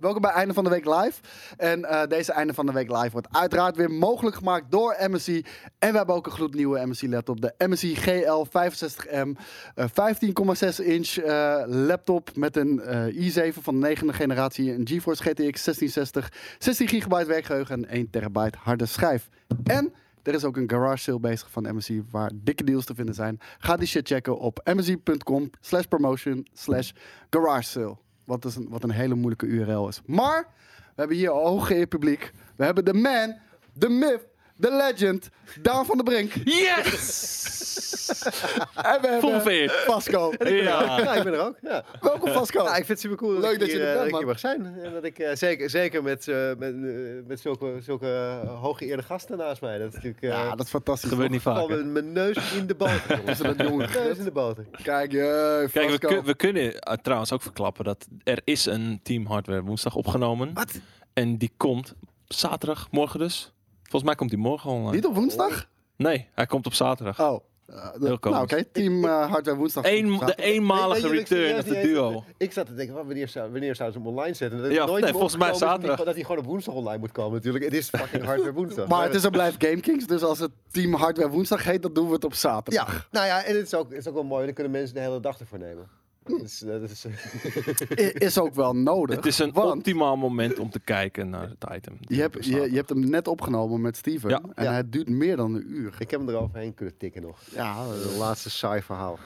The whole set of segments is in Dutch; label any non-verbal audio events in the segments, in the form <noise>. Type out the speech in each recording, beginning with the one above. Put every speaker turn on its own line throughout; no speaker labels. Welkom bij Einde van de Week Live. En eh, deze Einde van de Week Live wordt uiteraard weer mogelijk gemaakt door MSC. En we hebben ook een gloednieuwe MSC laptop. De MSC GL 65M. eh, 15,6 inch eh, laptop met een eh, i7 van de negende generatie. Een GeForce GTX 1660. 16 gigabyte werkgeheugen en 1 terabyte harde schijf. En... Er is ook een garage sale bezig van MSC waar dikke deals te vinden zijn. Ga die shit checken op msc.com slash promotion slash garage sale. Wat, is een, wat een hele moeilijke URL is. Maar we hebben hier al hooggeëerd publiek. We hebben de man, de myth, de legend, Daan van der Brink. En
Yes!
we hebben
Full veer.
Vasco.
<laughs> Ja.
<laughs> Ja, ik ben er ook. Ja.
Welkom Vasco.
Nou, ik vind het super cool
Leuk
dat,
dat
ik
je
hier,
er
eh,
bent,
dat ik hier
man.
mag zijn. En dat ik, eh, zeker, zeker met, eh met, eh, met zulke, zulke eh, hooggeëerde gasten naast mij. Dat is natuurlijk... eh,
Ja, dat is fantastisch.
Gebeurt niet vaak.
gewoon met mijn neus in de boter. jongens.
dat jongen?
neus in de boter.
Kijk, eh,
Kijk, we,
Vasco.
kun- we kunnen eh, trouwens ook verklappen dat er is een Team Hardware woensdag opgenomen.
Wat?
En die komt zaterdag, morgen dus. Volgens mij komt die morgen online.
Niet op woensdag?
Nee, hij komt op zaterdag.
Oh. Eh, de- nou,
Heel
oké.
komisch.
Team eh, Hardware woensdag.
Eén, de
Nee,
eenmalige
nee, jullie-
return
serieus
of de
niet eens.
duo.
Ik zat te denken, van, wanneer, zou, wanneer zouden ze hem online zetten? Dat het
Ja,
nooit
nee,
meer
volgens mij
opgekomen is
zaterdag.
omdat hij- Dat hij gewoon op woensdag online moet komen natuurlijk. Het is fucking hardware woensdag.
Maar het is en blijft GameKings, dus als het Team Hardware woensdag heet, dan doen we het op zaterdag.
Ja, nou ja, en het is ook, het is ook wel mooi. Dan kunnen mensen de hele dag ervoor nemen. Dus, eh, dat is,
I- Is ook wel nodig.
Het is een
want
optimaal moment om te kijken naar het item.
je hebt, je, je hebt hem net opgenomen met Steven
Ja.
en
Ja.
het duurt meer dan een uur.
ik eh. heb hem eroverheen kunnen tikken nog.
Ja,
Het laatste saai verhaal.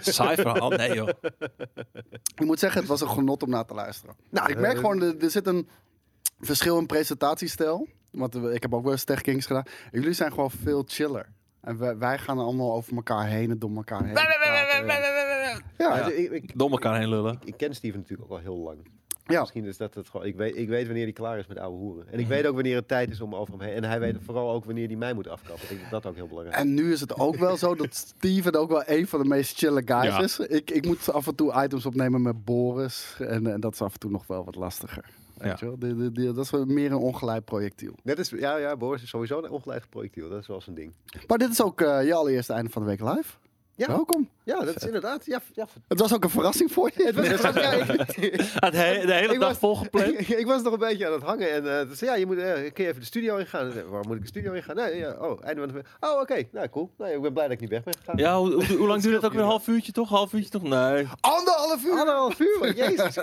Saai verhaal? Nee joh.
ik moet zeggen, het was een genot om naar te luisteren. Nou, ik merk
eh,
gewoon, er, er zit een verschil in presentatiestijl. Want we- ik heb ook wel eens Tech Kings gedaan. Jullie zijn gewoon veel chiller. En wij, wij gaan allemaal over elkaar heen en door elkaar heen.
Ja,
Ja.
het- Ik, ik,
Dom elkaar heen lullen.
ik ken Steven natuurlijk ook al heel lang.
Ja.
Misschien is dat het gewoon. Ik weet, ik weet wanneer hij klaar is met oude hoeren. En ik weet ook wanneer het tijd is om over hem heen. En hij weet vooral ook wanneer hij mij moet afkappen. Ik denk dat dat ook heel belangrijk is.
En nu is het ook wel zo dat Steven ook wel een van de meest chille guys
Ja.
is. Ik, ik moet af en toe items opnemen met Boris. En, en dat is af en toe nog wel wat lastiger. Weet je wel? Die- die- die- dat is wel meer een ongelijk projectiel.
Net is, ja, ja, Boris is sowieso een ongeleid projectiel. Dat is wel zijn ding.
Maar dit is ook eh, je allereerste einde van de week live.
Ja.
Welkom.
Ja, dat is inderdaad. Ja, ja.
Het was ook een verrassing voor je. <laughs>
Ja, ik-
Het he- Ah, de hele
<laughs> Ik
dag
was-
volgepland.
<laughs> ik, ik was nog een beetje aan het hangen en eh, ze zei, ja, je moet, eh, kun je even de studio ingaan? Ik zei, Waar moet ik de studio ingaan? Nee, ja, oh, einde van de... Oh, oké, nou cool. Nou, ik ben blij dat ik niet weg ben gegaan.
<laughs> Ja, hoe, hoe, hoe lang duurt het ook weer? Een half uurtje toch? Half uurtje toch? Nee.
Anderhalf uur.
Anderhalf uur, wat jezus.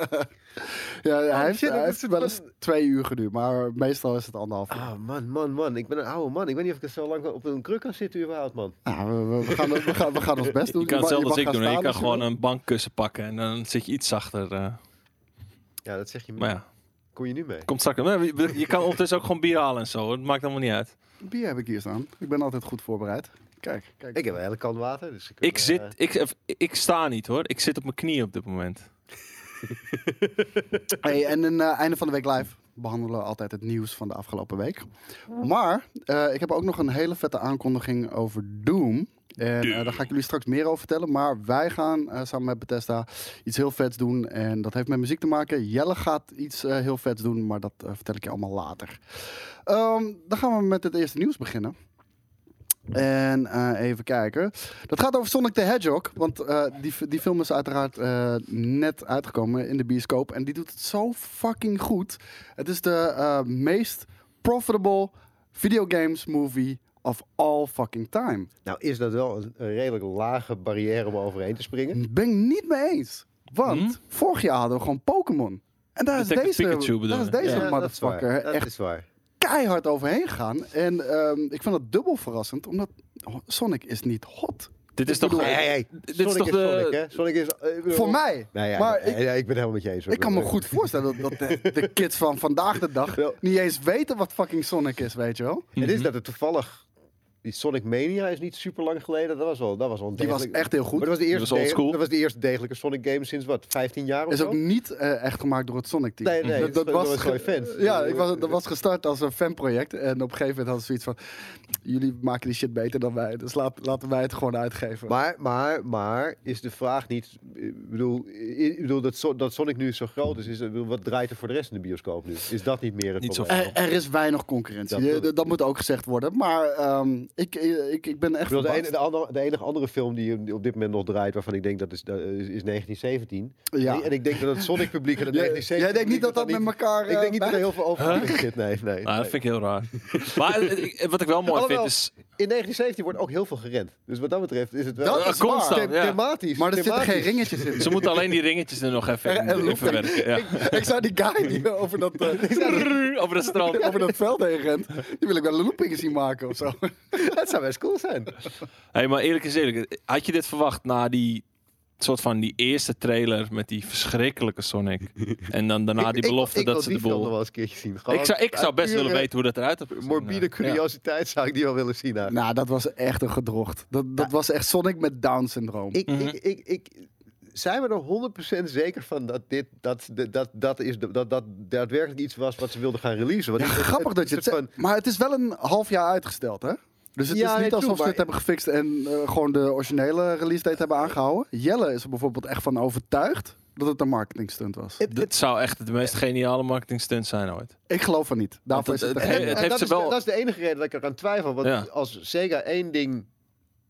Ja, hij heeft,
shit,
hij
dat
heeft
is-
wel
dat-
eens twee uur geduurd. Maar meestal is het anderhalf uur.
Ah, man, man, man. Ik ben een oude man. Ik weet niet of ik zo lang op een kruk kan zitten überhaupt, man.
Nou, we, we- we gaan, we, gaan, we gaan ons best doen.
<laughs> Je kan
mag-
hetzelfde
mag
als ik
gaan
doen. hè. Je
staan
kan
als je
gewoon
wil.
een bankkussen pakken en dan zit je iets zachter. eh.
Ja, dat zeg je me.
Maar ja,
Kom je nu mee?
komt straks. Nee, Je je kan ondertussen ook gewoon bier halen en zo. hoor. Het maakt allemaal niet uit.
Bier heb ik hier staan. Ik ben altijd goed voorbereid. Kijk, kijk.
Ik heb een hele kan water, dus ik...
Ik
eh,
zit, ik, ik sta niet hoor. Ik zit op mijn knieën op dit moment.
Hey, en in eh, einde van de week live behandelen we altijd het nieuws van de afgelopen week. Maar eh, ik heb ook nog een hele vette aankondiging over Doom. En eh, daar ga ik jullie straks meer over vertellen. Maar wij gaan eh, samen met Bethesda iets heel vets doen. En dat heeft met muziek te maken. Jelle gaat iets eh, heel vets doen, maar dat eh, vertel ik je allemaal later. Ehm, dan gaan we met het eerste nieuws beginnen. En eh, even kijken. Dat gaat over Sonic the Hedgehog. Want eh, die, f- die film is uiteraard eh, net uitgekomen in de bioscoop. En die doet het zo fucking goed. Het is de eh, meest profitable videogames movie of all fucking time.
Nou, is dat wel een, een redelijk lage barrière om overheen te springen?
Ben ik niet mee eens. Want
Hmm?
vorig jaar hadden we gewoon Pokémon. En daar is,
Detective
deze,
Pikachu bedoel
daar is
je?
deze
Ja,
dat is waar.
motherfucker
Dat
echt
is waar.
keihard overheen gegaan. En ehm, ik vind dat dubbel verrassend, omdat oh, Sonic is niet hot.
Dit is toch.
Hey, hey,
dit is
Sonic
toch
is
de-
Sonic, hè? Sonic is... eh, ik bedoel-
Voor mij.
Nee, ja,
maar
nee,
ik,
ja, ik ben helemaal met je eens. hoor.
ik kan me goed voorstellen dat, dat de, de kids van vandaag de dag
Ja.
niet eens weten wat fucking Sonic is, weet je wel.
Het is dat het toevallig... Die Sonic Mania is niet super lang geleden. Dat was al, dat was al een
Die was
degelijk-
echt heel goed.
Maar dat was, de
Die
eerste
was old
deg-
school.
dat was de eerste degelijke Sonic game sinds wat, 15 jaar of
Is
zo?
ook niet eh, echt gemaakt door het Sonic team.
Nee, nee, dat was
ge-
gewoon fans.
Ja, ik was, dat was gestart als een fanproject. En op een gegeven moment hadden ze zoiets van... Jullie maken die shit beter dan wij, dus laat, laten wij het gewoon uitgeven.
Maar, maar, maar is de vraag niet... Ik bedoel, ik bedoel dat, So- dat Sonic nu zo groot is, is ik bedoel, wat draait er voor de rest in de bioscoop nu? Is dat niet meer het
Niet
probleem?
zoveel.
er, er is weinig concurrentie.
Dat
Je-
bedoel
Dat, dat moet ook gezegd worden. Maar ehm, Ik, eh, ik, ik ben echt
Ik bedoel, de,
verbaasd.
enige, de, andere- de enige andere film die op dit moment nog draait, waarvan ik denk dat is, dat is, is 1917.
Ja.
En- En ik denk dat het Sonic publiek
<laughs>
en het
Jij,
1917.
jij denkt niet dat dat met
niet-
elkaar...
Ik
eh,
denk niet dat er
bij-
heel veel overlapping zit. Nee, nee.
Nou, dat
nee.
vind ik heel raar. <laughs> maar eh, ik- wat ik wel mooi vind
Alhoewel,
is... eh,
In 1917 wordt ook heel veel gerend. Dus wat dat betreft is het wel
Dat is waar.
constant,
them-
ja.
thematisch.
Maar er zitten geen
thematisch.
ringetjes in.
<laughs> Ze moeten alleen die ringetjes er nog <laughs> even
Er- er
in, in
loopt een-
verwerken. Ja.
<laughs> ik, ik zou die guy die over dat, eh, <laughs>
Brrr, Over het strand.
over dat veld heen rent, die wil ik wel een looping zien maken of zo.
<laughs> Dat zou best cool zijn.
Nou, Hey, maar eerlijk is eerlijk. Had je dit verwacht na die soort van die eerste trailer met die verschrikkelijke Sonic? En dan daarna die
Ik- ik-
belofte
ik wil
dat ze
die
de
film nog
boel...
wel eens een keertje zien. Gewoon eh,
Ik zou, ik zou
uit
best willen
pure
weten hoe dat eruit heeft gezien.
eh,
Morbide
Ja.
curiositeit zou ik die wel willen zien. eigenlijk.
Nou, dat was echt een gedrocht. Dat, dat was echt Sonic met Down-syndroom.
Ik,
Mhm.
ik, ik, ik, zijn we er 100% zeker van dat dit dat, dat, dat, dat, is, de- dat, dat daadwerkelijk iets was wat ze wilden gaan releasen? Want
Ja,
ik-
grappig dat je het
soort
zegt. Maar het is wel een half jaar uitgesteld, hè? Dus het
Ja,
is niet
nee, true,
alsof ze
maar-
het hebben gefixt en eh, gewoon de originele release date hebben aangehouden. Jelle is er bijvoorbeeld echt van overtuigd dat het een marketingstunt was.
Het-
Dat zou echt de meest geniale marketingstunt zijn ooit.
Ik geloof van niet. Daarvoor
Want
is het
het-
een-
eh, het-
en
heeft
dat,
ze
is de-
wel-
dat is de enige reden dat ik eraan twijfel. Want
Ja.
als Sega één ding...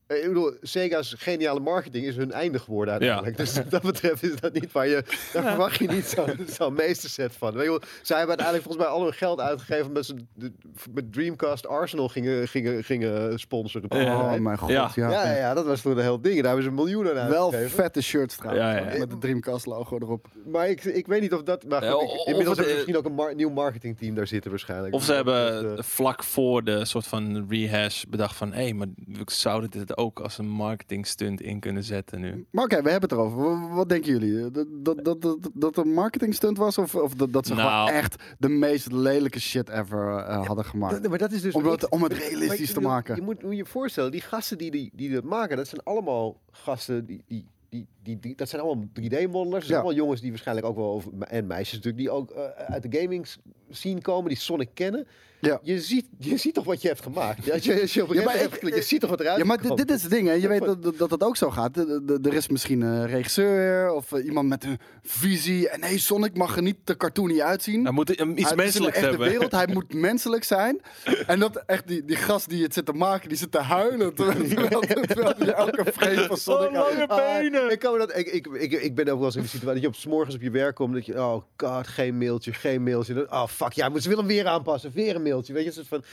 eh, Ik bedoel, Sega's geniale marketing is hun einde geworden uiteindelijk. Dus wat dat betreft is dat niet waar je... Daar verwacht je niet zo'n zo meesterset van. Weet je wel, zij hebben uiteindelijk volgens mij al hun geld uitgegeven... omdat ze de- met Dreamcast Arsenal gingen, gingen, gingen sponsoren.
Ja.
Oh mijn god, ja.
Ja.
Ja, ja, ja, dat was toen een heel ding. Daar hebben ze miljoenen aan
Wel
uitgegeven.
vette shirts trouwens,
Ja, ja, ja.
met de Dreamcast logo erop.
Maar ik, ik weet niet of dat... Maar
Ja,
goed, ik-
of het,
inmiddels hebben ze
eh,
misschien ook een mar- nieuw marketingteam daar zitten waarschijnlijk.
Of ze
Dus, eh,
hebben vlak voor de soort van rehash bedacht van... hé, hey, maar we zouden dit ook als een marketingstunt in kunnen zetten nu.
Mm.
Maar oké, we hebben het erover. W- Wat denken jullie? Dat, dat, dat, dat, dat het een marketingstunt was? Of, of dat, dat ze
Nou.
gewoon echt de meest lelijke shit ever eh, hadden gemaakt?
Dat- maar dat is dus
Om dat-
niet-
om het
maar- maar
realistisch
ik
te
bedoel,
maken.
Je moet, moet je voorstellen, die gasten die, die, die dat maken, dat zijn allemaal gasten die. die die, die, die- dat zijn allemaal 3D-modellers. Dat zijn
Ja.
allemaal jongens die waarschijnlijk ook wel... Of, en meisjes natuurlijk, die ook eh, uit de gaming scene komen, die Sonic kennen.
Ja.
Je, ziet, je ziet toch wat je hebt gemaakt. Als je, als je op ja,
maar
hebt
ik-
geklikt, je ziet toch wat eruit
Ja, maar
is
dit, dit is het ding, hè. Je
Ja,
weet
voor-
dat, dat dat het ook zo gaat. De- de- de- Er is misschien een regisseur of eh, iemand met een visie. En nee, Sonic mag er niet te cartoony uitzien.
Hij moet
Ah,
hem iets
Hij- het is
menselijks
een echte
hebben.
wereld, hij moet menselijk zijn. En dat echt, die, die gast die het zit te maken, die zit te
<laughs>
huilen. Terwijl, terwijl, terwijl die elke frame van Sonic...
Oh, lange
Ah,
benen!
ik, kan me dat, ik, ik, ik, ik ben ook wel eens in de situatie dat je op 's morgens op je werk komt. Dat je, oh god, geen mailtje, geen mailtje. Dan, Oh fuck, ja, maar ze willen hem weer aanpassen. Weer een mailtje. Weet je, een soort van,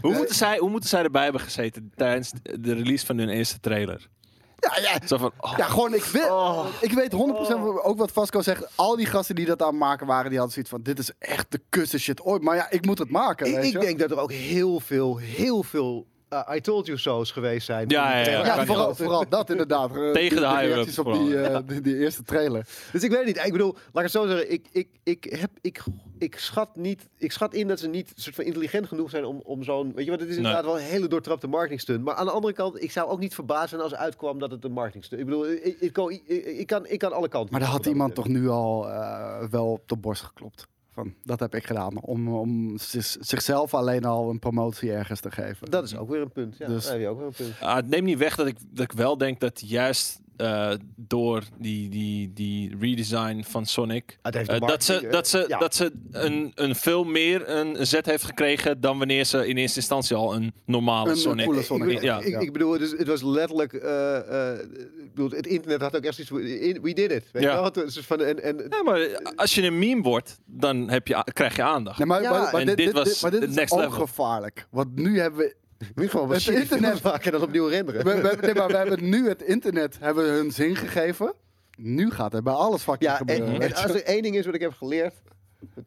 Hoe moeten, zij, hoe moeten zij erbij hebben gezeten tijdens de release van hun eerste trailer?
Ja, ja,
Zo van, oh,
ja, gewoon, ik, wil, ik weet 100% van- ook wat Vasco zegt. Al die gasten die dat aan het maken waren, die hadden zoiets van... Dit is echt de kussen shit ooit. Maar ja, ik moet het maken,
ik,
weet je.
ik denk dat er ook heel veel, heel veel eh, I told you so's geweest zijn.
Ja, ja, ja.
ja,
dat kan
vooral,
niet.
vooral dat
<laughs>
inderdaad. Tegen
de higher-ups
op
vooral,
die, eh, die, die eerste trailer.
Dus ik weet het niet. Ik bedoel, laat ik het zo zeggen. Ik, ik, ik, heb, ik, ik, schat niet, ik schat in dat ze niet soort van intelligent genoeg zijn om, om zo'n... Weet je, want het is
Nee.
inderdaad wel een hele doortrapte marketingstunt. Maar aan de andere kant, ik zou ook niet verbaasd zijn als het uitkwam dat het een marketingstunt... Ik bedoel, ik, ik, kan- ik, ik kan, ik kan alle kanten.
Maar daar
op
had
wat
iemand
betreft.
toch nu al eh, wel op de borst geklopt. Van, dat heb ik gedaan. Om, om zis- zichzelf alleen al een promotie ergens te geven.
Dat is ook weer een punt. Ja,
Dus-
daar heb je ook weer een punt.
Ah, het neemt niet weg dat ik, dat ik wel denk dat juist eh, door die, die, die redesign van Sonic.
Het heeft de
eh, dat,
marketing,
ze,
eh,
dat, ze,
ja.
dat ze een, een veel meer een zet heeft gekregen dan wanneer ze in eerste instantie al een normale
Een- een
Sonic.
coole
Ik,
Sonic.
Ja.
ik, ik bedoel, het, is, het was letterlijk. eh, eh, ik bedoel, het internet had ook echt iets. We we did it. Weet
Ja.
je wel? Het was van,
<laughs>
en, en,
Ja, maar eh, als je een meme wordt, dan heb je, a- krijg je aandacht.
Nee, maar,
Ja,
maar- maar
en
dit,
dit
dit,
was
dit- maar dit
het
is
next level.
ongevaarlijk. Want nu hebben we...
in ieder geval was
Het
shitty films
internet-
maken en dan opnieuw renderen.
we, we- nee, maar we hebben nu het internet hebben we hun zin gegeven. Nu gaat het bij alles fucking
ja, en,
gebeuren.
en
weet je.
als er één ding is wat ik heb geleerd.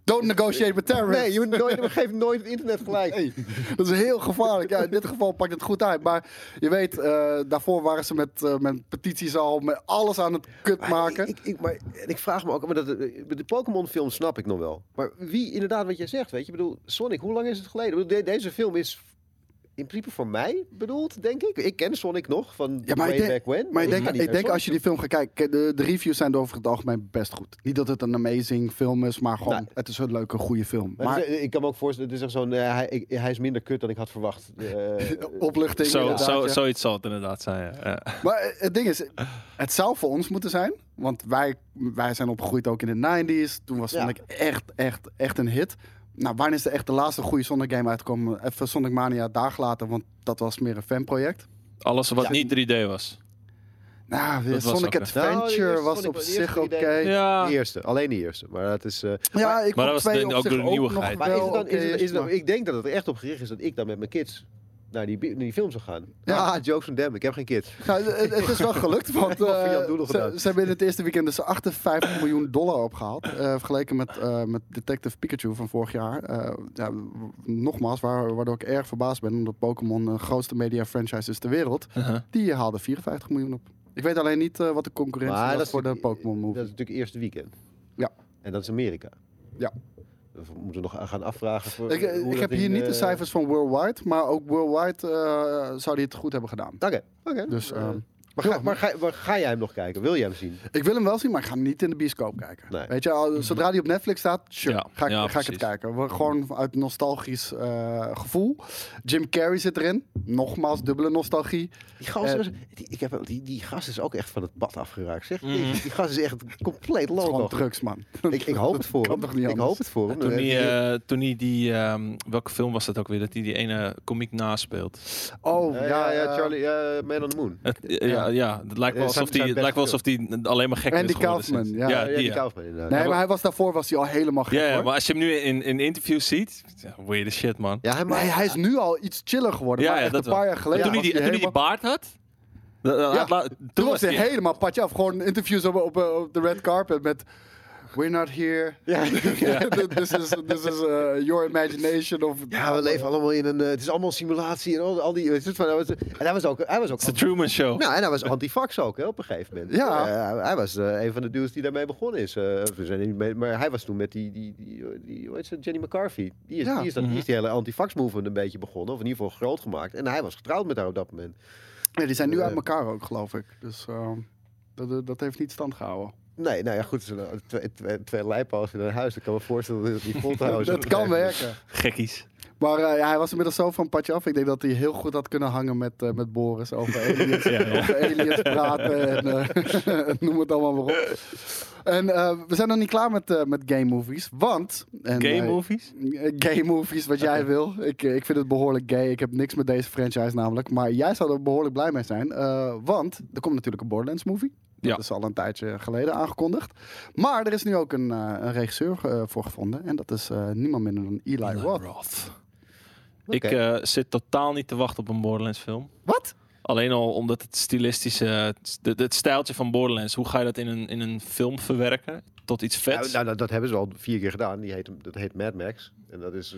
Don't negotiate with terrorists.
Nee, je moet nooit, geef nooit het internet gelijk.
Hey, dat is heel gevaarlijk. Ja, in dit geval pakt het goed uit. Maar je weet, eh, daarvoor waren ze met, eh, met petities al, met alles aan het kut maken.
Ik, ik, maar, en ik vraag me ook, maar dat, de Pokémon-film snap ik nog wel. Maar wie, inderdaad, wat jij zegt, weet je, ik bedoel, Sonic, hoe lang is het geleden? Ik bedoel, de- deze film is in principe voor mij bedoeld, denk ik. Ik ken Sonic nog van
Ja, maar
way
ik denk-
back when.
Maar ik
ga
denk,
niet
ik
naar
denk als je
Sonic
die film gaat kijken, kijk, de, de reviews zijn over het algemeen best goed. Niet dat het een amazing film is, maar gewoon,
Nou.
het is een leuke, goede film.
Maar
Maar
het is- ik kan me ook voorstellen, het is echt zo'n, eh, hij, ik- hij is minder kut dan ik had
<laughs>
verwacht. Eh,
opluchting
zo,
inderdaad,
zo,
ja.
zoiets zal het inderdaad zijn. ja. Ja.
Maar eh, het ding is, het zou voor ons moeten zijn, want wij, wij zijn opgegroeid ook in de 90s. Toen was
Ja.
Sonic echt, echt, echt een hit. Nou, wanneer is er echt de laatste goede Sonic game uitgekomen? Even Sonic Mania dagen later, want dat was meer een fanproject.
Alles wat
Ja.
niet 3D was.
Nou,
Dat was
Sonic
oké.
Adventure
Nou, die
was
Sonic
op
was de
zich
eerste
oké.
idee.
Ja.
De eerste, alleen de eerste. Maar dat is. eh,
Ja, ik
Maar
vond
dat was
twee
denk
op
ik ook
zich
door de nieuwigheid.
nog
maar
wel
is het dan, is het-
oké,
is het dan,
maar-
ik denk dat het er echt op gericht is dat ik dan met mijn kids naar die, bi- naar die film zou gaan.
Ja.
Ja, ah, jokes van damn, ik heb geen kids.
Nou, het, het is wel
<laughs>
gelukt, want
Wat voor
eh,
Jan Doedel
ze,
gedaan.
ze hebben in het eerste weekend dus 58 miljoen dollar opgehaald. eh, vergeleken met, eh, met Detective Pikachu van vorig jaar. Eh, ja, w- nogmaals, waar, waardoor ik erg verbaasd ben, omdat Pokémon de grootste media franchise is ter wereld.
Uh-huh.
Die haalde 54 miljoen op. Ik weet alleen niet eh, wat de concurrentie
Maar
was
dat is
voor de
natuurlijk-
Pokémon
Dat is
movie.
natuurlijk eerste weekend.
Ja.
En dat is Amerika.
Ja.
Dus we moeten nog gaan afvragen. Voor
Ik,
hoe
ik
dat
heb
in,
hier niet
eh,
de cijfers van Worldwide, maar ook Worldwide eh, zou die het goed hebben gedaan.
Oké, oké.
Dus,
Eh,
ehm,
maar, ga, maar, ga, maar ga jij hem nog kijken? Wil jij hem zien?
Ik wil hem wel zien, maar ik ga hem niet in de bioscoop kijken.
Nee.
Weet je, al- zodra die op Netflix staat, sure,
Ja,
ga, ik,
ja,
ga ik het
precies.
kijken. We- Gewoon uit nostalgisch eh, gevoel. Jim Carrey zit erin. Nogmaals, dubbele nostalgie.
Die gast,
Eh,
was- die, ik heb, die, die gast is ook echt van het pad afgeraakt. Zeg.
Mm.
Die, die gast is echt compleet
Het is gewoon
loco.
drugs, man.
Ik, ik hoop het voor
kan
hem.
toch niet
ik
anders?
hoop het voor hem.
Toen
Eh,
die,
die-
eh, toen die, die ehm, welke film was dat ook weer? Dat hij die, ene komiek naspeelt.
Oh,
Eh,
ja,
ja, ja,
eh,
Charlie, eh, Man on the Moon.
Het, ja, ja, het lijkt wel
Eh, zijn-
alsof die,
zijn
het lijkt wel alsof die alleen maar gek
Andy
is geworden
Kaufman,
sinds-
ja.
ja,
Ja,
die,
die
ja.
Kaufman inderdaad.
Nee, maar hij was, daarvoor was hij al helemaal gek,
Ja, ja,
hoor.
maar als je hem nu in, in interviews ziet, ja, weird as shit, man.
Ja, hij,
Nee,
maakt-
hij is nu al iets chiller geworden.
Ja,
maar
ja,
echt
dat
een paar
wel.
jaar geleden
toen hij
was
die, toen hij die
helemaal-
baard had, da- da-
Ja,
la-
toen was hij
die-
helemaal patje af. Gewoon interviews op, op, op de red carpet met... We're not here. <laughs>
Ja.
this is, this is eh, your imagination. Of,
Ja, we leven allemaal in een. eh, het is allemaal simulatie en al, al die. weet je, van, hij was- en hij was ook. Hij was ook
It's the Truman Show.
nou, en hij
<laughs>
was antifax ook hè, op een gegeven moment.
Ja.
Eh, hij- hij was eh, een van de dudes die daarmee begonnen is. Eh, we zijn er niet mee, maar hij was toen met die. die, die, eh, die hoe heet ze? Jenny McCarthy. Die is,
Ja.
die, is dat, die
Mhm.
is die hele antifax movement een beetje begonnen. Of in ieder geval groot gemaakt. En hij was getrouwd met haar op dat moment.
Ja, die zijn nu
Eh,
uit elkaar ook, geloof ik. Dus ehm, dat, dat- dat heeft niet stand gehouden.
Nee, nou ja, goed. ze- nou, Twee, twee, twee lijpen als in een huis. Ik kan me voorstellen dat die
<laughs>
voltrouwen.
dat kan werken.
Gekkies.
Maar eh, ja, hij was inmiddels zo van patje af. Ik denk dat hij heel goed had kunnen hangen met, eh, met Boris over aliens,
Ja, <laughs> ja.
over aliens praten en eh, <laughs> noem het allemaal maar op. En eh, we zijn nog niet klaar met, eh, met game movies, want... En,
Game
eh,
movies?
eh, Gay movies, wat jij wil. Ik, eh, ik vind het behoorlijk gay. Ik heb niks met deze franchise namelijk. Maar jij zou er behoorlijk blij mee zijn. eh, want er komt natuurlijk een Borderlands movie. Dat
Ja.
is al een tijdje geleden aangekondigd. Maar er is nu ook een, eh, een regisseur eh, voor gevonden. En dat is eh, niemand minder dan Eli, Roth.
Ik
Nou,
eh, zit totaal niet te wachten op een Borderlands film.
Wat?
Alleen al omdat het stilistische, het, het- het stijltje van Borderlands, hoe ga je dat in een, in een film verwerken tot iets
Ja,
vets? Ja,
nou, dat, dat hebben ze al vier keer gedaan. Die heet, hem- dat heet Mad Max. En dat
<laughs>
is.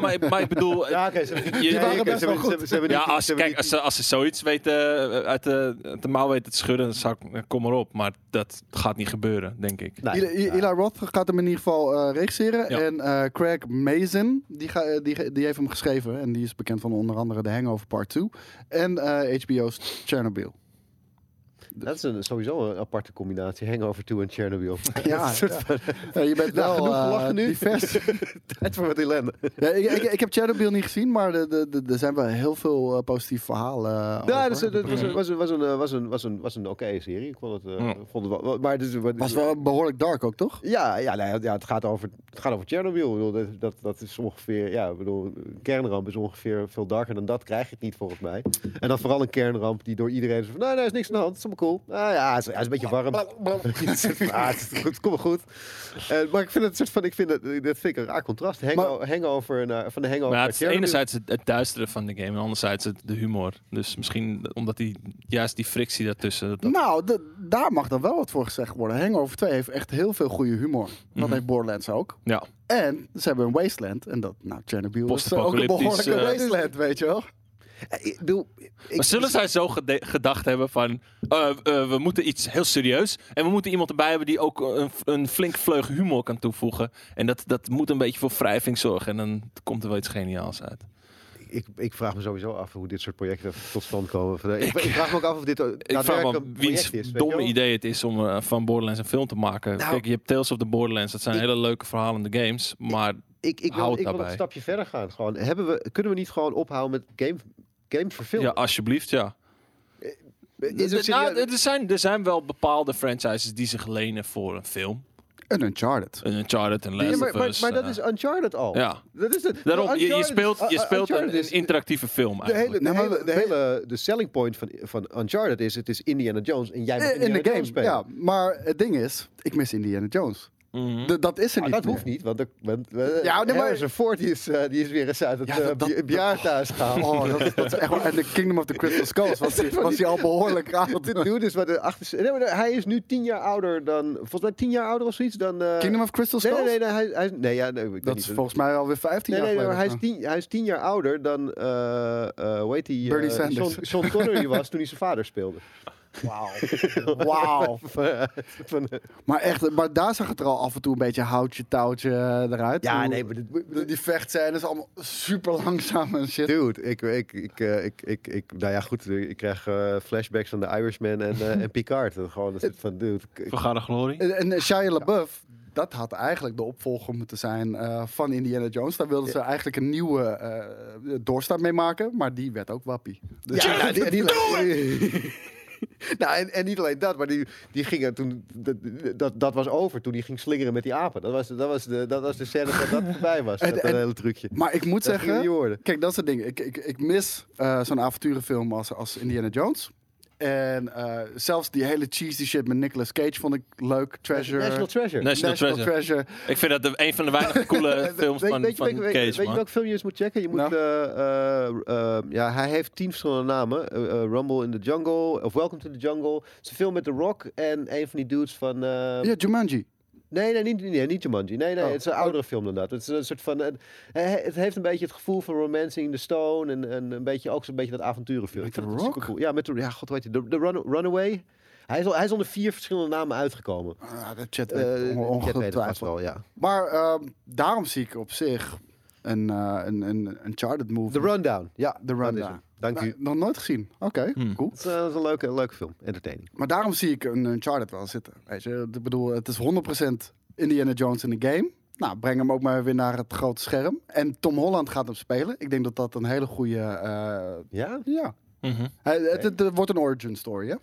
maar, ik- maar ik
<laughs>
bedoel,
Ja, oké. ze-
Die
ja,
waren
oké,
best
ze
wel
hebben- ze- ze hebben
Ja,
niet-
als,
ze hebben
kijk, als,
niet-
ze- als ze zoiets weten, eh, uit de, uit de mouw weten te schudden, dan zou ik, eh, kom maar op. Maar dat gaat niet gebeuren, denk ik.
Nee,
Eli, I-
ja.
Eli Roth gaat hem in ieder geval eh, regisseren.
Ja.
En eh, Craig Mazin, die, ga- eh, die, ge- die heeft hem geschreven. En die is bekend van onder andere The Hangover Part 2. En eh, HBO's Chernobyl.
Dat is een, sowieso een aparte combinatie. Hangover 2 en Chernobyl.
<laughs> Ja, ja, je bent
Nou,
wel
genoeg
eh,
gelachen
<laughs>
nu.
divers.
Tijd voor wat ellende.
Ja, ik, ik, ik heb Chernobyl niet gezien, maar de- de- de- er zijn wel heel veel eh, positieve verhalen. eh,
Ja,
over.
Nou, dat was, was, was, een- was een, eh, was een, was een, was een oké serie. Ik vond het, eh,
Ja.
vond het wel- wel... Maar het is,
was wel behoorlijk dark ook, toch?
Ja, ja, nou ja, ja, het gaat over, het gaat over Chernobyl. Ik bedoel, dat, dat, dat is ongeveer, ja, ik bedoel, een kernramp is ongeveer veel darker dan dat krijg je het niet volgens mij. En dan vooral een kernramp die door iedereen is van, nou, nee, is niks aan de hand, is allemaal cool. Ah ja, hij is, hij is een beetje warm. <laughs> ah, het is goed, kom maar goed. Eh, maar ik vind het een soort van, ik vind dat, dat vind ik een raar contrast. Hango- hangover naar, van de hangover
Maar ja,
naar
het is
Chernobyl.
enerzijds het, het duistere van de game en anderzijds het, de humor. Dus misschien omdat die, juist die frictie daartussen. Dat, dat-
Nou, d- daar mag dan wel wat voor gezegd worden. Hangover 2 heeft echt heel veel goede humor. Dat heeft Borderlands ook.
ja.
En ze hebben een Wasteland. En dat, nou, Chernobyl is eh, ook een
Post-apocalyptisch,
behoorlijke
eh,
Wasteland, weet je wel.
Eh, Ik bedoel, ik,
Maar zullen zij zo gede- gedacht hebben van, eh, eh, we moeten iets heel serieus en we moeten iemand erbij hebben die ook een, een flink vleug humor kan toevoegen. En dat, dat moet een beetje voor wrijving zorgen en dan komt er wel iets geniaals uit.
ik, ik vraag me sowieso af hoe dit soort projecten tot stand komen. Van, eh, Ik, ik vraag me ook af of dit ook
Ik vraag
daadwerkelijk
me
een
af
project
wiens
is, weet je
domme
wel?
idee het is om eh, van Borderlands een film te maken.
Nou,
Kijk, je hebt Tales of the Borderlands. Dat zijn hele leuke verhalende games. Maar
Ik, ik,
Houd
wil, ik wil
daarbij.
een stapje verder gaan. Gewoon, hebben we, kunnen we niet gewoon ophouden met game, games
ja,
verfilmen?
alsjeblieft, ja.
Is het
Nou,
serieus-
er, zijn, er zijn wel bepaalde franchises die zich lenen voor een film.
Een Uncharted.
Een Uncharted, een Last
Ja, maar,
of
maar,
Us,
maar dat
eh,
is Uncharted al.
ja.
Dat is het.
Daarom, je, je
Uncharted-
speelt, je
uh,
speelt dus een-
Uncharted
een,
is-
interactieve film
De hele,
eigenlijk.
de,
Nou, maar
hele,
we-
de
we-
hele de selling point van, van Uncharted is, het is Indiana Jones en jij moet
Eh, In
Indiana
de game,
Jones spelen.
ja. Maar het ding is, ik mis Indiana Jones.
Mhm.
D- Ah, dat is er
Maar
niet
dat
meer.
hoeft niet, want, er- want eh,
Ja, nee, maar-
Harrison Ford die is, eh, die is weer eens uit het
Ja,
ja,
dat- dat-
bejaarthuis gehaald.
<laughs>
<laughs>
Oh, dat, is- dat is echt wel... En de Kingdom of the Crystal Skulls was, die- was hij al behoorlijk aan.
Dit dude is wat de achter... Nee, maar hij is nu tien jaar ouder dan... Volgens mij tien jaar ouder of zoiets dan... eh,
Kingdom of Crystal
nee,
Skulls?
nee, nee, nee, hij, hij is... Nee, ja, nee, ik weet
Dat
niet.
is volgens mij alweer 15
Nee,
jaar
nee, nee, maar
geleden.
hij is, tien, hij is tien jaar ouder dan, eh, eh, hoe heet die, eh,
Bernie Sanders.
Sean, Sean <laughs> Connery was toen hij zijn vader speelde.
Wauw.
<laughs>
Wauw.
Van, eh,
Maar echt, maar daar zag het er al af en toe een beetje houtje, touwtje eh, eruit.
ja,
Hoe-
nee, maar dit,
Die vechtscènes allemaal super langzaam en shit.
Dude, ik, ik, ik, eh, ik, ik, ik, nou ja, goed, eh, ik krijg eh, flashbacks van de Irishman en, eh, <laughs> en Picard. En gewoon, dat is van, dude, ik-
Vergane glorie.
En, en Shia LaBeouf, dat had eigenlijk de opvolger moeten zijn eh, van Indiana Jones. Daar wilden ze eigenlijk een nieuwe eh, doorstart mee maken, maar die werd ook wappie. Dus
<laughs> Ja,
<laughs>
nou, die- en niet alleen- <laughs> Nou, en, en niet alleen dat, maar die, die gingen toen, dat, dat, dat was over toen die ging slingeren met die apen. Dat was, dat was, de, dat was de scène dat dat voorbij <laughs> was,
En-
dat
en-
hele trucje.
Maar ik moet
Dat ging
zeggen,
niet worden.
kijk, dat is het ding. Ik, ik, ik mis eh, zo'n avonturenfilm als, als Indiana Jones. En eh, zelfs die hele cheesy shit met Nicolas Cage vond ik leuk. Treasure.
National Treasure.
Nee, National Treasure.
Treasure.
Ik vind dat de, een van de
<laughs>
weinige coole films
Weet-
van,
weet je
van
welke- weet-
Cage,
weet je
man.
welke film je eens moet checken? Je moet,
Nou.
eh, eh, eh, ja, hij heeft tien verschillende namen. Eh, eh, Rumble in the Jungle, of Welcome to the Jungle. Het is een film met The Rock en een van die dudes van... eh,
Ja, Jumanji.
Nee, nee, niet, nee, niet Jumanji. Nee, nee,
Oh.
het is een oudere film dan dat. Het is een soort van... eh, eh, Het heeft een beetje het gevoel van Romancing the Stone en, en een beetje, ook zo'n beetje dat avonturenfilm.
Met
Ik vind
The
het
Rock?
supercool. Ja, met de, ja, god weet je, de, de Run- Runaway. Hij is, al, hij is onder vier verschillende namen uitgekomen.
Ah, dat chat
Eh,
weet ik
ik
onge-
weet het vast
ongetwijfeld.
wel, ja.
Maar ehm, daarom zie ik op zich een, eh een, een Uncharted
The
movie.
Rundown. Ja,
The
dat is
Rundown.
hem. Dank
Nou,
u.
Nog nooit gezien. Oké,
Hmm.
cool.
Het is, eh, dat is een leuke, leuke film. Entertaining.
Maar daarom zie ik een Uncharted wel zitten. Weet je? Ik bedoel, het is 100% Indiana Jones in de game. Nou, breng hem ook maar weer naar het grote scherm. En Tom Holland gaat hem spelen. Ik denk dat dat een hele goede... eh,
Ja?
ja.
Mhm.
Hij- het, het- het wordt een origin story, hè?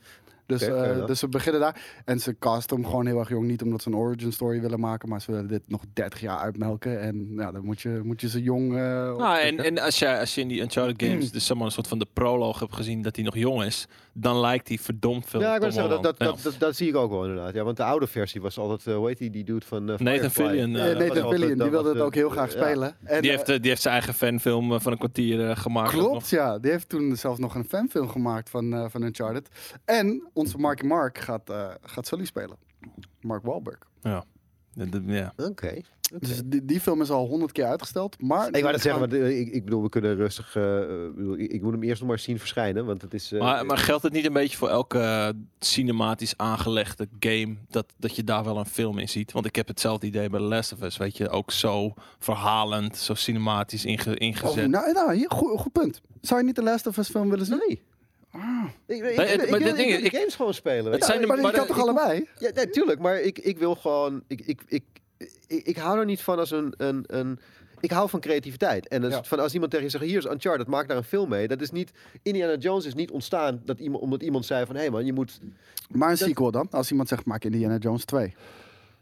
Dus,
Oké,
eh,
fair enough.
dus we beginnen daar. En ze casten hem gewoon heel erg jong. Niet omdat ze een origin story willen maken, maar ze willen dit nog 30 jaar uitmelken. En ja, dan moet je, moet je ze jong. eh,
Nou, en,
oppikken.
en als, je, als je in die Uncharted games
Hmm.
dus zeg maar een soort van de proloog hebt gezien dat hij nog jong is, dan lijkt hij verdomd veel
Ja, ik
op
wil
Tom
zeggen, dat, dat,
Holland.
dat, dat, dat zie ik ook wel inderdaad. Ja, want de oude versie was altijd, eh, hoe heet die, die dude van eh,
Nathan
Firefly.
Fillion, eh,
Eh,
dat
Nathan Fillion, die wilde het ook heel graag
spelen.
spelen. En,
Ja. Die,
eh,
heeft, eh, die heeft zijn eigen fanfilm eh, van een kwartier eh, gemaakt. ook nog.
Klopt, ja. Die heeft toen zelfs nog een fanfilm gemaakt van, eh, van Uncharted. En onze Marky Mark gaat, eh, gaat Sully spelen. Mark Wahlberg.
Ja. Dat- dat- ja.
Oké.
Dus die, die film is al honderd keer uitgesteld. Maar
Ik wou dat zeggen, want eh, ik, ik bedoel, we kunnen rustig. eh, ik bedoel, ik, ik moet hem eerst nog maar zien verschijnen, want het is. eh,
Maar, maar geldt het niet een beetje voor elke eh, cinematisch aangelegde game dat, dat je daar wel een film in ziet? Want ik heb hetzelfde idee bij The Last of Us, weet je, ook zo verhalend, zo cinematisch inge-
Oh,
ingezet.
nou, nou hier, goed, goed punt. Zou je niet de Last of Us film willen zien?
nee. Ik, ik,
maar
ik-
dit
ik wil-
ding
ik wil
is,
die
ik-
games gewoon spelen. weet
Het
je.
zijn de-
maar die
maar
kan
de-
toch
ik-
allebei?
Ja, natuurlijk, maar ik, ik wil gewoon. Ik, ik, ik, ik, ik hou er niet van als een. een, een ik hou van creativiteit. En als,
Ja.
van als iemand tegen je zegt: hier is Uncharted, maak daar een film mee. Dat is niet. Indiana Jones is niet ontstaan dat iemand, omdat iemand zei: van hé hey man, je moet.
Maar een
Dat-
sequel dan? Als iemand zegt, maak Indiana Jones 2.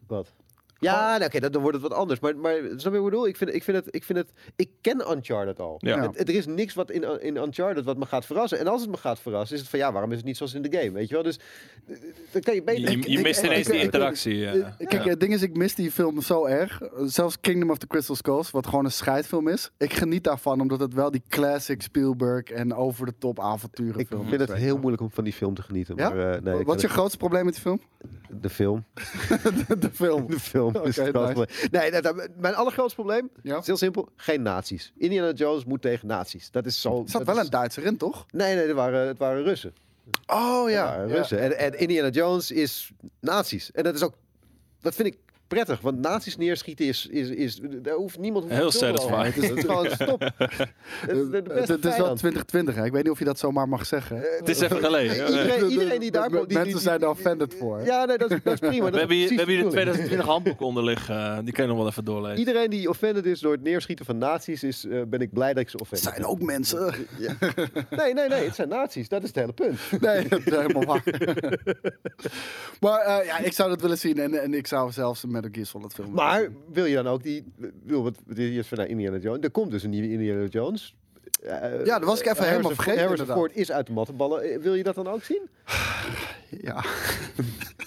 Wat? Ja, nou, oké, dat- dan wordt het wat anders. Maar, maar snap je wat ik bedoel? Ik vind, ik vind het, ik vind het, ik ken Uncharted al.
Ja.
Het- het- er is niks wat in, in Uncharted wat me gaat verrassen. En als het me gaat verrassen, is het van ja, waarom is het niet zoals in de game? Weet je wel? Dus eh, dan kan je beter.
Je, je mist
ik-
ineens
ik-
die
ik-
interactie. ja.
Eh, Kijk, het ding is, ik mis die film zo erg. Eh, Zelfs Kingdom of the Crystal Skulls, wat gewoon een scheidfilm is. Ik geniet daarvan, omdat het wel die classic Spielberg en over de top avonturenfilm
Ik
is.
vind het
weet je.
heel moeilijk om van die film te genieten.
Ja?
Maar, eh, nee, ik
Wat is je
vind
grootste probleem met die film?
het- de film?
de, <laughs> de film.
De film is het
Oké,
grootste
nice.
probleem. Nee, dat- dat- mijn allergrootste probleem
Ja.
is heel simpel: geen nazi's. Indiana Jones moet tegen nazi's. Dat is zo.
Er zat
dat
wel
is-
een Duitser in, toch?
Nee, nee, het waren, het waren Russen.
Oh
ja, Russen. En, en Indiana Jones is nazi's. En dat is ook, dat vind ik prettig, want nazi's neerschieten is, is, is daar hoeft niemand hoeft
Heel
te schulden
satisfying.
aan. Het is gewoon
<laughs>
stop. Het is de- de
Het
beste
het is wel
vijand.
2020, hè? Ik weet niet of je dat zomaar mag zeggen. hè?
het is even geleden. ja.
<laughs>
Iedereen-
De- de-
iedereen die daar
de-
komt, die-
Mensen
die-
zijn daar
die-
offended voor. hè?
Ja, nee, dat is, dat is prima. dat
We
is
hebben hier, we
precies
hebben hier
de
een
bedoeling.
2020 handboek onder liggen. eh, die kan je nog wel even doorlezen.
Iedereen die offended is door het neerschieten van nazi's, is, eh, ben ik blij dat ik ze
Het
offend.
zijn ook mensen.
Nee, nee, nee, het zijn nazi's. Dat is het hele punt.
Nee, <laughs> dat is helemaal waar. maar eh, ja, ik zou dat willen zien. En, en ik zou zelfs met Metal Gear Solid film.
Maar wil je dan ook die... Wil, wat, wat is van nou, Indiana Jones? Er komt dus een nieuwe Indiana Jones. Eh,
Ja, dat was ik even helemaal
Harrison-
vergeten,
Harrison
inderdaad.
Ford is uit de mattenballen. Eh, Wil je dat dan ook zien?
Ja. <laughs>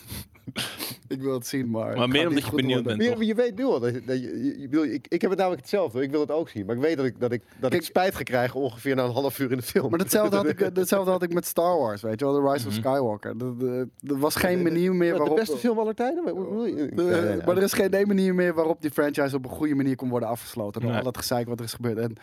ik wil het zien, maar...
Maar
het
meer
gaat
omdat
niet
je
goed
benieuwd
worden.
bent.
Je, je weet nu al. Dat, je- dat je, je- je wil- ik, ik heb het namelijk hetzelfde. Ik wil het ook zien. Maar ik weet dat ik, dat ik, dat
Kijk,
ik spijt ga krijgen ongeveer na een half uur in de film.
Maar datzelfde
<laughs>
had, ik, eh, datzelfde had ik met Star Wars, weet je wel. The Rise
Mhm.
of Skywalker. Dat- dat- Er was
<laughs>
geen manier meer
de
waarop...
beste film aller tijden? Wat bedoel je?
De-
Nee, nee, nee.
Eh, Maar er is geen nee, manier meer waarop die franchise op een goede manier kon worden afgesloten. Door
Nee.
al dat gezeik wat er is gebeurd. En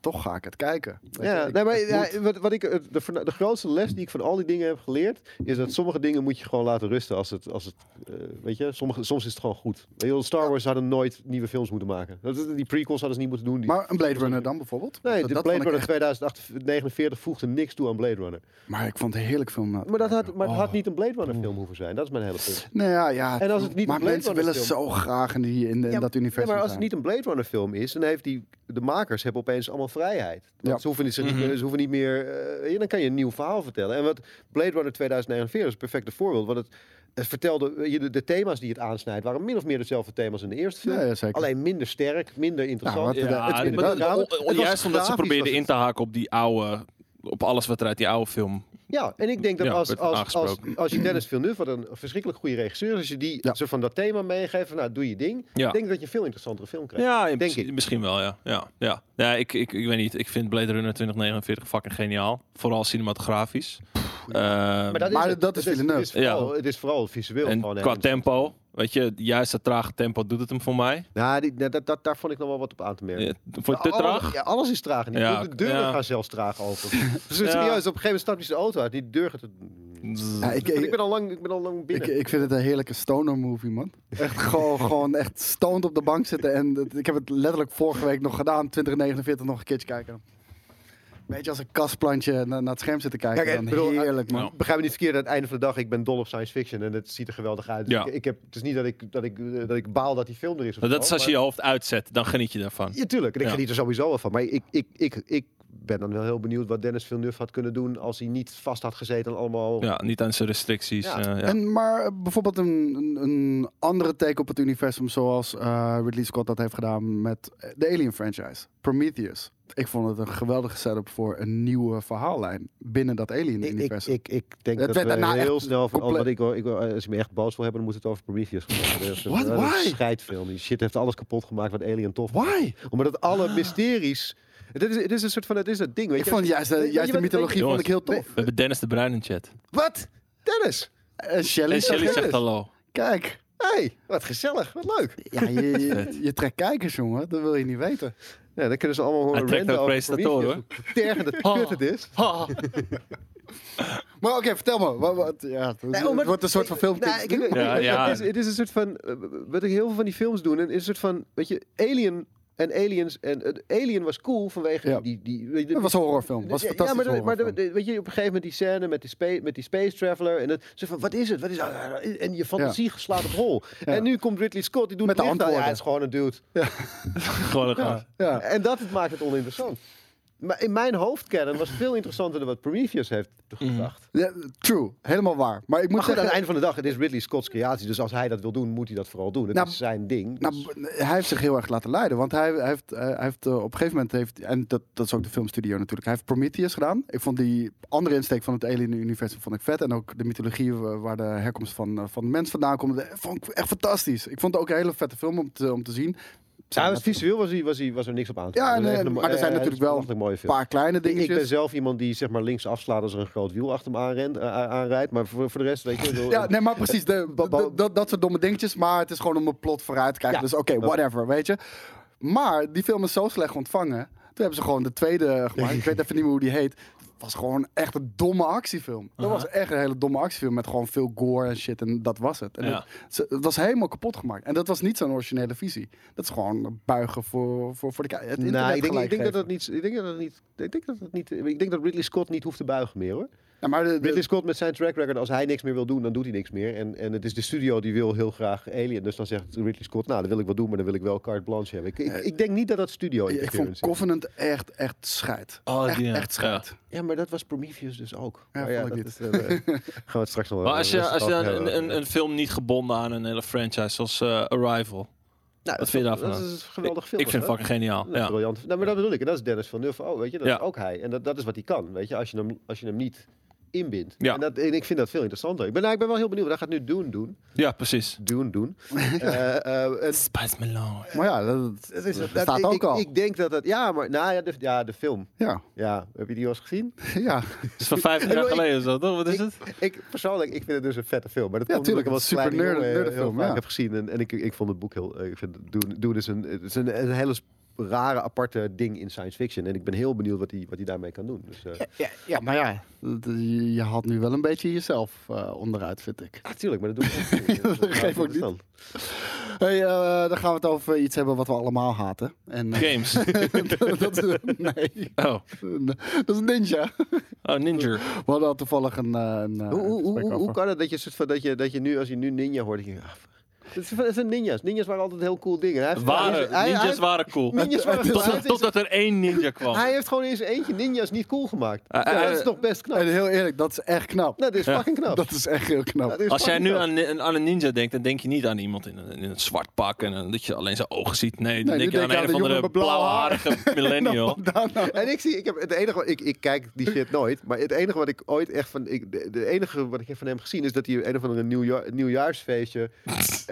toch ga ik het kijken. Weet je,
Ja,
ik-
nee, maar
het
ja,
moet.
wat, wat ik, het- de, verna- de grootste les die ik van al die dingen heb geleerd, is dat sommige dingen moet je gewoon laten rusten. Als het, als het, eh, weet je, sommige, soms is het gewoon goed. Weet je, wel, Star Wars hadden nooit nieuwe films moeten maken. Dat, die prequels hadden ze niet moeten doen. Die,
Maar een Blade Runner dan bijvoorbeeld?
nee,
Dat-
de
dat
Blade
vond ik
Runner 2049 voegde niks toe aan Blade Runner.
echt- Maar ik vond het een heerlijk film. nou.
Maar dat had, maar het had niet een Blade Runner film hoeven zijn. Dat is mijn hele punt.
Nee, ja, ja.
En als het niet
maar
een Blade
mensen willen
Runner
zo graag in, die, in, de- in dat
ja,
universum
maar als het
zijn.
niet een Blade Runner film is, dan heeft die, de makers hebben opeens allemaal vrijheid. Want
Ja.
ze, hoeven niet, ze,
Mhm.
ze hoeven niet meer... eh, weet je, dan kan je een nieuw verhaal vertellen. En wat Blade Runner 2049 is een perfecte voorbeeld. Want het, het vertelde... weet je, De, de thema's die het aansnijdt waren min of meer dezelfde thema's in de eerste film.
Ja, ja, zeker. Nou,
Alleen minder sterk, minder interessant.
Ja,
Het
Ja,
is
maar-
minder
maar-
drama.
o-
Het
o-
was
juist omdat ze
grafisch
probeerden
was
in
het-
te haken op die oude... Op alles wat er uit die oude film...
Ja, en ik denk dat
Ja,
als,
werd
als, als,
aangesproken.
als je Dennis Villeneuve, wat een verschrikkelijk goede regisseur is, als je die
Ja.
zo van dat thema meegeeft, van, nou doe je ding,
Ja.
denk ik dat je een veel interessantere film krijgt.
Ja, in
denk
principe-
ik.
misschien wel, ja. Ja, ja. ja ik, ik, ik weet niet. Ik vind Blade Runner 2049 fucking geniaal. Vooral cinematografisch. Ehm,
Maar dat is,
Maar
het.
dat is
het het
Villeneuve.
is vooral, het is vooral visueel.
en
gewoon, hè.
qua tempo, weet je, juist dat trage tempo doet het hem voor mij.
Nou, die, nou, dat, dat, daar vond ik nog wel wat op aan te merken.
Eh, Voor te
Alles-
traag?
Oh, Ja, alles is traag. en Die
Ja,
de deuren
ja.
gaan zelfs traag open. dus
<laughs> Ja.
serieus, op een gegeven moment stapt hij zijn auto uit. Die deur gaat...
Ja, ik,
Ik, ik,
ik,
ben al lang, ik ben al lang
ik,
binnen.
ik vind het een heerlijke stoner movie, man.
<laughs>
Echt gewoon, gewoon echt stoned op de bank zitten. En dat- ik heb het letterlijk vorige week nog gedaan. 2049 nog een keertje kijken. Beetje als een kastplantje na- naar, het scherm zitten kijken.
Kijk, ik
dan
bedoel,
heerlijk, man.
nou.
Begrijp me niet verkeerd, aan het einde van de dag, ik ben dol op science fiction en het ziet er geweldig uit. Dus
Ja.
ik, ik heb, het is niet dat ik, dat, ik, eh, dat ik baal dat die film er is. of
Dat
zo,
is als je
Oh, maar-
je hoofd uitzet, dan geniet je daarvan.
Ja, tuurlijk. En ik
Ja.
geniet er sowieso wel van. Maar ik, ik, ik, ik ben dan wel heel benieuwd wat Dennis Villeneuve had kunnen doen als hij niet vast had gezeten aan allemaal...
Ja, niet aan zijn restricties.
Ja.
eh, ja.
En maar eh, bijvoorbeeld een, een, een andere take op het universum, zoals eh, Ridley Scott dat heeft gedaan met eh, de Alien franchise, Prometheus. Ik vond het een geweldige setup voor een nieuwe verhaallijn binnen dat
Ik, ik,
Alien-universum.
ik, ik denk
Het
dat
werd
we
daarna
heel
echt
snel... Van, oh,
compleet-
wat ik, wil- ik, wil- als je me echt boos wil hebben, dan moet het over Prometheus gaan. Dat is een-
What?
dat is
Why?
Een scheidfilm. Die shit heeft alles kapot gemaakt wat Alien tof was.
Why?
Omdat alle mysteries... Het is, het is een soort van... Het is dat ding, weet
Ik
je.
vond juist, eh,
Weet je
juist de
wat- weet je-
mythologie vond ik heel tof.
We hebben Dennis de Bruin in chat.
Wat? Dennis!
En Shelley,
En Shelly
zegt-
zegt hallo.
kijk.
hey, wat gezellig. Wat leuk.
Ja, je, <laughs> je, je trekt kijkers, jongen. Dat wil je niet weten.
Ja, dan kunnen ze allemaal horen
Hij trekt
renden
ook
over
presentatoren,
Prometheus. Hoe tergend het
Oh.
kut het is. <laughs>
Maar oké, vertel me. Wat, wat- ja, het het wordt een soort van filmtips.
Nou, kijk,
nu.
Ja,
het-
ja.
Het, is, het is een soort van. eh, Wat heel veel van die films doen, en is een soort van. Weet je, Alien en Aliens. En het Alien was cool vanwege
Ja.
die. die, weet je,
Het was een horrorfilm. Het was een
ja, ja,
fantastisch
maar, de- maar de-
horrorfilm.
de- weet je, op een gegeven moment die scène met die, spa- met die space traveler. En het, zo van, wat is het? Wat is het? En je fantasie slaat op hol.
Ja.
En nu komt Ridley Scott, die doet
Met de
licht aan. Ja,
antwoorden.
het is gewoon een dude.
Gewoon een gast.
Ja.
En dat het maakt het oninteressant. Maar in mijn hoofdkern was het veel interessanter dan wat Prometheus heeft gebracht.
Ja, true. Helemaal waar. Maar ik moet
Maar goed, aan het
zeggen,
einde van de dag, het is Ridley Scott's creatie. Dus als hij dat wil doen, moet hij dat vooral doen. Het
Nou,
is zijn ding.
Nou,
dus-
b- hij heeft zich heel erg laten leiden. Want hij, hij heeft, eh, hij heeft eh, op een gegeven moment, heeft, en dat, dat is ook de filmstudio natuurlijk, hij heeft Prometheus gedaan. Ik vond die andere insteek van het Alien-universum vond ik vet. En ook de mythologie wa- waar de herkomst van, eh, van de mens vandaan komt, eh, vond ik echt fantastisch. Ik vond het ook een hele vette film om te, om te zien.
ja,
Zijn
het visueel was, hij- was, hij- was er niks op aan te
Ja, en,
doen. Dat is
eh,
echt een-
maar er zijn
eh, het is
natuurlijk wel
een prachtig mooie
een
film.
paar kleine
Ik, ik ben
dingetjes.
zelf iemand die zeg maar links afslaat als er een groot wiel achter me aanrent, eh, a- aanrijdt. Maar voor, voor de rest, weet je... ik
<laughs>
bedoel,
Ja,
eh,
nee, maar precies. de-
Ba- ba-
de- dat- dat soort domme dingetjes. Maar het is gewoon om een plot vooruit te kijken.
Ja.
Dus oké, whatever, weet je. Maar die film is zo slecht ontvangen. Toen hebben ze gewoon de tweede eh, gemaakt. Ik weet even niet meer hoe die heet. was gewoon echt een domme actiefilm. Dat was echt een hele domme actiefilm. Met gewoon veel gore en shit. En dat was het. En
Ja.
het, ze- het was helemaal kapot gemaakt. En dat was niet zo'n originele visie. Dat is gewoon buigen voor, voor, voor de kijker. Het
nou,
internet
ik denk, ik
gelijk
denk dat
geven.
dat niet, ik denk dat dat niet, ik denk dat dat niet, ik denk dat Ridley Scott niet hoeft te buigen meer hoor.
Ja, maar de, de-
Ridley Scott met zijn track record, als hij niks meer wil doen, dan doet hij niks meer. En, en het is de studio die wil heel graag Alien. Dus dan zegt Ridley Scott, nou, dat wil ik wel doen, maar dan wil ik wel carte blanche hebben. Ik, ik,
Eh,
ik denk niet dat dat studio
ik
interference
vond
is.
Covenant echt, echt scheid.
Oh,
Echt,
die, ja.
echt scheid.
Ja, maar dat was Prometheus dus ook.
Ja,
Maar
vond ik
dat is, eh, <laughs> gaan we het straks nog wel
Maar als je,
rustig
als je
over
dan
hebben.
een, een, een film niet gebonden aan een hele franchise, zoals eh, Arrival.
Nou,
Wat vind je daarvan?
Dat is een geweldig film.
ik vind het
hè?
fucking geniaal.
Nou,
Ja.
briljant. Nou, maar dat bedoel ik. En dat is Dennis van Nuff ook, weet je. Dat
Ja.
is ook hij. En dat, dat is wat hij kan, weet je. Als je hem, als je hem niet inbindt.
Ja.
En, dat, en ik vind dat veel interessanter. Ik ben, nou, ik ben wel heel benieuwd. Hij gaat nu Doen doen.
ja, precies.
<laughs>
Doen doen. Eh, eh, en-
Spice Melon.
Maar ja, dat, dat-
het is-
dat
dat-
staat
ik-
ook
ik,
al.
Ik denk dat dat... Ja, maar nou, ja, de, ja, de film.
ja, <laughs>
Ja, heb je die al eens gezien?
ja.
Dat is van 50 jaar
<laughs> Ik-
geleden of zo, toch? Wat is het?
Ik persoonlijk, ik vind het dus een vette film. Maar dat
Ja,
komt omdat
tuurlijk, het is
ik hem als
super nerd-
kleine jongen, eh,
nerdfilm,
heel vaak
ja.
heb gezien. En, en ik, ik vond het boek heel... eh, Ik vind Doen, doen is, een, het is een, een hele sp- rare, aparte ding in science fiction. En ik ben heel benieuwd wat hij wat hij daarmee kan doen. Dus, eh,
Ja, maar ja. Je, je haalt nu wel een beetje jezelf eh, onderuit, vind ik.
Natuurlijk, Ah, maar dat doe ik <laughs> ook.
dat geeft ook niet. Hey, eh, dan gaan we het over iets hebben wat we allemaal haten. En, eh,
<laughs>
Games.
<laughs> dat, is, nee,
Oh,
dat is een ninja.
oh Ninja.
We hadden al toevallig een, eh, een, eh,
Hoe, hoe, hoe,
gesprek
hoe,
over.
kan het dat je, soort van- dat je, dat je nu, als je nu ninja hoort, denk je... ah, Het is- het zijn ninja's. Ninja's waren altijd heel cool dingen. Hij heeft- hij
Waren,
heeft- hij-
ninjas
hij-
waren cool.
Ninjas waren cool. Hij
Totdat,
heeft-
totdat er één ninja kwam.
Hij heeft gewoon in zijn eentje ninja's niet cool gemaakt.
Eh,
Ja,
eh,
dat is toch best knap.
En heel eerlijk, dat is echt knap.
Nou, dat is fucking knap.
Dat is echt heel <laughs> knap. Nou,
Dat is
Als jij
fucking
nu
knap.
aan, ni- aan een ninja denkt, dan denk je niet aan iemand in een, in een zwart pak en eh, dat je alleen zijn ogen ziet. Nee, dan
Nee,
denk
nu
je aan
denk
een
je
of
aan een jongen
andere
met blauwe
blauwharige
<laughs>
millennial.
eh,
En ik zie, ik heb het enige, wat- ik, ik kijk die shit nooit, maar het enige wat ik ooit echt van, ik, de, de enige wat ik heb van hem gezien is dat hij een of andere nieuwjaar, nieuwjaarsfeestje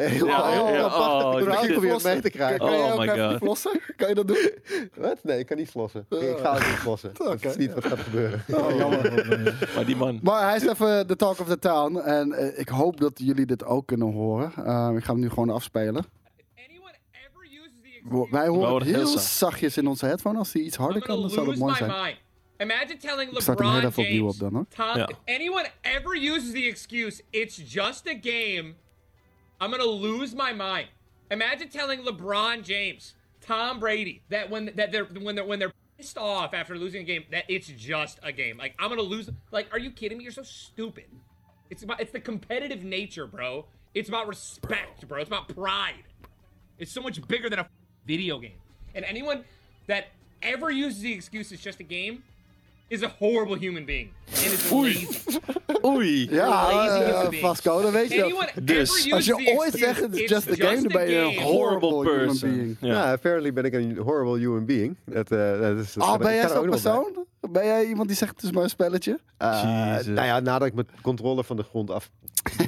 heel
Ja,
heel
ja, oh,
krampachtig
ik
probeert
begin-
probeert mee te krijgen.
Kan
Oh
jij ook
my
even
God.
flossen? Kan je dat
<laughs>
doen?
Wat? Nee, ik kan niet flossen.
Ah.
Ik ga ook niet
<laughs>
flossen. Dat is niet wat gaat gebeuren.
Oh.
<laughs>
Maar die man.
Maar hij is even de talk of the town. En eh, ik hoop dat jullie dit ook kunnen horen. Eh, ik ga hem nu gewoon afspelen.
anyone ever uses the
Wo-
excuse,
Wij
horen
horen
het
het heel
heel zacht.
zachtjes in onze headphone. Als hij iets harder
I'm
kan,
gonna
dan zou dat
lose
mooi
my
zijn.
mind. Imagine telling
staat hem heel
LeBron
even opnieuw
James,
op dan, hoor.
Tom,
Ja.
if anyone ever uses the excuse, it's just a game, I'm gonna lose my mind. Imagine telling LeBron James, Tom Brady, that when that they're when they're when they're pissed off after losing a game, that it's just a game. Like I'm gonna lose. Like, are you kidding me? You're so stupid. It's about it's the competitive nature, bro. It's about respect, bro. It's about pride. It's so much bigger than a video game. And anyone that ever uses the excuse it's just a game is a horrible human being. And is lazy.
Oei.
Ja,
Lazy
eh,
human being.
Vasco, dan weet je
Anyone
dat.
ever
Dus,
uses
Als je
the
ooit
excuse,
zegt, het is
"It's
just a game, dan ben je een
game."
horrible
Horrible
human
person.
being.
Ja,
Ja.
apparently Nou, ben ik een horrible human being. Dat, eh, dat is, dat
Ah,
kan-
ben
ik
jij
kan er
zo'n
ook nog wel bij.
persoon? Ben jij iemand die zegt, het is maar een spelletje?
Eh,
Jezus.
nou ja, nadat ik mijn controle van de grond af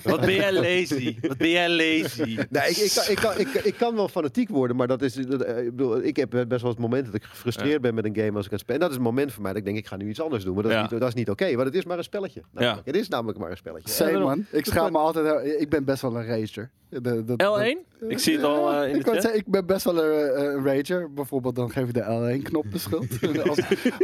Wat ben jij lazy? Wat ben jij
<laughs>
lazy?
Nee, ik, ik, kan, ik, kan, ik, ik kan wel fanatiek worden, maar dat is. dat, eh, ik, bedoel, ik heb best wel het moment dat ik gefrustreerd ben met een game als ik aan het spelen. En dat is het moment voor mij dat ik denk, ik ga nu iets anders doen. Maar dat
Ja.
is niet, dat is niet oké, want het is maar een spelletje. namelijk. Het is namelijk maar een spelletje.
Same,
En dan-
man. Ik schaam me altijd... heel- Ik ben best wel een rager. De- de- de-
L1? Ik zie het al eh, in de
ik, wou
chat.
zeggen, ik ben best wel een, eh, een rager. Bijvoorbeeld, dan geef je de L1-knop de schuld. <laughs> als,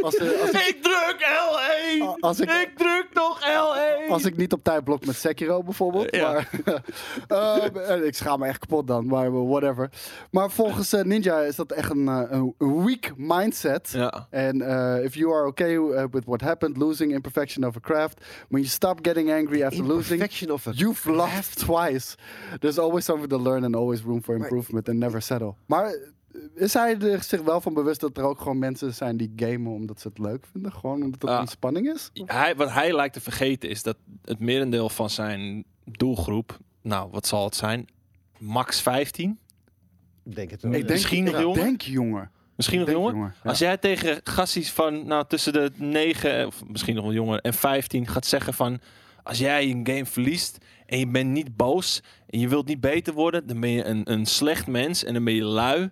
als, eh, als,
Ik druk L1!
Als ik-
druk nog L1!
als ik niet op tijd blok met Sekiro bijvoorbeeld.
Ja.
Maar, <laughs> Ehm, en ik schaam me echt kapot dan, maar whatever. Maar volgens eh, Ninja is dat echt een, eh, een weak mindset.
Ja.
And uh, if you are okay uh, with what happened, losing imperfection of a craft, when you stop getting angry after losing,
Imperfection of a
you've laughed twice. There's always something to learn and always room for improvement and never settle. Maar eh, is hij er zich wel van bewust dat er ook gewoon mensen zijn die gamen omdat ze het leuk vinden? Gewoon omdat het
Ja.
ontspanning is?
Hij, wat hij lijkt te vergeten is dat het merendeel van zijn doelgroep, nou wat zal het zijn? Max 15?
Ik denk het wel.
Ik
ja.
denk-
Misschien nog
ik
jonger?
Denk jongen.
Misschien nog
denk
jonger?
jonger, ja.
Als jij tegen gassies van nou, tussen de 9, of misschien nog wel jonger, en 15 gaat zeggen van... Als jij een game verliest en je bent niet boos en je wilt niet beter worden... dan ben je een, een slecht mens en dan ben je lui.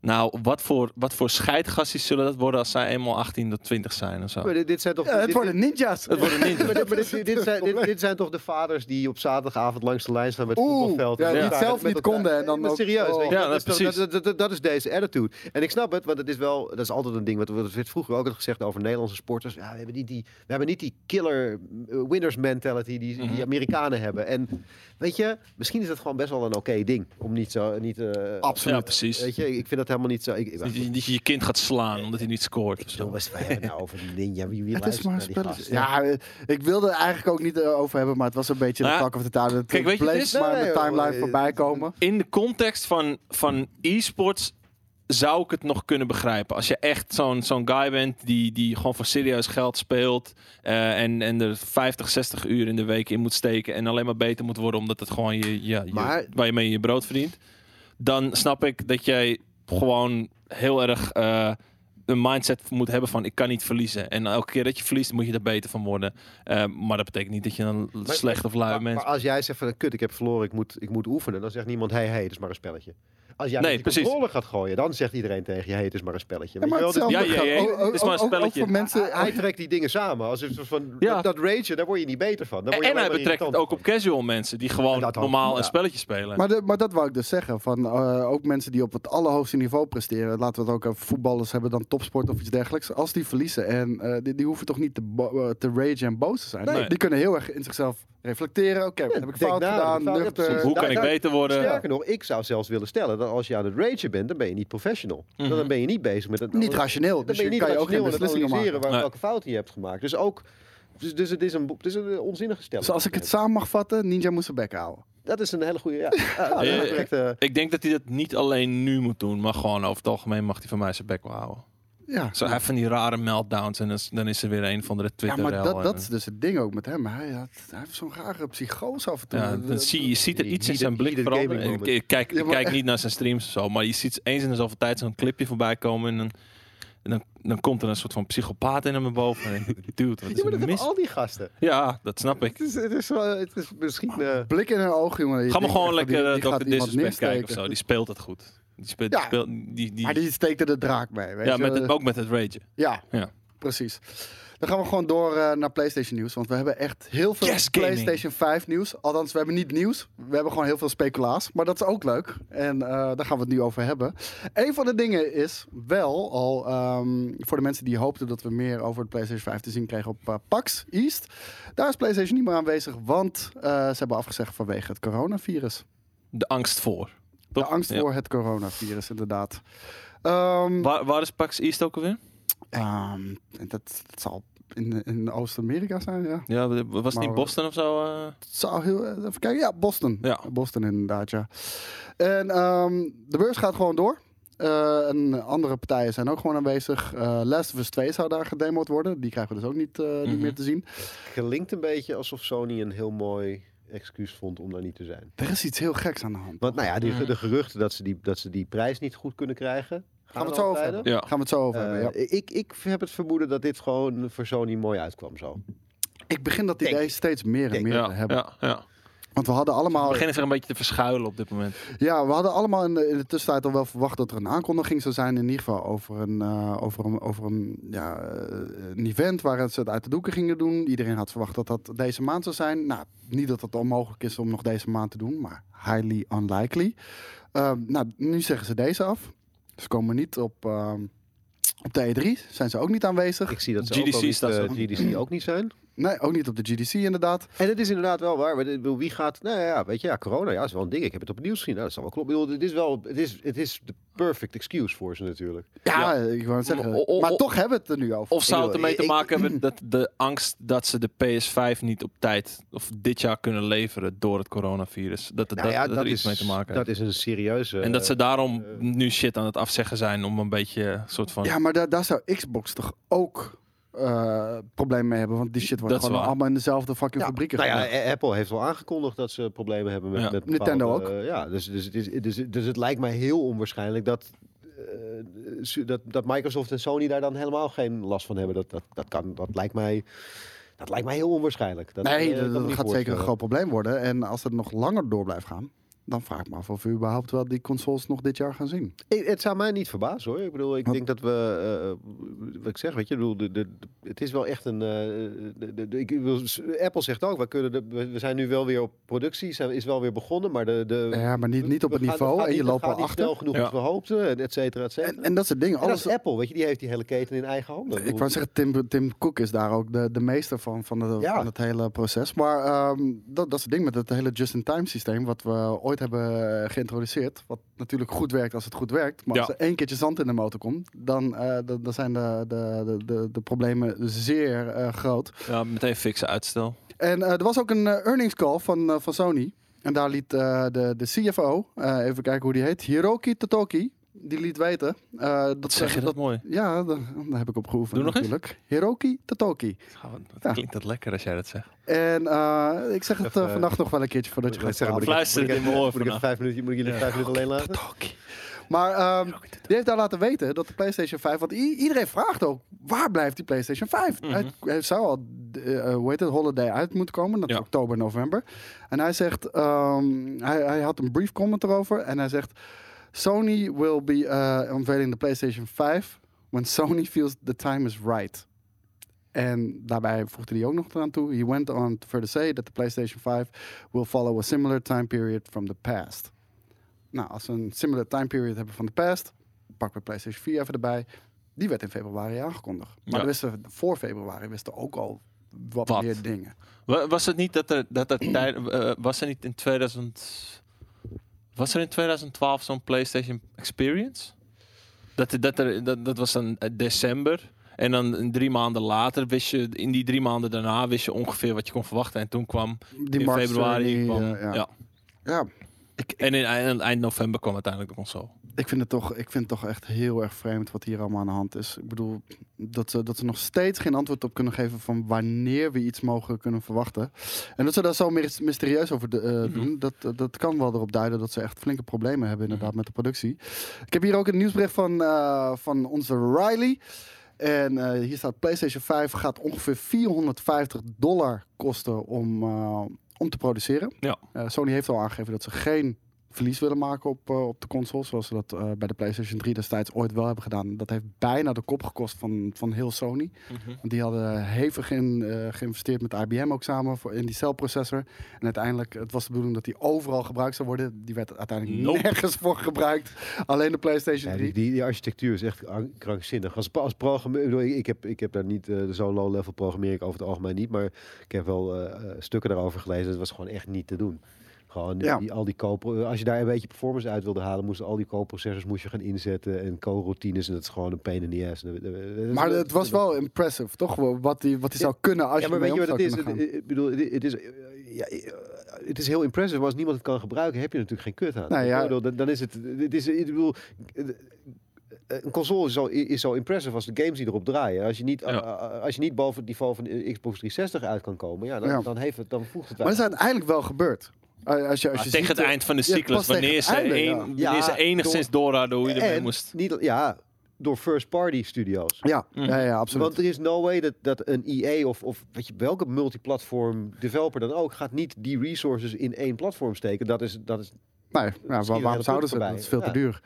Nou, wat voor, wat voor scheidgassies zullen dat worden als zij eenmaal 18 tot 20 zijn of zo?
Maar dit, dit zijn toch.
Ja, het
dit-
worden ninjas.
Dat worden niet.
maar dit, maar dit- dit- dit zijn, dit, dit zijn toch de vaders die op zaterdagavond langs de lijn staan met het
Oeh,
voetbalveld.
ja,
en
die
elkaar-
het zelf niet
met elkaar-
konden en dan
Maar
ook-
serieus,
oh.
weet je,
Ja,
dat, is toch-
precies.
dat, dat- dat- dat is deze attitude. En ik snap het, want het is wel, dat is altijd een ding, wat wat werd vroeger ook al gezegd over Nederlandse sporters. Ja, we, hebben niet die, we hebben niet die killer eh, winners mentality die,
Mhm.
die Amerikanen hebben. En weet je, misschien is dat gewoon best wel een oké ding om niet zo... Niet, eh,
Absoluut.
Ja, precies.
Weet je, ik vind dat helemaal niet zo. Ik, ik,
Dat je- dat je je kind gaat slaan omdat hij niet scoort. of zo.
jongens, wij hebben nou over die ninja. Wie, wie
Het is
luistert
maar een
naar die
spelletje.
gasten?
Ja, eh, ik wilde er eigenlijk ook niet eh, over hebben, maar het was een beetje
Nou
de
ja,
talk of the town. Het
kijk, weet je, het
bleef
is-
maar
Nee,
in de
joh,
timeline
eh,
voorbij komen.
in de context van, van e-sports zou ik het nog kunnen begrijpen. Als je echt zo'n zo'n guy bent die, die gewoon voor serieus geld speelt. eh, en, en er 50, 60 uur in de week in moet steken. En alleen maar beter moet worden omdat het gewoon je, ja, je-
Maar-
waar je mee je brood verdient. Dan snap ik dat jij gewoon heel erg eh, een mindset moet hebben van ik kan niet verliezen. En elke keer dat je verliest moet je er beter van worden. Eh, maar dat betekent niet dat je een slecht of lui
Maar,
mens
maar als jij zegt van kut, ik heb verloren, ik moet, ik moet oefenen, dan zegt niemand hey, hey, het is maar een spelletje. Als jij
Nee,
met die
precies.
controller gaat gooien, dan zegt iedereen tegen je hey, het is maar een spelletje.
Ja,
Weet
maar
je wel, dus
hetzelfde
Ja, ja,
geldt
ja,
ook-
het is
ook-
maar een
ook- ook
spelletje. Ah,
voor mensen.
hij, hij trekt die dingen samen. Als het soort van,
Ja.
dat, dat ragen, daar word je niet beter van.
En,
Daar word je
en hij
alleen
betrekt
maar
het
irritant
ook op casual mensen die gewoon
En dat ook,
normaal
ja.
een spelletje spelen.
Maar, de- maar dat wou ik dus zeggen. Van, eh, ook mensen die op het allerhoogste niveau presteren. Laten we het ook over voetballers hebben dan topsport of iets dergelijks. Als die verliezen. En eh, die, die hoeven toch niet te, bo- eh, te rage en boos te zijn.
Nee.
Die kunnen heel erg in zichzelf reflecteren. Oké, wat heb ik
denk
fout
na,
gedaan?
fout- ja,
Nuchter.
precies.
Hoe
daar-
kan ik
daar-
beter worden?
Sterker nog, ik zou zelfs willen stellen dat als je aan het ragen bent, dan ben je niet professional.
Mhm.
Dan- Dan ben je niet bezig met het.
Niet rationeel.
Nou, Dan
Dus
ben je
je
niet
kan je ook geen
rationeel aan het
beslissingen
analyseren
maken.
waar,
Nee.
welke fouten je hebt gemaakt. Dus ook. Dus, dus het is een, bo- het is een eh, onzinnige stelling.
Dus als ik het samen mag vatten, Ninja moest zijn bek houden.
Dat is een hele goede.
<laughs>
Ja, ja, dat is
Eh,
een correcte-
Ik denk dat hij dat niet alleen nu moet doen, maar gewoon over het algemeen mag hij van mij zijn bek wel houden.
Ja.
Zo hij heeft van die rare meltdowns en dan is, dan is er weer een van de
Ja,
Twitter.
maar dat, dat is dus het ding ook met hem. Hij, had, hij heeft zo'n rare psychose af en toe.
ja, dan zie je, je ziet er
Die-
iets in
die-
zijn
die-
blik
die- die-
veranderen.
gaming
Ik,
moment.
ik kijk, ik
Ja, maar
kijk
echt.
niet naar zijn streams of zo, maar je ziet eens in de zoveel tijd zo'n clipje voorbij komen en dan, en dan, dan komt er een soort van psychopaat in hem boven. En ik denk, dude, wat
Ja,
is
maar
er
dat hebben
mis?
al die gasten.
Ja, dat snap ik.
Het is, het is, wel- het is misschien. eh,
Blik in haar oog, jongen. Je
Ga maar
denkt
gewoon
echt van, die-
lekker eh,
die gaat
Dr.
iemand
Disrespect kijken of
neersteken.
zo. Die speelt het goed. Die speelt, die
Ja.
speelt- die, die,
Maar die eh, steekt er de draak mee. Weet
ja,
je
met
wel.
het, ook met het rage.
Ja,
Ja.
precies. Dan gaan we gewoon door eh, naar PlayStation nieuws. Want we hebben echt heel veel
Yes, gaming.
PlayStation 5 nieuws. Althans, we hebben niet nieuws. We hebben gewoon heel veel speculaas. Maar dat is ook leuk. En eh, daar gaan we het nu over hebben. Een van de dingen is wel al... ehm, voor de mensen die hoopten dat we meer over de PlayStation 5 te zien kregen op eh, PAX East. Daar is PlayStation niet meer aanwezig. Want eh, ze hebben afgezegd vanwege het coronavirus.
De angst voor.
De
Toch?
angst
Ja.
voor het coronavirus, inderdaad. Ehm,
Waar, waar is Pax East ook alweer?
Ehm, en dat, dat zal in, in Oost-Amerika zijn, ja.
Ja, w- was het
Maar-
niet Boston of zo? eh?
Het zou heel, eh, even kijken, ja, Boston.
Ja.
Boston inderdaad, ja. En ehm, de beurs gaat gewoon door. Eh, en andere partijen zijn ook gewoon aanwezig. Eh, Last of Us 2 zou daar gedemoed worden. Die krijgen we dus ook niet, eh, niet
Mhm.
meer te zien.
klinkt een beetje alsof Sony een heel mooi excuus vond om daar niet te zijn.
Er is iets heel geks aan de hand.
Want nou ja, die,
Mhm.
de geruchten dat ze, die, dat ze die prijs niet goed kunnen krijgen.
Gaan we het
al
zo over
tijden.
hebben?
Ja.
Gaan we het zo over hebben,
Eh,
ja.
ik, ik heb het vermoeden dat dit gewoon voor Sony mooi uitkwam zo.
Ik begin dat
denk
idee
ik.
steeds meer en
Denk
meer
Ja,
te
ja,
hebben.
ja,
Want we hadden
We
allemaal...
beginnen zich een beetje te verschuilen op dit moment.
Ja, we hadden allemaal in de, in de tussentijd al wel verwacht dat er een aankondiging zou zijn. In ieder geval over een, eh, over een, over een, ja, eh, een event waar ze het uit de doeken gingen doen. Iedereen had verwacht dat dat deze maand zou zijn. Nou, niet dat dat onmogelijk is om nog deze maand te doen, maar highly unlikely. Ehm, nou, nu zeggen ze deze af. Ze komen niet op, ehm, op de E3. Zijn ze ook niet aanwezig.
Ik zie dat ze
GDC
ook, al niet,
staat zo.
eh, GDC ook niet zijn.
Nee, ook niet op de GDC inderdaad.
En het is inderdaad wel waar. maar dit- ik bedoel, Wie gaat... Nou ja, weet je, ja, corona ja, is wel een ding. Ik heb het op het nieuws gezien. Nou, dat zal wel kloppen. Ik bedoel, Het is wel... Het is, het is de perfect excuse voor ze natuurlijk.
Ja, ik wou het zeggen.
O- o-
maar
o-
toch hebben we het er nu over.
Of zou het
bedoel,
ermee te
ik-
maken hebben dat de angst dat ze de PS5 niet op tijd of dit jaar kunnen leveren door het coronavirus? Dat, het-
Nou
dat,
ja,
dat er iets mee te maken
Dat
heeft.
is een serieuze...
En dat ze daarom
eh,
nu shit aan het afzeggen zijn om een beetje een soort van...
Ja, maar daar, daar zou Xbox toch ook eh problemen mee hebben. Want die shit wordt
Dat is
gewoon
waar.
allemaal in dezelfde fucking fabrieken
Nou ja,
gemaakt.
A- Apple heeft al aangekondigd dat ze problemen hebben met,
Ja.
met
Nintendo
bepaalde- ja, dus, dus, het is, dus, dus het lijkt mij heel onwaarschijnlijk dat, eh, su- dat, dat Microsoft en Sony daar dan helemaal geen last van hebben. Dat, dat, dat, kan, dat, lijkt, mij, dat lijkt mij heel onwaarschijnlijk. Dat,
nee,
eh, kan
dat,
me
dat
niet
gaat zeker een
voorstellen.
groot probleem worden. En als het nog langer door blijft gaan, dan vraag ik me af of we überhaupt wel die consoles nog dit jaar gaan zien.
Ik- het zou mij niet verbazen hoor. Ik bedoel, ik
Wat-
denk dat we, eh, wat ik zeg, weet je, ik bedoel, de, de, de- het is wel echt een. eh, de- de- de- ik wil- Apple zegt ook, we, kunnen de, we- we zijn nu wel weer op productie, zijn, is wel weer begonnen, maar de, de
Ja, maar niet, niet op
Eh, we
het
gaan-
niveau
gaat
en je
niet-
loopt
gaat
al
niet
achter.
snel genoeg
Ja.
als we hoopten, en et cetera, et cetera.
En, en dat soort dingen.
En dat
Alles,
is Apple, weet je, die heeft die hele keten in eigen handen.
ik wou zeggen, Tim, Tim Cook is daar ook de, de meester van, van, de,
Ja.
van het hele proces. Maar ehm, dat, dat is het ding met het hele just-in-time systeem wat we ooit hebben eh, geïntroduceerd. Wat natuurlijk goed werkt als het goed werkt. Maar
Ja.
als er één keertje zand in de motor komt, dan, eh, dan, dan zijn de, de, de, de, de problemen zeer eh, groot.
Ja, meteen fixen, uitstel.
En eh, er was ook een eh, earnings call van, eh, van Sony. En daar liet eh, de, de CFO, eh, even kijken hoe die heet, Hiroki Totoki, die liet weten. eh, dat
Wat zeg
ze-
je dat mooi?
Ja, daar, daar heb ik op geoefend
Doe nog eens.
natuurlijk. Hiroki Totoki.
Wat
Ja.
Klinkt dat lekker als jij dat zegt?
En eh, ik zeg het eh,
Even, eh,
vannacht nog wel een keertje voordat je
Moet
gaat
ik zeggen,
slapen.
moet ik-
Fluister
moet
het
ik
in mijn oor
Moet ik even
vannacht.
vijf minuten, moet ik jullie vijf minuten alleen laten?
Maar ehm, die heeft daar laten weten dat de PlayStation 5, want i- iedereen vraagt ook, waar blijft die PlayStation 5? Hij, hij zou al, eh, eh, hoe heet het, holiday uit moeten komen, dat is
Ja.
oktober, november. En hij zegt, ehm, hij, hij had een brief comment erover en hij zegt, Sony will be eh, unveiling the PlayStation 5 when Sony feels the time is right. En daarbij voegde hij ook nog eraan toe, he went on to further say that the PlayStation 5 will follow a similar time period from the past. Nou, als we een similar time period hebben van de past, pakken we PlayStation 4 even erbij. Die werd in februari aangekondigd. Maar
Ja.
we wisten, voor februari wisten ook al wat,
Wat?
meer dingen.
Wa- Was het niet dat er, dat er tij- eh, was er niet in 2000 was er in 2012 zo'n PlayStation Experience? Dat, dat, er, dat, dat was dan eh, december en dan drie maanden later wist je in die drie maanden daarna wist je ongeveer wat je kon verwachten en toen kwam
Die
in
Mark
februari
Cerny,
kwam,
eh,
ja.
ja. Ja,
en in eind, eind november kwam uiteindelijk de console.
ik vind, het toch, ik vind het toch echt heel erg vreemd wat hier allemaal aan de hand is. Ik bedoel, dat ze, dat ze nog steeds geen antwoord op kunnen geven van wanneer we iets mogen kunnen verwachten. En dat ze daar zo mis- mysterieus over de- eh, doen, dat, dat kan wel erop duiden dat ze echt flinke problemen hebben inderdaad met de productie. Ik heb hier ook een nieuwsbericht van, eh, van onze Riley. En eh, hier staat PlayStation 5 gaat ongeveer 450 dollar kosten om, eh, om te produceren.
Ja.
Eh, Sony heeft al aangegeven dat ze geen verlies willen maken op, eh, op de console. Zoals ze dat eh, bij de PlayStation 3 destijds ooit wel hebben gedaan. Dat heeft bijna de kop gekost van, van heel Sony.
Mhm.
Want die hadden hevig in, eh, geïnvesteerd met IBM ook samen voor, in die celprocessor. En uiteindelijk, het was de bedoeling dat die overal gebruikt zou worden. Die werd uiteindelijk
Nope.
nergens voor gebruikt. Alleen de PlayStation
Ja,
3.
die, die, die architectuur is echt an- krankzinnig. Als, pa- als programmeur, ik bedoel, ik, heb, ik heb daar niet, eh, zo'n low-level programmeer ik over het algemeen niet, maar ik heb wel eh, eh, stukken daarover gelezen. Het was gewoon echt niet te doen. Gewoon die-
Ja.
die, al die co als je daar een beetje performance uit wilde halen, moesten al die co-processors moest je gaan inzetten en co-routines en dat is gewoon een pain in the ass. En dat- dat- dat is-
Maar
dat-
het was
dat-
wel impressive, toch? Wel, Wat hij wat die zou kunnen als
ja,
je
maar
ermee
weet
om
je wat
zou
het is?
kunnen gaan.
Het- Ik bedoel, het- het is, eh, ja, eh, het is heel impressive, maar als niemand het kan gebruiken, heb je natuurlijk geen kut aan.
Nou ja.
Ik bedoel, dan, dan is het, het is, ik bedoel, eh, een console is zo, is zo impressive als de games die erop draaien. Als je niet,
Ja.
eh, als je niet boven het niveau van de Xbox 360 uit kan komen, ja, dan,
Ja.
dan, heeft het, dan voegt het
Maar dat is
weinig.
uiteindelijk wel gebeurd. Eh, Als je, als
Maar
je
tegen
ziet,
het
eh,
eind van de
ja,
cyclus,
pas tegen
wanneer
het
ze,
einde,
een,
ja.
wanneer
Ja,
ze enigszins doorraden hoe je ermee
En
moest.
niet, ja, door first-party studios.
Ja, ja, ja, absoluut.
Mm. Want er is no way dat, dat een EA of, of weet je, welke multiplatform developer dan ook gaat niet die resources in één platform steken. Dat is, dat is
Nee, ja, waar-
Misschien
waarom
een
zouden ze?
hele
het?
pot
Dat is veel te
erbij.
duur.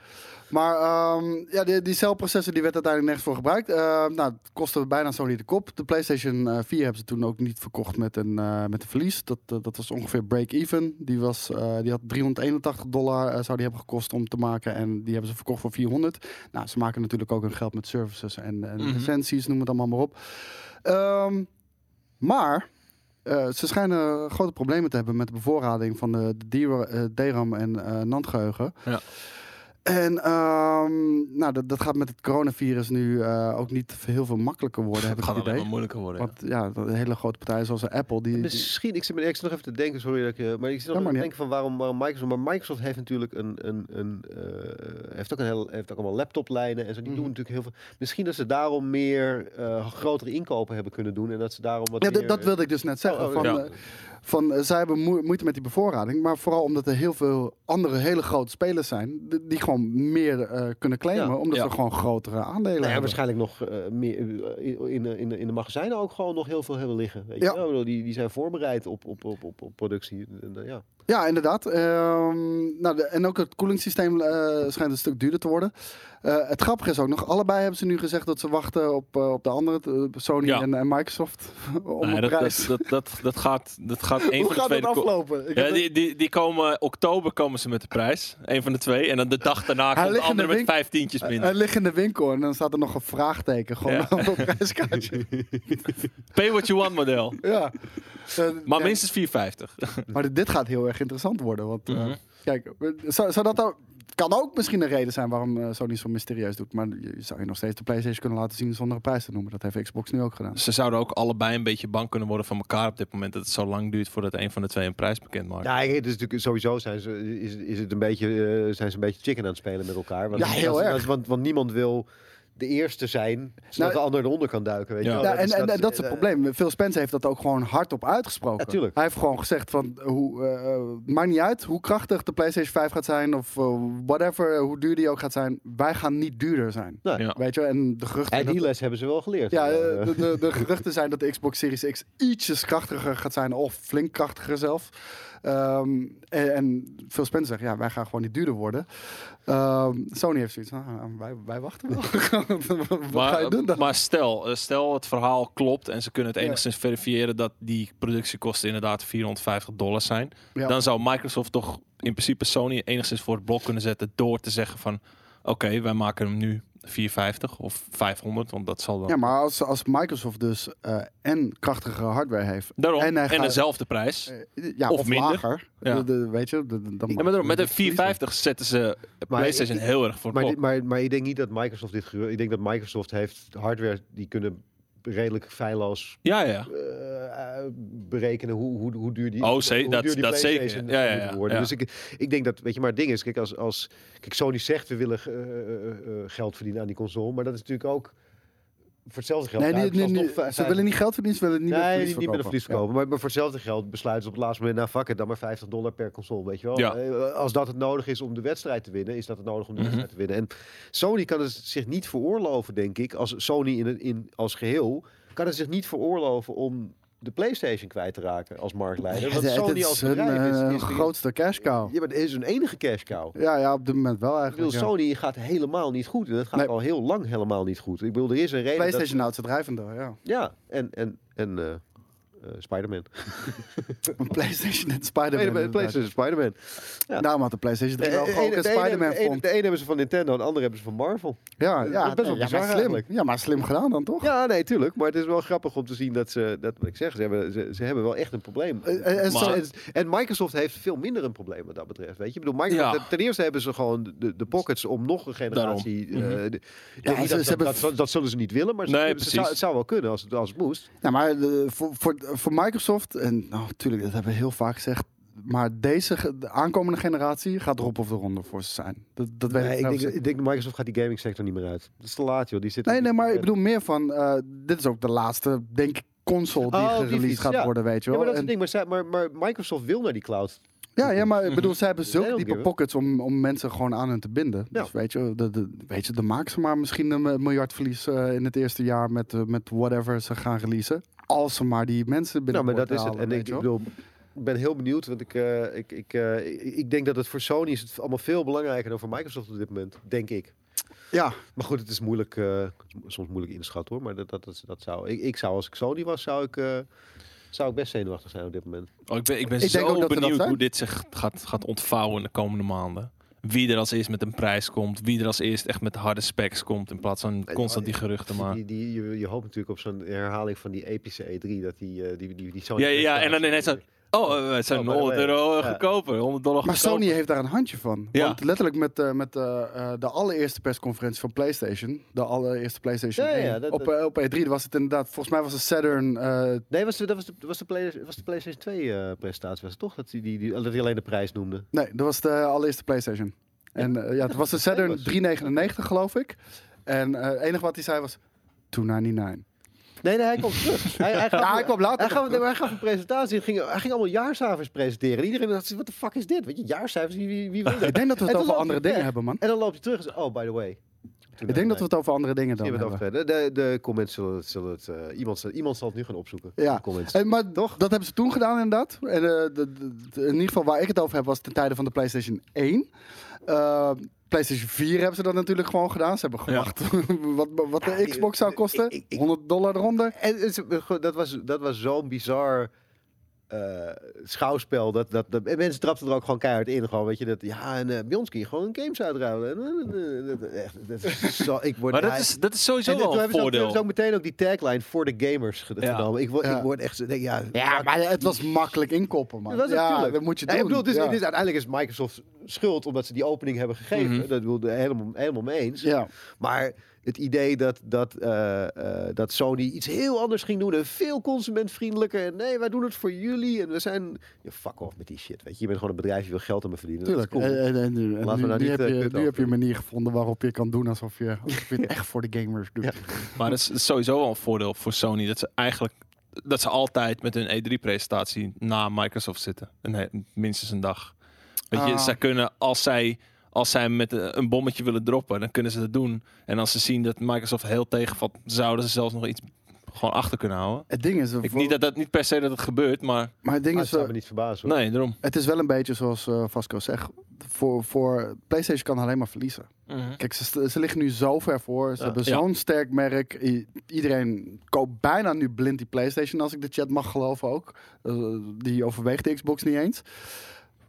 Maar ehm, ja, die, die celprocessor die werd uiteindelijk nergens voor gebruikt. Eh, nou, het kostte bijna Sony de kop. De PlayStation eh, 4 hebben ze toen ook niet verkocht met een, eh, met een verlies. Dat, eh, dat was ongeveer break-even. Die, was, eh, die had 381 dollar eh, zou die hebben gekost om te maken. En die hebben ze verkocht voor 400. Nou, ze maken natuurlijk ook hun geld met services en, en
Mhm.
licenties, noem het allemaal maar op. Ehm, maar eh, ze schijnen grote problemen te hebben met de bevoorrading van de, de eh, DRAM en eh NAND-geheugen.
Ja.
En ehm, nou, dat, dat gaat met het coronavirus nu eh, ook niet heel veel makkelijker worden, heb
Het
ik het
<laughs> gaat alleen
idee.
maar moeilijker worden. ja.
Want ja, dat- hele grote partijen zoals Apple, die, die-
Misschien, ik zit, me- ik zit nog even te denken, sorry dat ik, eh, maar ik zit nog
Ja,
even
maar
te
niet.
denken van waarom, waarom Microsoft, maar Microsoft heeft natuurlijk een, een, een eh, heeft ook een heel, heeft ook allemaal laptoplijnen en zo,
Mhm.
die doen natuurlijk heel veel. Misschien dat ze daarom meer eh, grotere inkopen hebben kunnen doen en dat ze daarom wat
Ja, d-
meer,
dat wilde ik dus net zeggen.
Oh, oh,
van,
ja.
eh, van, eh, zij hebben moe- moeite met die bevoorrading. Maar vooral omdat er heel veel andere hele grote spelers zijn. d- die gewoon meer eh, kunnen claimen.
Ja,
omdat
ja.
ze gewoon grotere aandelen
Nou ja,
hebben.
waarschijnlijk nog eh, meer eh, in, in, in, in de magazijnen ook gewoon nog heel veel hebben liggen. Weet
Ja.
je? wel? Ik bedoel, die, die zijn voorbereid op, op, op, op, op productie. En, eh, ja.
Ja, inderdaad. Ehm, nou, de- en ook het koelingssysteem eh, schijnt een stuk duurder te worden. Eh, het grappige is ook nog, allebei hebben ze nu gezegd dat ze wachten op, eh, op de andere, eh, Sony
Ja.
en, en Microsoft, <laughs> om
Nee,
een
dat,
prijs.
dat, dat, dat, dat gaat, dat gaat een
<laughs> Hoe
van de
gaat
twee
dat aflopen? Ik
Ja,
heb-
die, die, die komen, oktober komen ze met de prijs. Een van de twee. En dan de dag daarna komt de
ligt in
andere
de
met
winkel.
vijf tientjes minder.
Hij ligt in de winkel en dan staat er nog een vraagteken gewoon
Ja.
<laughs> op het
<laughs>
prijskaartje.
Pay what you want model.
Ja. Eh,
Maar
ja,
minstens 4,50.
maar dit gaat heel erg erg interessant worden. Want
Mhm.
eh, kijk, eh, zou, zou dat nou- kan ook misschien een reden zijn waarom eh, Sony zo mysterieus doet. Maar je zou je nog steeds de PlayStation kunnen laten zien zonder een prijs te noemen. Dat heeft Xbox nu ook gedaan.
Ze zouden ook allebei een beetje bang kunnen worden van elkaar op dit moment. Dat het zo lang duurt voordat een van de twee een prijs bekend maakt.
Ja, het is natuurlijk sowieso zijn ze, is, is het een beetje, eh, zijn ze een beetje chicken aan het spelen met elkaar. Want,
Ja, heel
dat-
erg.
dat- want, want niemand wil de eerste zijn, zodat
Nou,
de ander eronder kan duiken. Weet
Ja.
je wel.
Ja, en, en, en dat is het
eh,
probleem. Phil Spencer heeft dat ook gewoon hardop uitgesproken.
Ja, tuurlijk.
Hij heeft gewoon gezegd van, hoe, eh, eh, maakt niet uit hoe krachtig de PlayStation 5 gaat zijn of eh, whatever, hoe duur die ook gaat zijn. Wij gaan niet duurder zijn.
Nou,
Ja.
Weet je, wel? en de geruchten...
En die
dat-
les hebben ze wel geleerd.
ja,
Eh, <laughs>
eh, de, de, de geruchten zijn dat de Xbox Series X ietsjes krachtiger gaat zijn, of flink krachtiger zelf. Ehm, en, en Phil Spencer zegt, ja, wij gaan gewoon niet duurder worden. Ehm, Sony heeft zoiets van, ah, wij, wij wachten wel. <laughs> Wat ga je
Maar,
doen dan?
maar stel, eh, stel het verhaal klopt en ze kunnen het enigszins verifiëren dat die productiekosten inderdaad 450 dollar zijn.
Ja.
Dan zou Microsoft toch in principe Sony enigszins voor het blok kunnen zetten door te zeggen van oké, wij maken hem nu 450 of 500, want dat zal dan...
Ja, maar als, als Microsoft dus eh, en krachtigere hardware heeft.
Daarom,
En
en,
hij gaat-
dezelfde prijs.
eh, ja,
Of
of,
minder.
lager.
Ja.
De- de- weet je, de- de- dan
Ja, maar daarom, met een 450 zetten ze PlayStation
ik-
heel erg voor het
Maar,
blok.
dit- maar, maar ik denk niet dat Microsoft dit gebeurt. Ik denk dat Microsoft heeft hardware die kunnen redelijk feilloos
Ja, ja.
eh, eh, berekenen hoe, hoe, hoe duur die
Oh, ze-
hoe
dat-
duur die
dat zeker.
PlayStation
Ja, ja,
moet
ja,
worden.
ja.
Dus ik, ik denk dat, weet je, maar het ding is, kijk, als, als kijk, Sony zegt we willen eh, eh, eh, geld verdienen aan die console, maar dat is natuurlijk ook voor hetzelfde geld.
Nee,
duiken
niet,
ze
niet,
alsnog
niet-
vijf-
ze willen niet geld verdienen, ze willen niet meer
Nee,
verlies
niet meer de
verkopen.
verlies verkopen. Maar, maar voor hetzelfde geld besluiten ze op het laatste moment... nou, fuck it, dan maar 50 dollar per console, weet je wel.
Ja.
Eh, Als dat het nodig is om de wedstrijd te winnen, is dat het nodig om de
Mhm.
wedstrijd te winnen. En Sony kan het zich niet veroorloven, denk ik, als Sony in, in, als geheel... kan het zich niet veroorloven om de PlayStation kwijt te raken als marktleider.
Ja,
Want
het-
Sony
het
als
is hun
bedrijf is,
eh,
is, is-
grootste cash cow.
Ja, maar het is hun enige cash cow.
Ja, ja, op dit moment wel
Ik bedoel,
eigenlijk. ja.
Sony gaat helemaal niet goed. En dat gaat
Nee.
al heel lang helemaal niet goed. Ik bedoel, er is een reden dat-
PlayStation houdt ze drijvende,
<laughs>
ja.
Ja, en, en, en eh, eh, Spider-Man.
PlayStation en Spider-Man.
Spider-Man,
inderdaad.
PlayStation, Spider-Man. Ja.
Daarom had de PlayStation 3
Eh,
wel
eh,
gewoon
ene-
een
de ene-
Spider-Man
de ene-
vond.
De ene hebben ze van Nintendo, de andere hebben ze van Marvel.
Ja,
dat is
ja,
best wel
ja, maar
bizar
slim.
eigenlijk.
Ja, maar slim gedaan dan toch?
Ja, nee, tuurlijk. Maar het is wel grappig om te zien dat ze, dat wat ik zeg, ze hebben, ze, ze hebben wel echt een probleem.
Eh, eh, en
Maar-
en, en Microsoft heeft veel minder een probleem wat dat betreft. Weet je, ik bedoel, Microsoft,
Ja.
ten eerste hebben ze gewoon de, de pockets om nog een generatie. eh, de- ik denk
ze-
niet dat-
ze
dat-
hebben-
dat- dat- Dat zullen ze niet willen, maar ze-
Mhm. Nee,
ze
precies.
zou, het zou wel kunnen als het, als het moest.
Ja, maar eh, voor, voor, voor Microsoft, en nou, natuurlijk, dat hebben we heel vaak gezegd. Maar deze ge- de aankomende generatie gaat erop of de ronde voor ze zijn. Dat, dat weet
Nee,
ik,
ik,
nou
denk,
zeker.
ik denk Microsoft gaat die gaming sector niet meer uit. Dat is te laat, joh. Die zit
Nee, nee, maar ik bedoel meer van. eh, dit is ook de laatste, denk ik, console die
Oh, die
gereleased
fiets,
gaat
ja.
worden, weet je
Ja,
wel.
maar dat is het
En-
ding. Maar, zij- maar, maar Microsoft wil naar die cloud.
ja, ja, maar ik bedoel, zij
<laughs>
hebben
I
zulke
don't
diepe
give a-
pockets om, om mensen gewoon aan hen te binden.
Ja.
Dus weet je, de, de, weet je, dan maken ze maar misschien een eh, miljard verlies eh, in het eerste jaar met, eh, met whatever ze gaan releasen. Als ze maar die mensen binnen.
Nou, maar dat is het. En ik, ik bedoel, ik ben heel benieuwd, want ik, eh, ik, ik, eh, ik- ik denk dat het voor Sony is het allemaal veel belangrijker dan voor Microsoft op dit moment, denk ik.
Ja,
Maar goed, het is moeilijk, eh, soms moeilijk inschatten hoor, maar dat, dat, dat, dat zou, ik, ik zou als ik Sony was, zou ik, eh, zou ik best zenuwachtig zijn op dit moment.
Oh, ik ben, ik ben
Ik
zo
denk ook dat we dat
benieuwd
zijn.
hoe dit zich gaat, gaat ontvouwen in de komende maanden. Wie er als eerst met een prijs komt. Wie er als eerst echt met harde specs komt. In plaats van constant die geruchten maar.
Die, die, je, je hoopt natuurlijk op zo'n herhaling van die E epische E3, dat die, eh, die, die, die Sony...
Ja, ja, ja, en dan ineens zo... Oh, eh, het zijn
Oh, by the
100
way.
euro
Ja.
goedkoper. 100 dollar
Maar
goedkoper.
Sony heeft daar een handje van.
Ja.
Want letterlijk met, eh, met eh, eh, de allereerste persconferentie van PlayStation, de allereerste PlayStation
Ja, ja,
1,
dat-
op, eh, op E3 was het inderdaad, volgens mij was het Saturn. eh,
Nee, was de, dat was de, was de, Play- was de PlayStation 2 eh, presentatie, was het toch? Dat die, die, die, dat die alleen de prijs noemde.
nee, dat was de allereerste PlayStation. En eh, ja, het
<laughs>
was de Saturn
was.
399 geloof ik. En eh, het enige wat hij zei was
<laughs>
299.
Nee, nee, hij
<laughs>
komt terug. Hij, hij, gaf,
Ja, hij kwam later
Hij
nog
gaf, nee, maar hij gaf een presentatie. en Ging, hij ging allemaal jaarcijfers presenteren. En iedereen dacht, wat de fuck is dit? Weet je, jaarcijfers, wie, wie, wie wil dat?
Ik denk dat we
En
het
toen
over
loopt
andere
hij
dingen
weg.
hebben, man.
En dan loopt hij terug en zegt, oh, by the way.
Ik denk dat we het over andere dingen dan
het
hebben.
over hebben. De, de comments zullen het... Zullen het eh, iemand, zal- iemand zal het nu gaan opzoeken.
Ja,
De comments.
Eh,
<laughs>
maar toch? dat hebben ze toen gedaan inderdaad. En, eh, de- de- de- in ieder geval waar ik het over heb was ten tijde van de PlayStation 1. Eh, PlayStation 4 hebben ze dat natuurlijk gewoon gedaan. Ze hebben gewacht <laughs> wat, wat de Xbox zou kosten.
ik- ik-
100 dollar eronder.
En het is- dat was, dat was zo'n bizar eh, schouwspel. Dat, dat, dat, en mensen trapten er ook gewoon keihard in. Gewoon, weet je, dat, ja, en eh, bij ons kun je gewoon games uitruilen. En, eh, eh, dat- echt, dat is zo, ik word
Maar dat
daar-
is, dat is sowieso
en toen
wel een
hebben ze ook- toen
voordeel.
hebben ze ook meteen ook die tagline voor de gamers ge-
Ja.
genomen. Ik word,
Ja.
ik word echt... zo- denk, ja,
Ja, maar het was makkelijk inkoppen, man.
dat was
ja,
natuurlijk.
dat moet je
Ja,
doen.
ik bedoel, dus,
ja.
dus uiteindelijk is Microsoft schuld omdat ze die opening hebben gegeven.
Mhm.
Dat bedoel ik helemaal, helemaal mee eens.
Ja.
Maar het idee dat, dat, eh, eh, dat Sony iets heel anders ging doen en veel consumentvriendelijker. En nee, wij doen het voor jullie en we zijn... Ja, fuck off met die shit, weet je. Je bent gewoon een bedrijf, je wil geld aan me verdienen. Dat is
Tuurlijk. En, en-
cool.
en nu, en
Laten we
nu-
nou
nu
niet,
heb,
eh,
je,
kut
nu heb je een
afdoen.
manier gevonden waarop je kan doen alsof je, alsof je het echt voor de gamers doet.
Ja.
Maar dat is, dat is sowieso wel een voordeel voor Sony. Dat ze eigenlijk dat ze altijd met hun E3-presentatie na Microsoft zitten. Een, he- minstens een dag. Weet je,
Ah.
zij kunnen als zij, als zij met eh, een bommetje willen droppen, dan kunnen ze dat doen. En als ze zien dat Microsoft heel tegenvalt, zouden ze zelfs nog iets gewoon achter kunnen houden.
Het ding is,
Ik, niet dat dat niet per se dat het gebeurt, maar
maar het ding
Ah,
is,
het zou
eh,
me niet verbazen. hoor.
nee, daarom.
het is wel een beetje zoals eh, Vasco zegt. Voor, voor PlayStation kan alleen maar verliezen. Kijk, ze, st- ze liggen nu zo ver voor. Ze
Ja.
hebben
Ja.
zo'n sterk merk. I- iedereen koopt bijna nu blind die PlayStation, als ik de chat mag geloven ook. Eh, die overweegt de Xbox niet eens.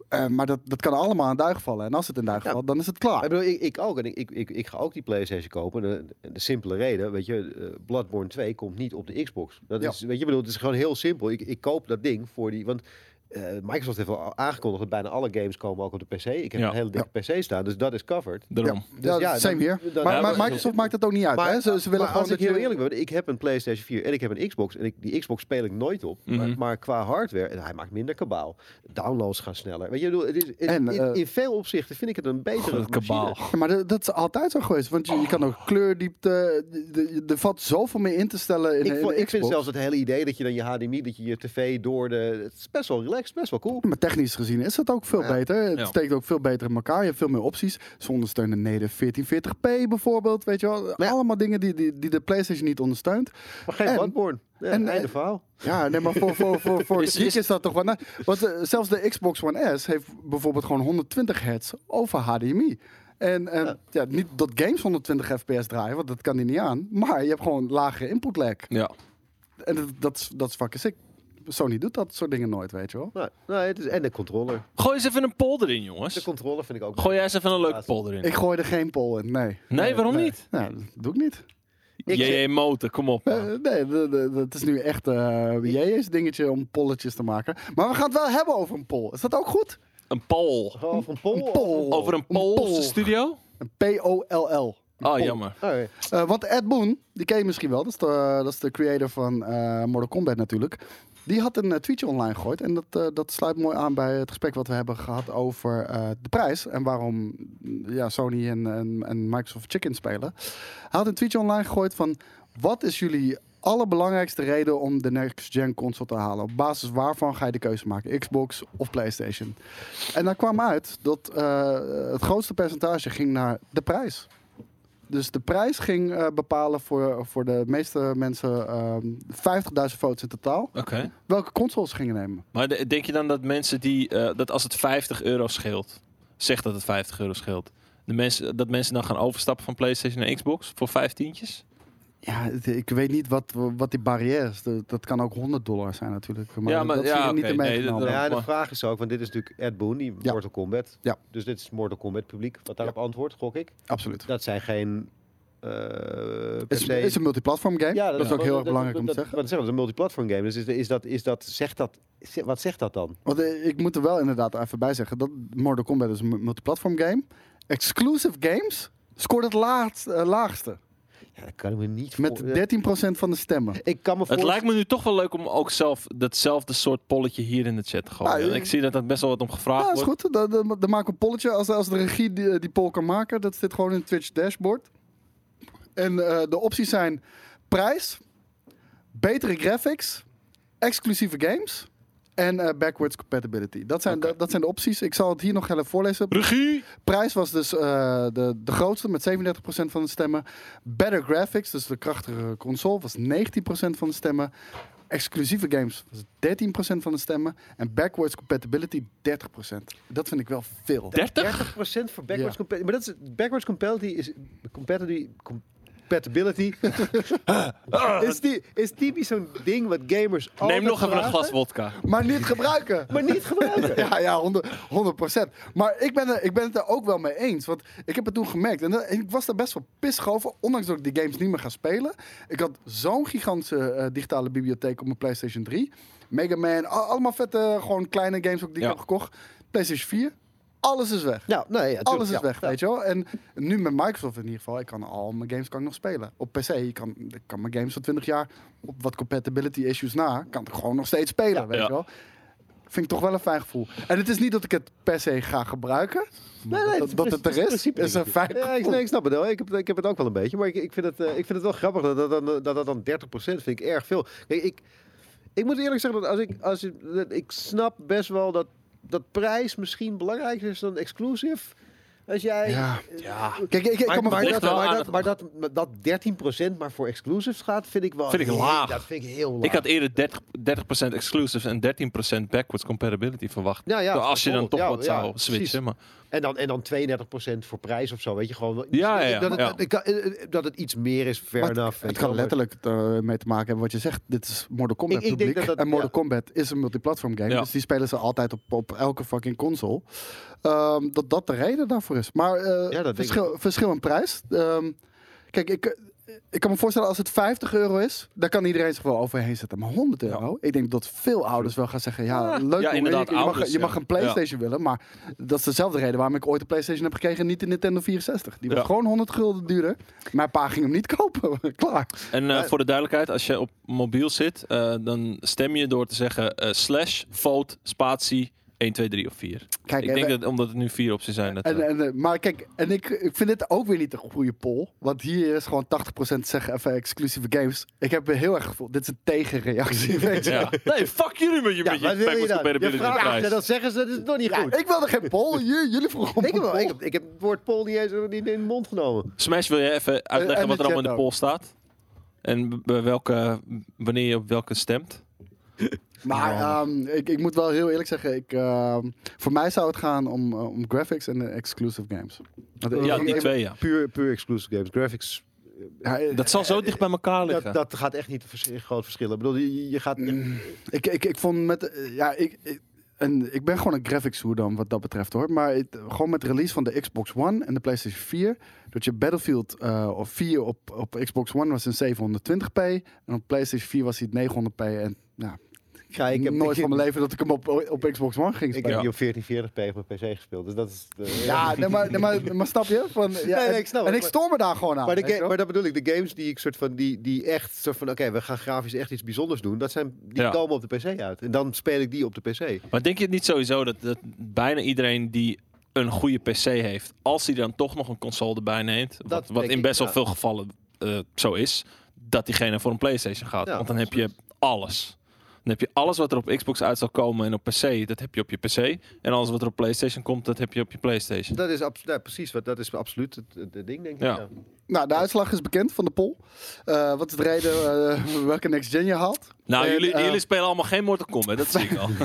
Eh, maar dat, dat kan allemaal aan duig vallen. En als het in duig
Ja.
valt, dan is het klaar.
Maar Ik, bedoel, ik, ik ook. En ik, ik, ik, ik ga ook die PlayStation kopen. De, de simpele reden, weet je, eh, Bloodborne 2 komt niet op de Xbox. Dat
Ja.
is, weet je, ik bedoel, het is gewoon heel simpel. Ik, ik koop dat ding voor die. Want eh, Microsoft heeft al aangekondigd dat bijna alle games komen ook op de PC. Ik heb
Ja.
een hele dikke PC staan, dus dat is covered.
daarom.
Ja,
Dus ja,
same
dan-
hier.
dan-
maar
Ja,
maar
maar-
Microsoft maakt het ook niet uit. hè? Ze, ze willen
maar
gewoon
als ik
dat
heel
je-
eerlijk ben, ik heb een PlayStation 4 en ik heb een Xbox. En ik, die Xbox speel ik nooit op. maar,
Mhm.
maar qua hardware, en hij maakt minder kabaal. Downloads gaan sneller. Weet je, ik bedoel, het is, het-
En,
in,
eh,
in veel opzichten vind ik het een betere
Goed, kabaal.
machine.
Ja, maar dat, dat is altijd zo geweest. Want je, je kan ook kleurdiepte. de- de- Er valt zoveel meer in te stellen in,
Ik,
in
vo-
de
ik vind
Xbox.
zelfs het hele idee dat je dan je HDMI, dat je je tv door de... Het is best wel relaxed, best wel cool.
Maar technisch gezien is dat ook veel
Ja.
beter. Het
Ja.
steekt ook veel beter in elkaar. Je hebt veel meer opties. Ze ondersteunen Neder 1440p bijvoorbeeld. Weet je wel.
Ja.
Allemaal dingen die, die, die de PlayStation niet ondersteunt.
Maar geen
En-
Bloodborne. Ja,
en-
einde
en-
verhaal.
Ja, nee, maar voor, voor, voor,
<laughs>
voor
Is-
een geek
is-
is dat toch wel... Nou, want eh, zelfs de Xbox One S heeft bijvoorbeeld gewoon 120 hertz over HDMI. En, en ja. niet dat games 120 fps draaien, want dat kan die niet aan. Maar je hebt gewoon lagere input lag.
Ja.
En dat, dat, is- dat is fucking sick. Sony doet dat soort dingen nooit, weet je wel.
Nou, nou, het is, en de controller.
Gooi eens even een polder in,
De
jongens.
controller vind ik ook...
Gooi jij eens even een leuke
Ja,
polder in.
Ik gooi er geen pol in, nee.
Nee, waarom
nee.
niet?
Nou, dat doe ik niet.
Ik-
JJ Motor, kom op.
Eh,
man.
nee, d- d- d- het is nu echt eh JJ's dingetje om polletjes te maken. Maar we gaan het wel hebben over een pol. Is dat ook goed?
Een pol.
Gewoon van Oh, Pol.
Pol.
Over een Poolse
Pool.
studio?
Een P-O-L-L. Een
Oh,
pol.
jammer.
Alright.
Eh, want Ed Boon, die ken je misschien wel. Dat is de, dat is de creator van eh Mortal Kombat natuurlijk. Die had een eh, tweetje online gegooid. En dat, eh, dat sluit mooi aan bij het gesprek wat we hebben gehad over eh, de prijs. En waarom mm, ja, Sony en, en, en Microsoft Chicken spelen. Hij had een tweetje online gegooid van... Wat is jullie allerbelangrijkste reden om de next-gen console te halen? Op basis waarvan ga je de keuze maken? Xbox of PlayStation? En daar kwam uit dat eh, het grootste percentage ging naar de prijs. Dus de prijs ging eh, bepalen voor, voor de meeste mensen ehm 50.000 votes in totaal.
Oké.
Welke consoles gingen nemen?
Maar de- denk je dan dat mensen die... eh, dat als het 50 euro scheelt... Zeg dat het 50 euro scheelt. De mensen, dat mensen dan gaan overstappen van PlayStation naar Xbox voor vijftientjes?
Ja, het- ik weet niet wat, wat die barrière is. Dat, dat kan ook 100 dollar zijn natuurlijk. Maar,
Ja, maar-
dat is
ja,
hier niet
oké,
in
nee,
meegenomen.
dat-
Nou ja, de
Maar-
vraag is ook, want dit is natuurlijk Ed Boon, die
Ja.
Mortal Kombat.
Ja.
Dus dit is Mortal Kombat publiek, wat daarop antwoordt, gok ik.
Absoluut.
Dat zijn geen... eh per
Het is,
se-
is een multiplatform game. dat, is ook heel erg belangrijk om te
dat-
zeggen.
Wat zeggen we, een multiplatform game. Dus is, is dat, is dat, zegt dat, wat zegt dat dan?
Want eh, ik moet er wel inderdaad even bij zeggen dat Mortal Kombat is een mu- multiplatform game. Exclusive games scoort het laagst- eh, laagste.
Ja, dat kan ik me niet
Met
voor-
13% van de stemmen.
Ik kan me
Het
voorstellen-
lijkt me nu toch wel leuk om ook zelf datzelfde soort polletje hier in de chat te gooien.
Nou,
Want
eh,
ik zie dat dat best wel wat om gevraagd
Ja, Nou, is
wordt.
goed. Dan, dan, dan maken we een polletje. Als, als de regie die, die poll kan maken, dat zit gewoon in het Twitch dashboard. En eh, de opties zijn prijs, betere graphics, exclusieve games en eh, backwards compatibility. Dat zijn,
Oké.
dat, dat zijn de opties. Ik zal het hier nog even voorlezen.
Regie!
Prijs was dus eh, de, de grootste met 37% van de stemmen. Better graphics, dus de krachtigere console, was 19% van de stemmen. Exclusieve games was 13% van de stemmen. En backwards compatibility 30%. Dat vind ik wel veel.
30?
30% voor backwards
Ja.
compatibility. Maar dat is, backwards compatibility is compatibility. com-
<laughs>
compatibility. is, die, is typisch zo'n ding wat gamers altijd
Neem nog even een
Oh, vragen,
glas wodka.
Maar niet gebruiken.
Maar niet gebruiken.
<laughs> Ja, ja, 100 100 procent. Maar ik ben, er, ik ben het er ook wel mee eens. Want ik heb het toen gemerkt. En, dat- en ik was daar best wel pissig over. Ondanks dat ik die games niet meer ga spelen. Ik had zo'n gigantische eh, digitale bibliotheek op mijn PlayStation 3. Mega Man. a- allemaal vette, gewoon kleine games ook die ik
Ja.
heb gekocht. PlayStation 4. Alles is weg.
<laughs> Ja, nee, ja,
Alles is
tuurlijk, ja.
weg, weet je wel. En nu met Microsoft in ieder geval, ik kan al mijn games kan ik nog spelen. Op PC, ik kan, ik kan mijn games van 20 jaar op wat compatibility issues na, kan ik gewoon nog steeds spelen, weet
Ja.
je wel. Vind ik toch wel een fijn gevoel. En het is niet dat ik het per se ga gebruiken. maar
nee,
dat,
het is
dat het er is,
principe
is een
niet.
fijn
Ja, ik,
gevoel.
nee, ik snap het wel. Ik heb, ik heb het ook wel een beetje. Maar ik, ik, vind, het, eh, ik vind het wel grappig dat dat dan, dat, dat dan 30% vind ik erg veel. Kijk, ik, ik moet eerlijk zeggen dat als ik, als ik, dat ik snap best wel dat, dat prijs misschien belangrijker is dan exclusive. Als jij.
Ja.
Ja.
Kijk, ik, ik
Maar,
kan me
maar,
voorstellen-
ligt
dat,
wel
maar,
aan
dat,
het-
maar dat, maar dat 13% maar voor exclusives gaat, vind ik wel.
Vind ik
heel-
laag.
Dat vind ik heel laag.
Ik had eerder 30, 30% exclusives en 13% backwards compatibility verwacht.
Nou Ja, ja,
als je dan toch
bijvoorbeeld.
wat
Ja,
zou
ja,
switchen. Maar,
En dan, en dan 32% voor prijs of zo, weet je gewoon.
Ja, ja, ja.
Dat, het,
Ja.
ik kan- eh, eh, dat het iets meer is, fair
maar het-
enough. weet
het
je
kan
wel,
letterlijk eh, mee te maken hebben wat je zegt. Dit is Mortal Kombat
Ik- ik denk
publiek.
dat dat-
en Mortal
ja.
Kombat is een multiplatform game.
Ja.
Dus die spelen ze altijd op, op elke fucking console. Ehm, dat dat de reden daarvoor is. Maar eh,
denk ik
verschil, verschil in prijs. Ehm, kijk, ik, ik kan me voorstellen als het 50 euro is, daar kan iedereen zich wel overheen zetten. Maar 100 euro, ik denk dat veel ouders wel gaan zeggen, ja, leuk, jongen,
Ah, inderdaad,
je, je, mag,
ouders,
je mag
ja.
een PlayStation willen, maar dat is dezelfde reden waarom ik ooit een PlayStation heb gekregen, en niet de Nintendo 64. Die was
Ja.
gewoon 100 gulden duurder. Mijn pa ging hem niet kopen. <laughs> Klaar.
en eh, voor de duidelijkheid, als je op mobiel zit, eh, dan stem je door te zeggen eh, slash, vote, spatie, 1, 2, 3 of 4.
Kijk,
ik
en
denk
we-
dat omdat het nu vier opties zijn. Dat, eh,
En, en, eh, maar kijk, en ik, ik vind dit ook weer niet een goede poll. Want hier is gewoon 80% zeggen even exclusieve games. Ik heb heel erg gevoel, dit is een
<laughs>
tegenreactie. Weet je. <laughs>
ja. Nee, fuck jullie met je,
Ja,
met
wat
je
wil je
backwards
dan? Je
compatibility
vraagt,
prijs.
en dat zeggen ze, dat is nog niet
Ja,
goed.
ik wilde geen
<laughs>
poll, J- jullie vroegen om
Ik heb,
een
wel,
poll.
ik, heb, ik heb het woord Paul niet eens niet in de mond genomen.
Smash, wil jij even uitleggen
en
wat
de
er allemaal in de
chat
poll staat? En b- bij welke, wanneer je op welke stemt?
Maar
Ja.
ehm, ik, ik moet wel heel eerlijk zeggen, ik, ehm, voor mij zou het gaan om, eh, om graphics en eh, exclusive games. Want ik-
Ja,
ik-
die
ik-
twee, ja.
Puur, puur exclusive games. Graphics,
ja, eh,
Dat zal zo dicht bij elkaar liggen.
dat, dat gaat echt niet een vers- groot verschil. Ik bedoel, je, je gaat...
Mm, Ik, ik, ik vond met. eh, Ja, ik, ik- en ik ben gewoon een graphics dan wat dat betreft hoor. Maar het- gewoon met de release van de Xbox One en de PlayStation 4. Dat je Battlefield eh, of 4 op, op Xbox One was in 720p. En op PlayStation 4 was hij het 900p. En ja,
Ja,
ik heb nooit van
<laughs>
mijn leven dat ik hem op, op Xbox One ging
Ik
spelen.
heb
Ja.
die op 1440p op mijn PC gespeeld. Dus dat is... eh,
Ja, nee, maar, nee, maar, maar snap je?
<laughs>
Van, ja,
nee,
en-
ik snap
en
het,
ik
maar-
stoor me daar gewoon aan.
Maar, de
weet je
ga-
wel?
maar dat bedoel ik, de games die ik soort van, die, die echt soort van, oké, we gaan grafisch echt iets bijzonders doen, dat zijn, die
Ja.
komen op de PC uit. En dan speel ik die op de PC.
Maar denk je het niet sowieso dat, dat bijna iedereen die een goede PC heeft, als hij dan toch nog een console erbij neemt, wat, wat
denk
in
ik,
best wel
ja.
veel gevallen eh, zo is, dat diegene voor een PlayStation gaat.
Ja,
Want dan heb je alles. Dan heb je alles wat er op Xbox uit zal komen en op PC, dat heb je op je PC. En alles wat er op PlayStation komt, dat heb je op je PlayStation.
Dat is abs- ja, precies, wat, dat is absoluut het, het- het ding, denk ik.
Ja.
ja.
Nou, de uitslag is bekend van de poll. Eh, wat is de reden eh, welke next gen je haalt?
Nou,
En,
jullie,
eh,
jullie spelen allemaal geen Mortal Kombat, dat zie ik
<laughs>
al.
<laughs> 75%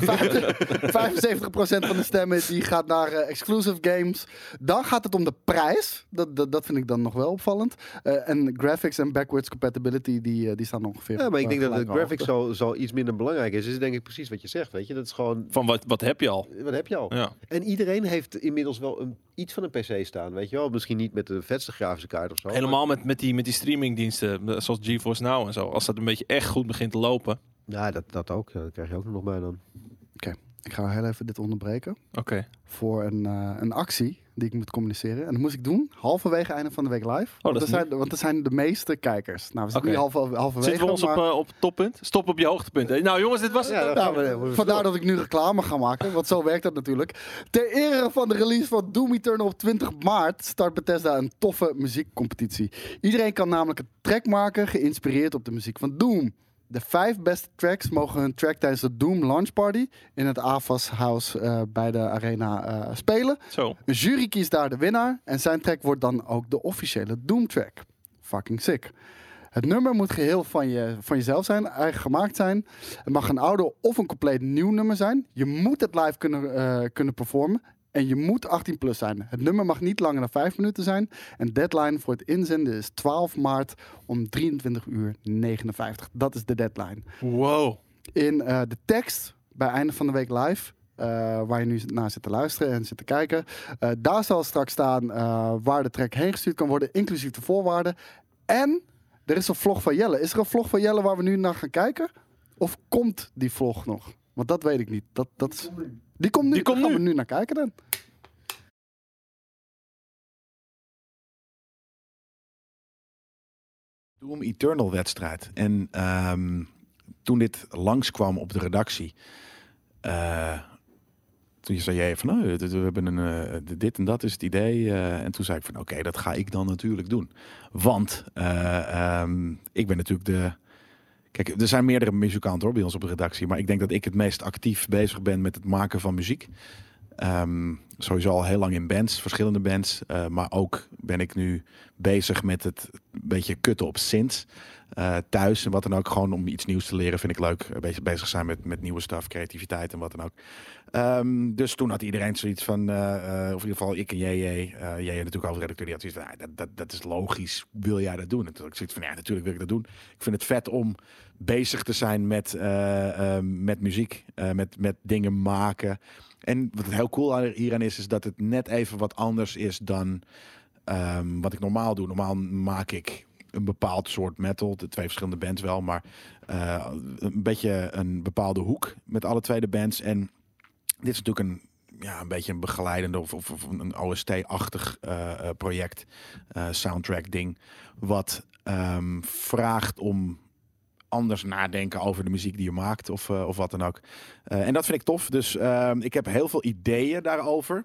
van de stemmen die gaat naar eh, exclusive games. Dan gaat het om de prijs. Dat, dat, dat vind ik dan nog wel opvallend. Eh, en graphics en backwards compatibility, die, eh, die staan ongeveer.
Ja, maar ik
op,
denk
eh,
dat de
gelijke
graphics
hoogte.
zo, zo iets minder belangrijk is. Is denk ik precies wat je zegt, weet je. Dat is gewoon,
Van wat, wat heb je al?
wat heb je al?
Ja.
En iedereen heeft inmiddels wel een, iets van een PC staan, weet je wel. Misschien niet met de vetste grafische kaart of zo. maar-
Helemaal met, met, die, met die streamingdiensten, eh, zoals GeForce Now en zo. Als dat een beetje echt goed begint te lopen.
Nou, dat, dat ook. Ja, Dat krijg je ook nog bij dan.
Ik ga heel even dit onderbreken
Oké.
voor een, eh, een actie die ik moet communiceren. En dat moest ik doen halverwege einde van de week live. want,
Oh, dat
er
is
zijn, want er zijn de meeste kijkers. Nou, we zitten
Oké.
nu halver, halverwege.
Zitten we ons
maar-
op, eh, op toppunt? Stop op je hoogtepunt. hè? Nou jongens, dit was het.
Ja,
Nou, vandaar dat ik nu reclame ga maken, want zo werkt dat natuurlijk. Ter ere van de release van Doom Eternal op 20 maart start Bethesda een toffe muziekcompetitie. Iedereen kan namelijk een track maken geïnspireerd op de muziek van Doom. De vijf beste tracks mogen hun track tijdens de Doom Launch Party in het AFAS House eh, bij de Arena eh, spelen.
<laughs> Zo.
Een jury kiest daar de winnaar en zijn track wordt dan ook de officiële Doom track. Fucking sick. Het nummer moet geheel van, je, van jezelf zijn, eigen gemaakt zijn. Het mag een oude of een compleet nieuw nummer zijn. Je moet het live kunnen, eh, kunnen performen. En je moet 18 plus zijn. Het nummer mag niet langer dan 5 minuten zijn. En deadline voor het inzenden is 12 maart om 23 uur 59. Dat is de deadline.
Wow.
In eh, de tekst bij einde van de week live. eh, waar je nu naar zit te luisteren en zit te kijken. eh, daar zal straks staan eh, waar de track heen gestuurd kan worden, inclusief de voorwaarden. En er is een vlog van Jelle. Is er een vlog van Jelle waar we nu naar gaan kijken? Of komt die vlog nog? Want dat weet ik niet. Dat, dat is... Die komt nu.
Die komt
Daar gaan
nu.
we nu naar kijken dan.
Doom Eternal wedstrijd. En ehm, toen dit langskwam op de redactie, eh, toen zei jij van, nou, we hebben een, eh, dit en dat is het idee. eh, en toen zei ik van, oké, dat ga ik dan natuurlijk doen. Want eh, ehm, ik ben natuurlijk de... Kijk, er zijn meerdere muzikanten hoor, bij ons op de redactie. Maar ik denk dat ik het meest actief bezig ben met het maken van muziek. Ehm, sowieso al heel lang in bands, verschillende bands. eh, maar ook ben ik nu bezig met het beetje kutten op synths. eh, thuis en wat dan ook. Gewoon om iets nieuws te leren vind ik leuk. Een beetje bezig zijn met, met nieuwe stuff, creativiteit en wat dan ook. Ehm, dus toen had iedereen zoiets van, eh, eh, of in ieder geval ik en JJ. eh JJ natuurlijk als redacteur, die had zoiets van, "Ah, dat, dat, dat is logisch. Wil jij dat doen? En toen had ik zoiets van, ja, natuurlijk wil ik dat doen. Ik vind het vet om bezig te zijn met, eh, eh, met muziek. eh, met, met dingen maken. En wat heel cool aan- hieraan is, is dat het net even wat anders is dan ehm, wat ik normaal doe. Normaal maak ik een bepaald soort metal, de twee verschillende bands wel, maar eh, een beetje een bepaalde hoek met alle twee de bands. En dit is natuurlijk een, ja, een beetje een begeleidende of, of, of een OST-achtig eh, eh, project, eh, soundtrack-ding, wat ehm, vraagt om anders nadenken over de muziek die je maakt of, eh, of wat dan ook. Eh, en dat vind ik tof. Dus ehm, ik heb heel veel ideeën daarover.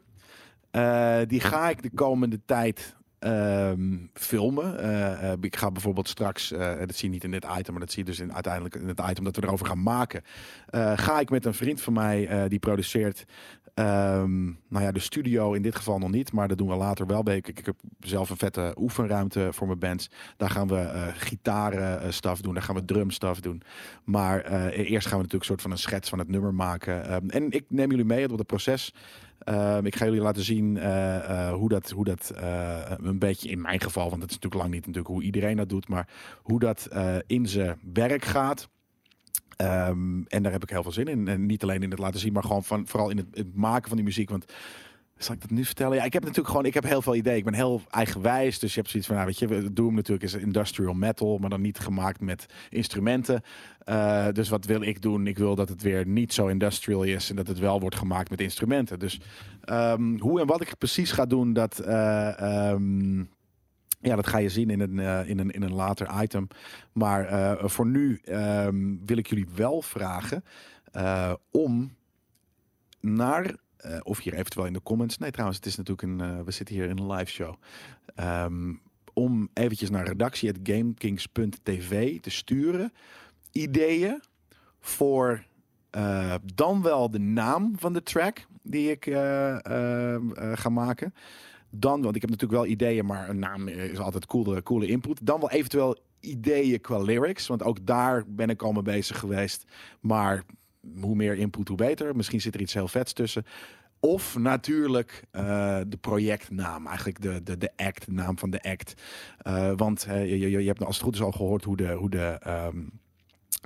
Eh, die ga ik de komende tijd ehm, filmen. Eh, eh, ik ga bijvoorbeeld straks, eh, dat zie je niet in dit item, maar dat zie je dus in, uiteindelijk in het item dat we erover gaan maken. Eh, ga ik met een vriend van mij, eh, die produceert, ehm, nou ja, de studio in dit geval nog niet, maar dat doen we later wel. Ik, ik heb zelf een vette oefenruimte voor mijn bands. Daar gaan we eh gitaren eh, stuff doen, daar gaan we drum stuff doen. Maar eh, eerst gaan we natuurlijk een soort van een schets van het nummer maken. Ehm, en ik neem jullie mee op het proces. Ehm, ik ga jullie laten zien eh, eh, hoe dat, hoe dat eh, een beetje in mijn geval, want het is natuurlijk lang niet natuurlijk hoe iedereen dat doet, maar hoe dat eh, in zijn werk gaat. Ehm, en daar heb ik heel veel zin in. En niet alleen in het laten zien, maar gewoon van, vooral in het, het maken van die muziek. Want zal ik dat nu vertellen? Ja, ik heb natuurlijk gewoon, ik heb heel veel ideeën. Ik ben heel eigenwijs, dus je hebt zoiets van, nou, weet je, we- Doom natuurlijk is industrial metal, maar dan niet gemaakt met instrumenten. Eh, dus wat wil ik doen? Ik wil dat het weer niet zo industrial is en dat het wel wordt gemaakt met instrumenten. Dus ehm, hoe en wat ik precies ga doen, dat, eh, ehm, ja, dat ga je zien in een, eh, in een, in een later item. Maar eh, voor nu ehm, wil ik jullie wel vragen eh, om naar. eh, of hier eventueel in de comments. Nee, trouwens, het is natuurlijk een. eh, we zitten hier in een live show. Ehm, om eventjes naar redactie.gamekings.tv te sturen. Ideeën voor eh, dan wel de naam van de track die ik eh, ehm, eh, ga maken. Dan, want ik heb natuurlijk wel ideeën, maar een naam is altijd coole, coole input. Dan wel eventueel ideeën qua lyrics, want ook daar ben ik al mee bezig geweest. Maar hoe meer input, hoe beter. Misschien zit er iets heel vets tussen. Of natuurlijk eh, de projectnaam, eigenlijk de, de, de act, de naam van de act. Eh, want eh, je, je, je hebt als het goed is al gehoord hoe de, hoe de, ehm,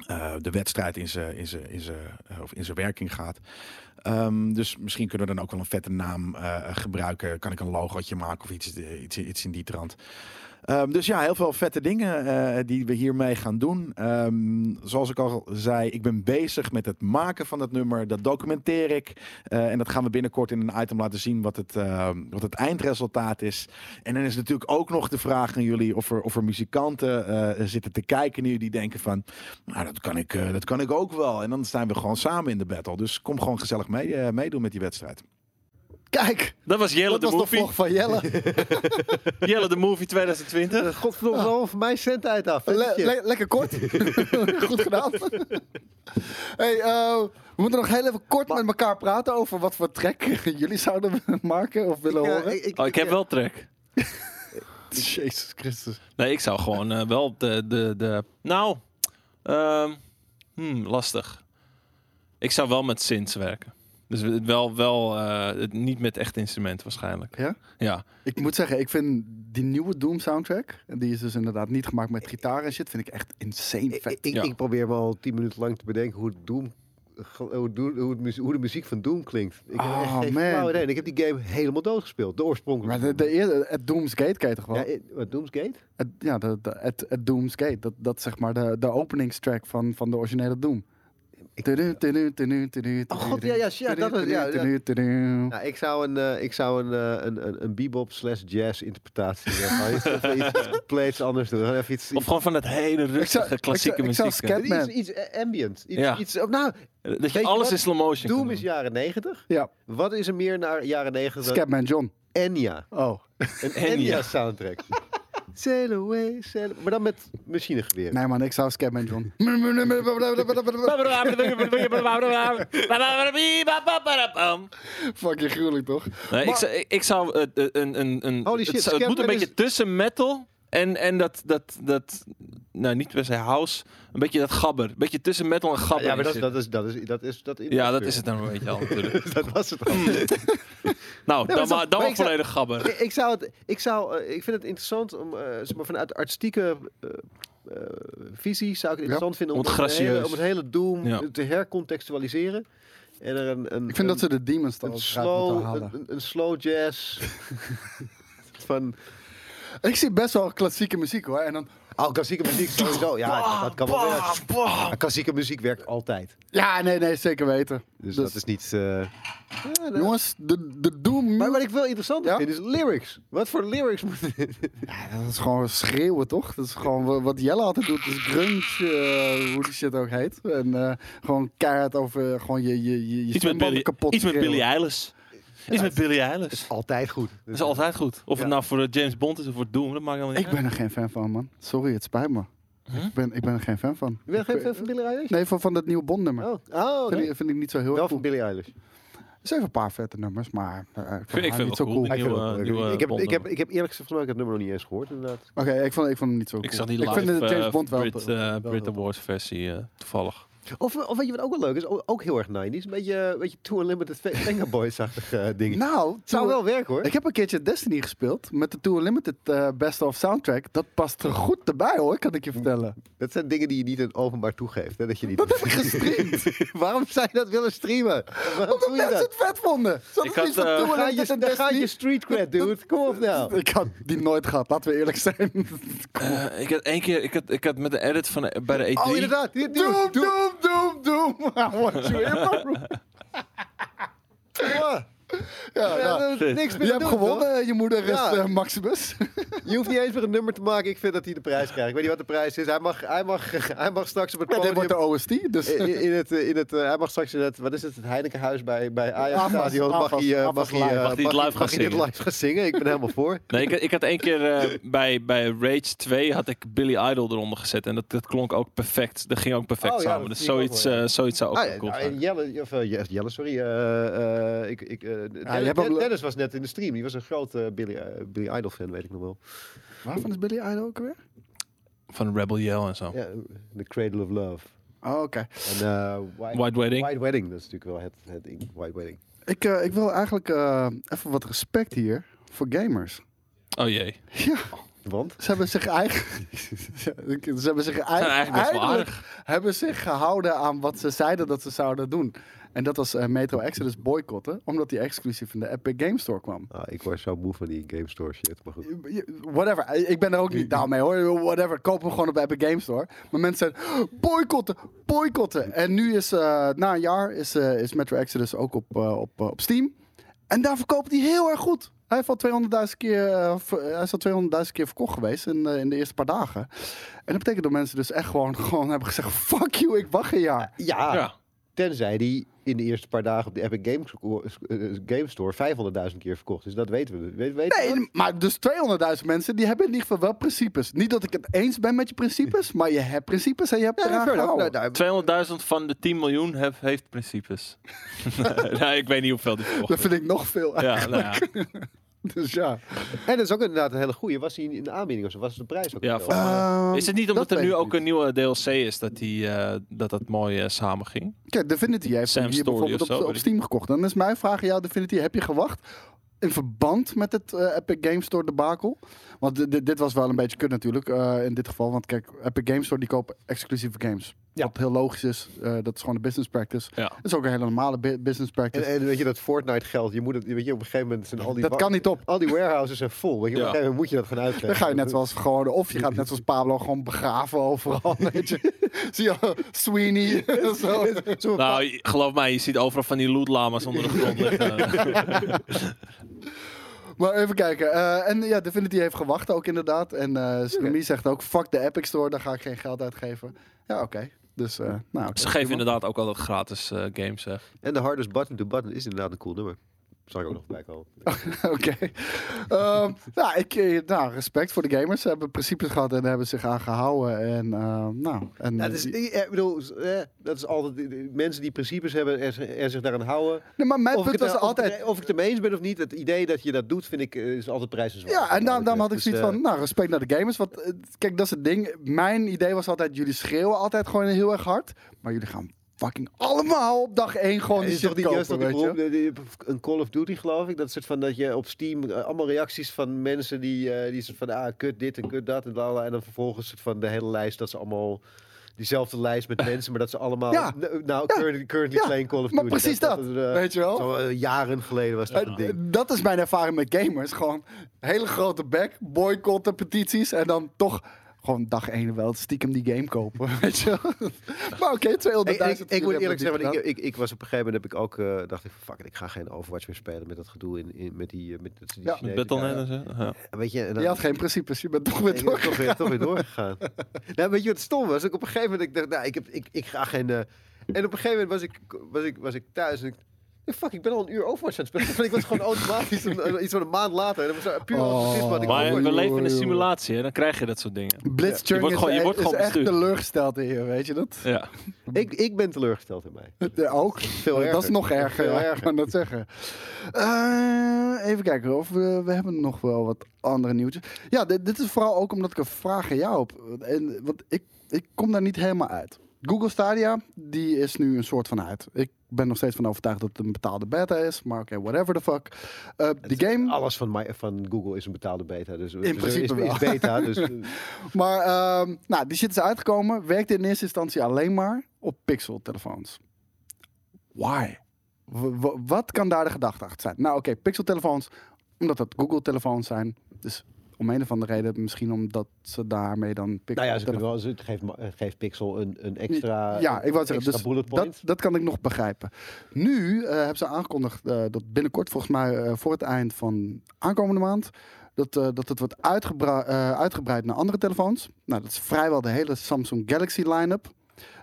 eh, de wedstrijd in zijn in zijn- in zijn, eh, of in zijn werking gaat. Ehm, dus misschien kunnen we dan ook wel een vette naam eh, gebruiken. Kan ik een logootje maken of iets, eh, iets, iets in die trant. Ehm, dus ja, heel veel vette dingen eh, die we hiermee gaan doen. Ehm, zoals ik al zei, ik ben bezig met het maken van dat nummer. Dat documenteer ik. Eh, en dat gaan we binnenkort in een item laten zien wat het, ehm, wat het eindresultaat is. En dan is natuurlijk ook nog de vraag aan jullie of er, of er muzikanten eh, zitten te kijken nu die denken van, nou dat kan, ik, eh, dat kan ik ook wel. En dan zijn we gewoon samen in de battle. Dus kom gewoon gezellig mee, eh, meedoen met die wedstrijd.
Kijk,
Dat was Jelle
dat
de
was de
Movie.
vlog van Jelle.
Jelle de Movie
<laughs>
2020.
Eh, Godverdomme, allemaal van mij cent uit ah, af.
Le- le- lekker <laughs> kort. Goed gedaan. hey, eh, we moeten nog heel even kort met elkaar praten over wat voor track <laughs> jullie zouden <laughs> willen maken of willen horen.
Oh, ik heb wel trek.
<laughs> Jezus Christus.
Nee, ik zou gewoon eh, wel de, de, de... Nou, ehm, hmm, lastig. Ik zou wel met Sins werken. Dus het wel, wel eh, het niet met echt instrument waarschijnlijk.
Ja?
Ja.
Ik moet zeggen, ik vind die nieuwe Doom soundtrack, die is dus inderdaad niet gemaakt met gitaar en shit, vind ik echt insane
Ik,
vet.
ik,
Ja.
ik probeer me al tien minuten lang te bedenken hoe het Doom... ge- Hoe, Doom- hoe, het muzie- hoe de muziek van Doom klinkt. Ik heb
Oh,
echt geen
man.
flauw idee. En Ik heb die game helemaal doodgespeeld. De
Maar
oorspronkelijke.
de, de eerste, het Doom's Gate ken je toch wel?
ja, eh, wat, Doom's Gate?
Het, ja, de, de, het, het Doom's Gate, dat, dat is zeg maar de, de openingstrack van, van de originele Doom. Tudu, tudu, tudu, tudu,
Oh,
tudu,
god, ja, ja, ja,
tudu,
dat was-
tudu,
ja, ja.
tudu, tudu.
Nou, ik zou een, eh, ik zou een, eh, een, een, een bebop slash jazz interpretatie willen. Gewoon iets- even Iets compleets anders doen. Gewoon Even iets,
Of gewoon van dat hele rustige
zou- ik
klassieke
zou- ik zou
muziek. hè.
scat-
iets, iets, iets ambient. Iets,
Ja.
iets, oh, nou,
dat
Weet
je
je
alles
wat?
in slow motion kan
Doom
doen.
is jaren 90.
Ja,
Wat is er meer naar jaren 90 dan
Scatman John.
Enya?
Oh. <laughs>
Een
Enya.
Enya soundtrack. sail away, sail Maar dan met machinegeweren.
Nee man, ik zou Scatman John. <laughs> Fucking gruwelijk toch?
Nee, ik, zou, ik- ik zou eh, eh, een, een, een,
Holy shit,
het, zou- het moet een
Scatman
beetje tussen metal en, en dat, dat, dat, nou niet per se house, een beetje dat gabber. Een beetje tussen metal en gabber.
Ja, maar dat,
in
is-
zitten.
dat is, dat is, dat is, dat is,
ja, dat is het Hmm. dan een beetje al <laughs> natuurlijk.
<laughs> dat was het al.
Nou,
maar
dan
zo-
maar, dan
maar
maar
ik zou-
volledig gabber.
Ik- ik zou het, ik zou, eh, ik vind het interessant om, eh, zeg maar vanuit artistieke eh, eh, visie zou ik het interessant vinden om,
Om het
het hele,
gracieus.
om het hele Doom
Ja.
te hercontextualiseren. En er een, een,
Ik vind
een,
dat ze de Demon Star
een
eruit moeten
slow, een,
halen.
een- een
<laughs>
slow jazz van,
Ik zie best wel klassieke muziek hoor. En dan,
oh klassieke muziek sowieso, ja dat kan wel werken. Maar klassieke muziek werkt altijd,
ja, nee, nee, zeker weten.
dus,
Dus,
dat is niet. eh, ja, dat-
Jongens, de, de Doom.
maar wat ik wel interessant
Ja?
vind is lyrics. Wat voor lyrics moeten?
Ja, dat is gewoon schreeuwen, toch? Dat is gewoon wa- wat Jelle altijd doet. is grunge, eh, hoe die shit ook heet. En eh, gewoon keihard over eh, gewoon je, je, je, je
Iets met
zwembanden
Billy,
kapot
iets met
schreeuwen.
Billy Eilish. Iets met Billy Eilish.
altijd goed.
Dat is altijd goed. Of het nou voor eh, James Bond is of voor Doom, dat maakt helemaal niet
Ik ben er geen fan van, man. Sorry, het spijt me. Ik, ben, ik ben er geen fan van.
Je bent geen fan van Billie Eilish?
Nee, van, van dat nieuwe Bond-nummer.
Oh, oh
Vind,
nee.
ik- vind ik niet zo heel
wel
erg
van
cool.
Billie Eilish.
Er zijn een paar vette nummers, maar eh, ik
vind
vind
het
hem niet zo
wel
cool.
cool.
Ik-
Ik, vind
Nieuwe,
het ook leuk.
nieuwe
ik, heb, ik, heb,
Bond-nummer.
ik heb eerlijk gezegd van mij het nummer nog niet eens gehoord, inderdaad.
Oké, ik, vond, ik vond hem niet zo cool.
Ik zag die live
ik vind de
eh,
James Bond wel.
Brit, eh, Brit
wel.
Awards versie eh, toevallig.
Of, of weet je wat ook wel leuk is? O- Ook heel erg 90s. Een beetje, een beetje Too Unlimited Fa- Venga Boys-achtig <laughs> eh, ding.
nou,
het
Tour-
zou wel werken hoor.
Ik heb een keertje Destiny gespeeld met de Tour Limited eh, Best of Soundtrack. Dat past er goed erbij hoor, kan ik je vertellen.
Dat zijn dingen die je niet in openbaar toegeeft. Hè, dat je niet...
Dat heb ik
<laughs>
gestreamd.
Waarom zou je dat willen streamen? Waarom
Omdat
doe je
mensen het
dat?
vet vonden. Ze hadden
Ik had,
zoiets van
eh,
Tour
Dan ga
Limited
je,
en
dan ga je
Destiny.
street cred, dude. Kom op nou.
Ik had die nooit gehad, laten we eerlijk zijn.
Eh, ik had één keer, ik had, ik had met de edit van de- bij de E E3.
Oh, inderdaad. Dit- dit-
Doom, doom,
doe-
doom, doom. <laughs> I want you in my room.
Ja,
Ja,
ja,
nou,
dat is niks meer
Je
te
hebt
doen,
gewonnen, je moeder is
Ja.
eh, Maximus.
toch? Je hoeft niet eens meer een nummer te maken. Ik vind dat hij de prijs krijgt. Ik weet niet wat de prijs is. Hij mag, hij mag, hij mag straks op het
Ja,
podium...
dit wordt de OST, dus...
in, in het, eh, in het, eh, hij mag straks in het, wat is het, het Heinekenhuis bij, bij Ajax
Avas,
Stadion. Mag
Avas,
hij, eh,
Avas
mag hij,
live.
eh,
Mag hij dit
mag
live
mag
gaan
hij dit
zingen?
live gaan zingen? Ik ben helemaal voor.
Nee, ik, ik had één keer
<laughs>
eh, bij, bij Rage 2 had ik Billy Idol eronder gezet. En dat, dat klonk ook perfect. Dat ging ook perfect
Oh ja,
samen.
dat
Dus
zie ik ook
zoiets,
wel, ja.
eh, zoiets zou ook
Ah,
wel cool
eh,
zijn.
Jelle, of, eh, Jelle- Jelle, sorry. eh, eh, ik, ik, eh,
je
Dennis,
hebt ook-
Dennis was net in de stream. Die was een groot eh, Billy, eh, Billy Idol fan, weet ik nog wel.
Waarvan is Billy Idol ook weer?
Van Rebel Yell en zo.
Ja, The Cradle of Love.
Oh, oké.
En eh, White,
White Wedding.
White Wedding, dat is natuurlijk wel het, het ding. White Wedding.
Ik, eh, ik wil eigenlijk eh, even wat respect hier voor gamers.
Oh jee.
Ja,
Want?
ze hebben zich eigen... <laughs> ze hebben zich eigen...
eigenlijk best wel
hebben zich gehouden aan wat ze zeiden dat ze zouden doen. En dat was eh, Metro Exodus boycotten, omdat die exclusief in de Epic Game Store kwam.
Ah, ik was zo moe van die Game Store shit, maar goed.
Je- Whatever, Eh, ik ben er ook niet down mee hoor. Whatever, koop hem gewoon op de Epic Game Store. Maar mensen zijn "Oh, boycotten, boycotten. En nu is, eh, na een jaar, is, eh, is Metro Exodus ook op, eh, op, eh, op Steam. En daar verkoopt hij heel erg goed. Hij heeft al 200.000 keer, eh, ver- hij is al 200.000 keer verkocht geweest in, eh, in de eerste paar dagen. En dat betekent dat mensen dus echt gewoon, <laughs> gewoon hebben gezegd: fuck you, ik wacht een jaar.
Ja,
Ja.
Tenzij die in de eerste paar dagen op de Epic Game, Sco- eh, Game Store 500.000 keer verkocht is. Dat weten we. Weet, weet
Nee, maar dus 200.000 mensen die hebben in ieder geval wel principes. Niet dat ik het eens ben met je principes, maar je hebt principes en je hebt
Ja,
eraan
fair enough.
gehouden.
Nou, nou,
200.000 van de 10 miljoen hef- heeft <laughs> principes. nee, ik weet niet hoeveel die
Dat
verkocht
vind ik nog veel.
Ja, nou ja.
Dus ja.
En dat is ook inderdaad een hele goeie. Was hij in de aanbieding of zo? Was de prijs ook?
Ja,
niet
voor-
hoog?
Ehm,
Is het niet omdat
dat
er
weet ik
nu ook
niet.
een nieuwe DLC is dat die, eh, dat, dat mooi eh, samen ging?
Kijk, Divinity jij hebt
Sam
hem hier
Story
bijvoorbeeld
of zo,
op, op
weet ik
Steam gekocht. Dan is mijn vraag aan jou, Divinity, heb je gewacht in verband met het eh, Epic Games Store debakel? Want di- di- dit was wel een beetje kut natuurlijk eh, in dit geval. Want kijk, Epic Games Store die kopen exclusieve games.
Ja.
Wat heel logisch is, eh, dat is gewoon een business practice.
Ja.
Dat is ook een hele normale bu- business
En,
practice.
en weet je, dat Fortnite geld, je moet het, weet je, op een gegeven moment zijn al die...
dat
wa-
kan niet op.
Al die warehouses zijn vol. Weet je, op
Ja.
een gegeven moment moet je dat gaan uitgeven.
Dan ga je net
<laughs>
zoals gewoon, of je gaat net zoals Pablo gewoon begraven overal. <laughs> Weet je. Zie je, Sweeney
<laughs>
en zo.
Zo'n pa-
Nou, je- geloof mij, je ziet overal van die lootlamas onder de
<laughs>
grond liggen.
Maar even kijken. Eh, en ja, Divinity heeft gewacht ook inderdaad. En eh Scrummy zegt ook, fuck de Epic Store, daar ga ik geen geld uitgeven. Ja, oké. Dus, eh, nou, oké.
Ze geven inderdaad ook altijd gratis eh, games, zeg.
En de hardest button to button is inderdaad een cool nummer. Zal ik ook nog bij komen.
<laughs> Oké. Ehm, nou, ik, eh, nou, respect voor de gamers. Ze hebben principes gehad en hebben zich aan gehouden. En, eh, nou, en,
Ja, dat, is, eh, ik bedoel, eh, dat is altijd eh, de mensen die principes hebben en, zich- en zich daaraan houden.
nee, maar mijn
Of ik,
punt
het,
was
er- of,
altijd...
ik er- of ik het ermee eens ben of niet, het idee dat je dat doet, vind ik, eh, is altijd prijzenswaard.
Ja, en daarom, daarom had ik
Dus,
zoiets
eh,
van, nou, respect naar de gamers. Want, eh, kijk, dat is het ding. Mijn idee was altijd, jullie schreeuwen altijd gewoon heel erg hard. Maar jullie gaan fucking allemaal op dag één gewoon die
Is toch
shit
niet
kopen,
juist dat die
weet je.
beroemde- die- een Call of Duty, geloof ik? Dat soort van dat je op Steam eh, allemaal reacties van mensen die, eh, die soort van ah, kut dit en kut dat en bla, bla, En dan vervolgens soort van de hele lijst dat ze allemaal diezelfde lijst
<laughs>
met mensen, maar dat ze allemaal
Ja.
nou, nou
Ja.
currently, currently
Ja.
playing Call of
Maar
Duty.
precies dat,
is, eh,
weet je wel?
Zo, eh, jaren geleden was dat een
Eh,
ding.
Dat is mijn ervaring met gamers. Gewoon hele grote bek, boycotten, petities en dan toch gewoon dag één wel stiekem die game kopen. <laughs> Weet je? wel. maar oké, 200.000.
Ik, ik, ik moet
hebben
eerlijk
het
zeggen, want
niet
ik, ik, ik was op een gegeven moment heb ik ook eh, dacht ik van fuck it, ik ga geen Overwatch meer spelen met dat gedoe in, in met die eh, met, dat ze die
Ja.
Met
Chinezen-
Battle.net en zo. Ja.
Ja, weet je, en
gedaan.
dan,
Je had geen principes, je bent toch
Ik
weer
ben
door.
toch weer, toch weer doorgegaan. <laughs> nou, weet je wat stom was? Ik op een gegeven moment ik dacht, nou, ik, heb, ik, ik ga geen... eh, En op een gegeven moment was ik, was ik, was ik thuis en ik... "Ja, Fuck, ik ben al een uur Overwatch aan het spelen. <laughs> Want ik was gewoon automatisch een- iets van een maand later. En dat was eh, puur al precies wat ik
Oh,
Maar
joh,
we
joh,
leven in een
joh.
simulatie, hè? dan krijg je dat soort dingen. Je
Blitzchung
wordt
is,
gewoon- je
e-
wordt
is
gewoon
echt
bestuurd.
teleurgesteld in je, weet je dat?
Ja.
Ik, ik ben teleurgesteld in mij.
Ja, ook. dat is
erger.
nog erger,
<laughs> Veel
ja, ik kan dat zeggen. Eh, even kijken of we, we hebben nog wel wat andere nieuwtjes. Ja, dit, dit is vooral ook omdat ik een vraag aan jou heb. En, want ik, ik kom daar niet helemaal uit. Google Stadia, die is nu een soort van uit. Ik ben nog steeds van overtuigd dat het een betaalde beta is. Maar oké, whatever the fuck. Eh, de game...
Alles van, mij, van Google is een betaalde beta. Dus dus er
principe
is,
wel.
is beta. Dus, eh,
Maar ehm, nou, die shit is uitgekomen. Werkte in eerste instantie alleen maar op Pixel-telefoons. Why? W- w- wat kan daar de gedachte achter zijn? Nou, oké, Pixel-telefoons, omdat dat Google-telefoons zijn. Dus om een of andere reden, misschien omdat ze daarmee dan
nou ja,
Pixel-telefoons.
ze kunnen wel, ze- het, geeft, ma- het geeft Pixel een, een extra,
ja, ik wou
extra
zeggen, dus
bullet point.
dat, dat kan ik nog begrijpen. Nu eh, hebben ze aangekondigd eh, dat binnenkort, volgens mij eh, voor het eind van aankomende maand, dat, eh, dat het wordt uitgebra- eh, uitgebreid naar andere telefoons. Nou, dat is vrijwel de hele Samsung Galaxy line-up.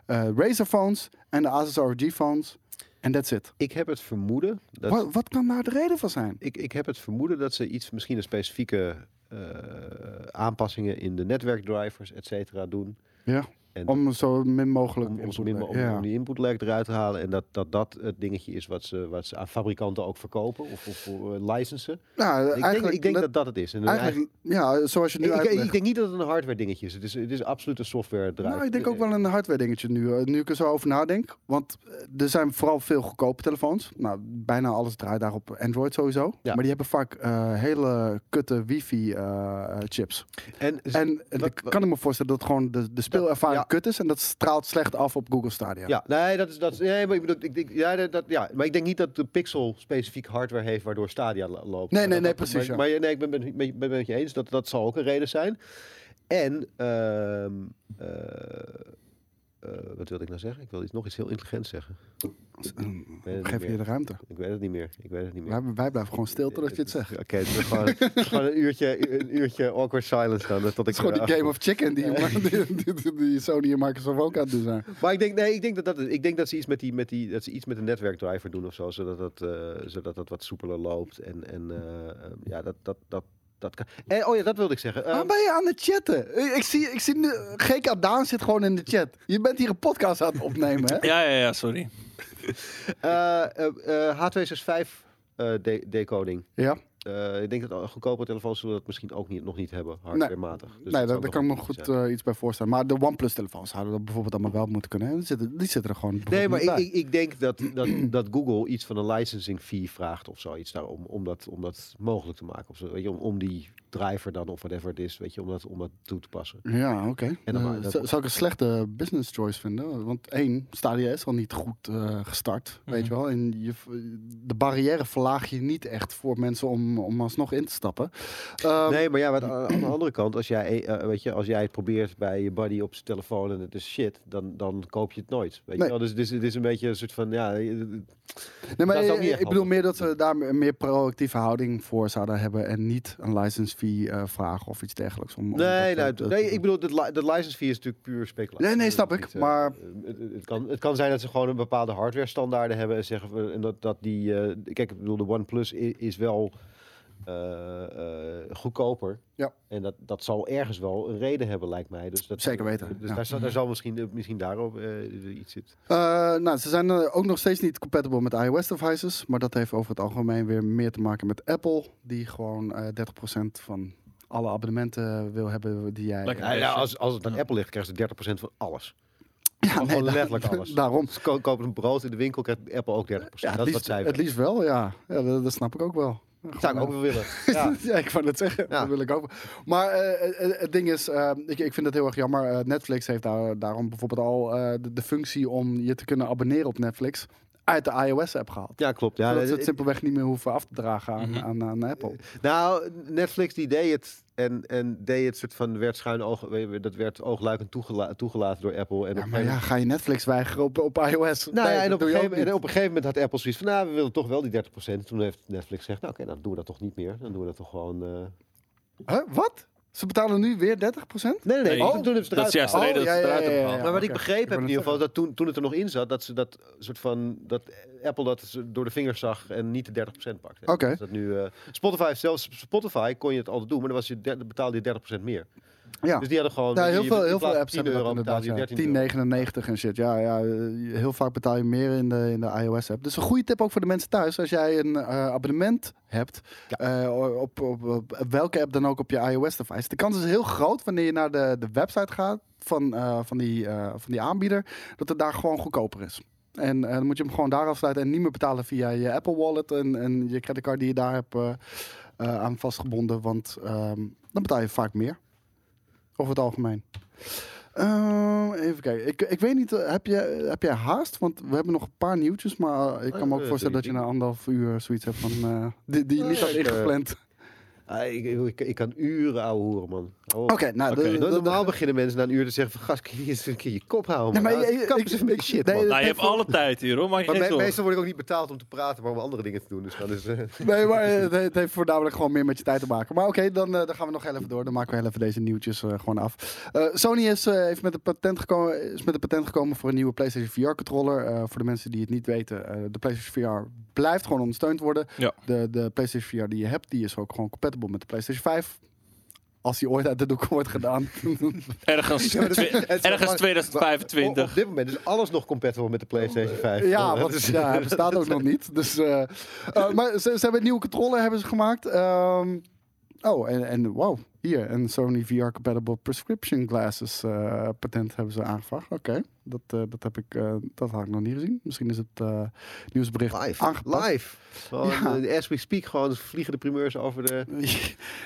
eh Razer phones en de Asus ROG phones. En that's it.
Ik heb het vermoeden dat
Wat, wat kan daar de reden van zijn?
ik, ik heb het vermoeden dat ze iets, misschien een specifieke eh, aanpassingen in de netwerkdrivers, et cetera, doen.
Ja,
En
om zo min mogelijk...
om, om, zo
input-
min mo- om,
ja.
om die input lag eruit te halen. En dat dat, dat het dingetje is wat ze, wat ze aan fabrikanten ook verkopen of, of eh, licensen.
Nou,
Ik denk,
eigenlijk-
ik denk dat dat het is. En dan
Eigenlijk, ja, zoals je het nu
eigenlijk- ik, ik,
uitlegt.
ik denk niet dat het een hardware dingetje is. Het is, het is absoluut een software drive.
Nou, ik denk ook wel een hardware dingetje nu, eh, nu ik er zo over nadenk. Want eh, er zijn vooral veel goedkope telefoons. Nou, bijna alles draait daar op Android sowieso.
Ja.
Maar die hebben vaak eh, hele kutte wifi-chips.
En,
en eh,
wat-
ik kan ik me voorstellen dat gewoon de, de speelervaring
ja.
kut is. En dat straalt slecht af op Google Stadia.
ja, nee, dat is dat. is- Nee, maar ik bedoel, ik denk, ja, dat- dat, ja, maar ik denk niet dat de Pixel specifiek hardware heeft waardoor Stadia lo- loopt.
Nee, nee,
Maar dat-
nee, precies,
Maar,
ja.
maar je- nee, ik ben ben- ben ben met je eens dat dat zal ook een reden zijn. En ehm, eh, eh, wat wilde ik nou zeggen? Ik wil iets, nog iets heel intelligents zeggen. Ik weet het niet
ehm, Geef je
meer.
de ruimte.
Ik weet het niet meer. Ik weet het niet meer.
Wij, wij blijven gewoon stil totdat je het zegt.
Oké, het is gewoon, het is gewoon een uurtje, een uurtje awkward silence dan. Tot ik
Het is gewoon die Game of Chicken <laughs> die, die, die- die Sony en Microsoft ook aan het doen zijn.
Maar ik denk, nee, ik denk dat, dat het- ik denk dat ze iets met die, met die, dat ze iets met een netwerkdriver doen of zo, zodat dat, eh, zodat dat wat soepeler loopt en, en eh, eh, ja, dat, dat, dat, dat kan. En, oh ja, dat wilde ik zeggen. Ehm,
Waarom ben je aan het chatten? Ik, ik zie, ik zie nu, GK Daan zit gewoon in de chat. Je bent hier een podcast aan het opnemen, <laughs> hè?
ja, ja, ja,
Dus
sorry.
eh, eh, eh, H265 eh, de- decoding.
Ja.
Eh, ik denk dat goedkope telefoons zullen dat misschien ook niet, nog niet hebben, hardwarematig. Dus
nee,
dat
daar,
zou
daar
toch
kan
ook
ik me
iets
goed
zijn.
eh, iets bij voorstellen. Maar de OnePlus-telefoons hadden dat bijvoorbeeld allemaal wel moeten kunnen. hè. Die zitten, die zitten er gewoon
Nee, maar
bijvoorbeeld
ik,
niet
ik, ik denk dat, dat, <clears throat> dat Google iets van een licensing fee vraagt of zoiets daarom. Om dat, om dat mogelijk te maken. Of zo, weet je, om, om die driver dan of whatever het is, weet je, om dat, om dat toe te passen.
bij. Ja, oké.
En dan maar-
Eh,
dat-
zou, zou ik een slechte business choice vinden? Want één, Stadia is al niet goed eh, gestart, weet
Mhm.
je wel. En je, de barrière verlaag je niet echt voor mensen om, om alsnog in te stappen. Ehm,
Nee, maar ja, wat, aan aan de andere kant, als jij, eh, weet je, als jij het probeert bij je buddy op zijn telefoon en het is shit, dan, dan koop je het nooit. Weet
Nee.
je wel? Dus het is, het is een beetje een soort van, ja, eh,
Nee, maar
Dat is ook
ik,
niet echt
ik bedoel meer
handig.
dat ze daar me- meer proactieve houding voor zouden hebben en niet een license fee eh, vragen of iets dergelijks. Om, om
Nee,
dat, eh,
nou,
te-
nee, ik bedoel, dat, li- dat license fee is natuurlijk puur speculatie.
Nee, nee, snap
Dat
ik,
is niet, eh,
maar-
eh, het, het kan, het kan zijn dat ze gewoon een bepaalde hardware standaarden hebben en zeggen we- en dat, dat die... eh, kijk, ik bedoel, de OnePlus i- is wel eh, eh, goedkoper.
Ja.
En dat, dat zal ergens wel een reden hebben, lijkt mij. Dus dat,
Zeker weten,
Dus
ja.
daar, zal, daar zal misschien, misschien daarop eh, iets zitten.
Eh, nou, ze zijn eh, ook nog steeds niet compatible met iOS-devices, maar dat heeft over het algemeen weer meer te maken met Apple, die gewoon eh 30% van alle abonnementen wil hebben die jij...
Lekker.
Ja, ja, als, als het aan Apple ligt, krijgen ze 30% van
<laughs>
alles.
Ja,
Gewoon
nee,
letterlijk alles.
<laughs> Daarom.
Dus ko- kopen een brood in de winkel, krijgt Apple ook 30%.
Ja,
dat
het,
is wat
liefst,
zij
het
willen.
liefst wel, ja. ja dat, dat snap ik ook wel.
Zou ik ook wel
<laughs>
willen. Ja.
Ja, ik wou net zeggen.
Ja.
Dat wil ik ook. Maar eh, eh, eh, het ding is, eh, ik, ik vind het heel erg jammer. Eh, Netflix heeft daar, daarom bijvoorbeeld al eh, de, de functie om je te kunnen abonneren op Netflix uit de iOS-app gehaald.
ja, klopt. Ja,
Zodat ze het
eh,
simpelweg niet meer hoeven af te dragen aan,
Mhm.
aan, aan Apple.
Nou, Netflix die deed het. En, en deed het soort van werd schuin oog, dat werd oogluikend toegela- toegelaten door Apple. En
Ja,
op
maar
een
ja,
gegeven
ga je Netflix weigeren op, op iOS?
moment- nou,
Nee,
ja, en,
dat
op een
doe je
gegeven,
ook
en op een gegeven moment had Apple zoiets van, nou, we willen toch wel die 30%. Toen heeft Netflix gezegd, nou oké, dan doen we dat toch niet meer. Dan doen we dat toch gewoon... eh,
niet. Huh, wat? Ze betalen nu weer 30%?
Nee, nee, nee.
Nee,
toen- toen hebben ze
dat is juist
eruit
de
Oh,
reden
ja,
dat ze het
ja,
eruit
ja,
hebben
ja,
gehaald.
maar wat
oké.
ik begrepen heb
wou
in
net
ieder geval, dat toen, toen het er nog in zat, dat ze dat soort van, dat Apple dat ze door de vingers zag en niet de 30% pakte.
Oké.
Dus Dat nu, eh, Spotify, zelfs Spotify kon je het altijd doen, maar dan, was je, der- dan betaalde je 30% meer.
Ja.
Dus die hadden gewoon...
Nou,
die-
heel
in
veel, heel
plaats
veel
van
apps
10
hebben dat
euro
inderdaad.
betaalde je
Ja.
13 euro.
10,99 en shit. Ja, ja, eh, heel vaak betaal je meer in de, in de iOS-app. Dus een goede tip ook voor de mensen thuis. Als jij een eh, abonnement hebt, eh, op, op, op welke app dan ook op je iOS-device. De kans is heel groot wanneer je naar de, de website gaat van, eh, van, die, eh, van die aanbieder, dat het daar gewoon goedkoper is. En eh, dan moet je hem gewoon daar afsluiten en niet meer betalen via je Apple Wallet en, en je creditcard die je daar hebt eh, eh, aan vastgebonden. Want ehm, dan betaal je vaak meer. Over het algemeen. Ehm, even kijken. Ik, ik weet niet, eh, heb jij, heb jij haast? Want we hebben nog een paar nieuwtjes, maar eh, ik kan me
Eh,
ook voorstellen dat je
drie
na anderhalf uur zoiets hebt van, eh, die, die je niet had
ik, eh,
ingepland.
Ah, ik, ik, ik kan uren ouwe hoeren, man. Oh.
Oké, nou, de-
Oké.
de-
No-
de-
Normaal beginnen mensen na een uur te zeggen van... Gast, kun je eens een keer je kop houden,
Nee,
man.
maar
Nou,
ik-
kap
ik-
eens even met
ik-
je shit,
nee,
man.
Nou, je hebt
Even-
alle tijd hier hoor, maak je
Maar
geen
me-
zorgen.
meestal word ik ook niet betaald om te praten, maar om andere dingen te doen. Dus dan is, eh,
nee, maar eh, het, het heeft voornamelijk gewoon meer met je tijd te maken. Maar oké, dan, eh, dan gaan we nog heel even door. Dan maken we heel even deze nieuwtjes eh, gewoon af. Eh, Sony is, eh, heeft met een patent gekomen, is met een patent gekomen voor een nieuwe PlayStation VR controller. Eh, voor de mensen die het niet weten, eh, de PlayStation VR blijft gewoon ondersteund worden.
Ja.
De, de PlayStation VR die je hebt, die is ook gewoon compatible met de PlayStation 5. Als die ooit uit de doek wordt gedaan. <laughs>
Ergens,
maar dat-
twi-
het is
ergens
maar-
Oh,
2025.
Op dit moment is alles nog compatible met de PlayStation 5.
Ja,
Dat <laughs>
want
is-
ja, hij bestaat ook nog niet. Dus, eh, eh, maar ze, ze hebben een nieuwe controller hebben ze gemaakt. Ehm, oh, en, en wauw. Hier, een Sony VR Compatible Prescription Glasses eh, patent hebben ze aangevraagd. Oké, dat, eh, dat, heb ik, eh, dat had ik nog niet gezien. Misschien is het eh, nieuwsbericht
Live.
aangepast.
Live. Gewoon,
Ja.
eh, As we speak, gewoon vliegen de primeurs over de...
ja,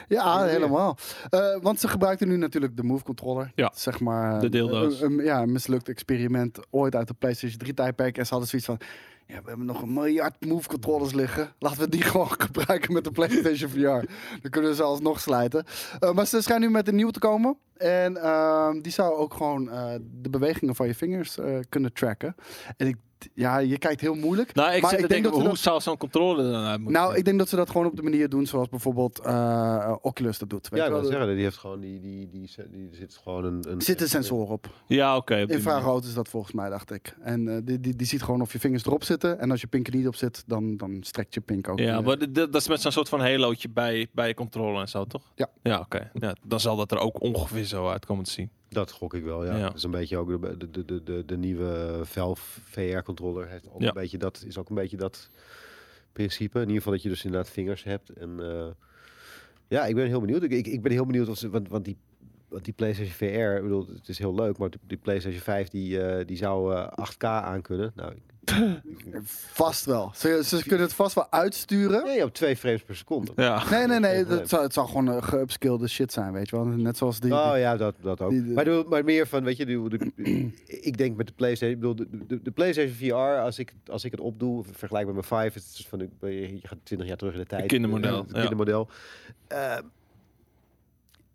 Ja.
helemaal. Eh, want ze gebruikten nu natuurlijk de Move Controller.
Ja.
Zeg maar
De dildo's.
Een, een- ja, een mislukt experiment ooit uit de PlayStation 3 tijdperk. En ze hadden zoiets van... Ja, we hebben nog een miljard Move Controllers liggen. Laten we die <laughs> gewoon gebruiken met de PlayStation VR. Dan kunnen we ze alsnog slijten. Eh, maar ze schijnen nu met een nieuwe te komen. En ehm, die zou ook gewoon eh, de bewegingen van je vingers eh, kunnen tracken. En ik... Ja, je kijkt heel moeilijk.
Nou, ik
maar
zit te
ik denk
denken,
dat we
hoe
dat
zou zo'n controle er dan uit moeten
nou,
zien?
ik denk dat ze dat gewoon op de manier doen zoals bijvoorbeeld eh, Oculus dat doet. Weet je
Ja, ik
wel?
wil zeggen, die heeft gewoon die... die, die, die, er zit gewoon een... een
Er zit een sensor op.
Ja, oké. op die manier.
Infrarood is dat volgens mij, dacht ik. En eh, die, die, die ziet gewoon of je vingers erop zitten. En als je pink er niet op zit, dan, dan strekt je pink ook.
Ja,
eh,
maar dit- dit- dat is met zo'n soort van halootje bij, bij je controle en zo, toch?
Ja.
Ja, oké. Ja, dan zal dat er ook ongeveer zo uit komen te zien.
Dat gok ik wel, ja.
Ja.
Dat is een beetje ook de, de- de, de, de, de nieuwe Valve VR-controller. Heeft ook
Ja.
een beetje dat, is ook een beetje dat principe. In ieder geval dat je dus inderdaad vingers hebt. En eh, ja, ik ben heel benieuwd. Ik, ik, ik ben heel benieuwd of ze, want, want die. Want die PlayStation VR, ik bedoel, het is heel leuk, maar die, die PlayStation 5 die, eh, die zou eh, 8K aankunnen. Nou,
Vast wel. Ze, ze kunnen het vast wel uitsturen.
nee, op twee frames per seconde.
Ja.
Nee, nee, nee.
Geen
Het zou, het zou gewoon eh, geupskillde shit zijn, weet je wel. Net zoals
Ah,
die...
Oh
die-
ja, dat, dat ook.
die- die-
maar, doe- maar meer van, weet je, de, de- ik denk met de PlayStation, ik bedoel, de, de, de PlayStation VR, als ik, als ik het opdoe, vergelijk met mijn 5, het is van, ik ben- je gaat 20 jaar terug in de tijd.
kindermodel,
Het
ja.
kindermodel. Eh,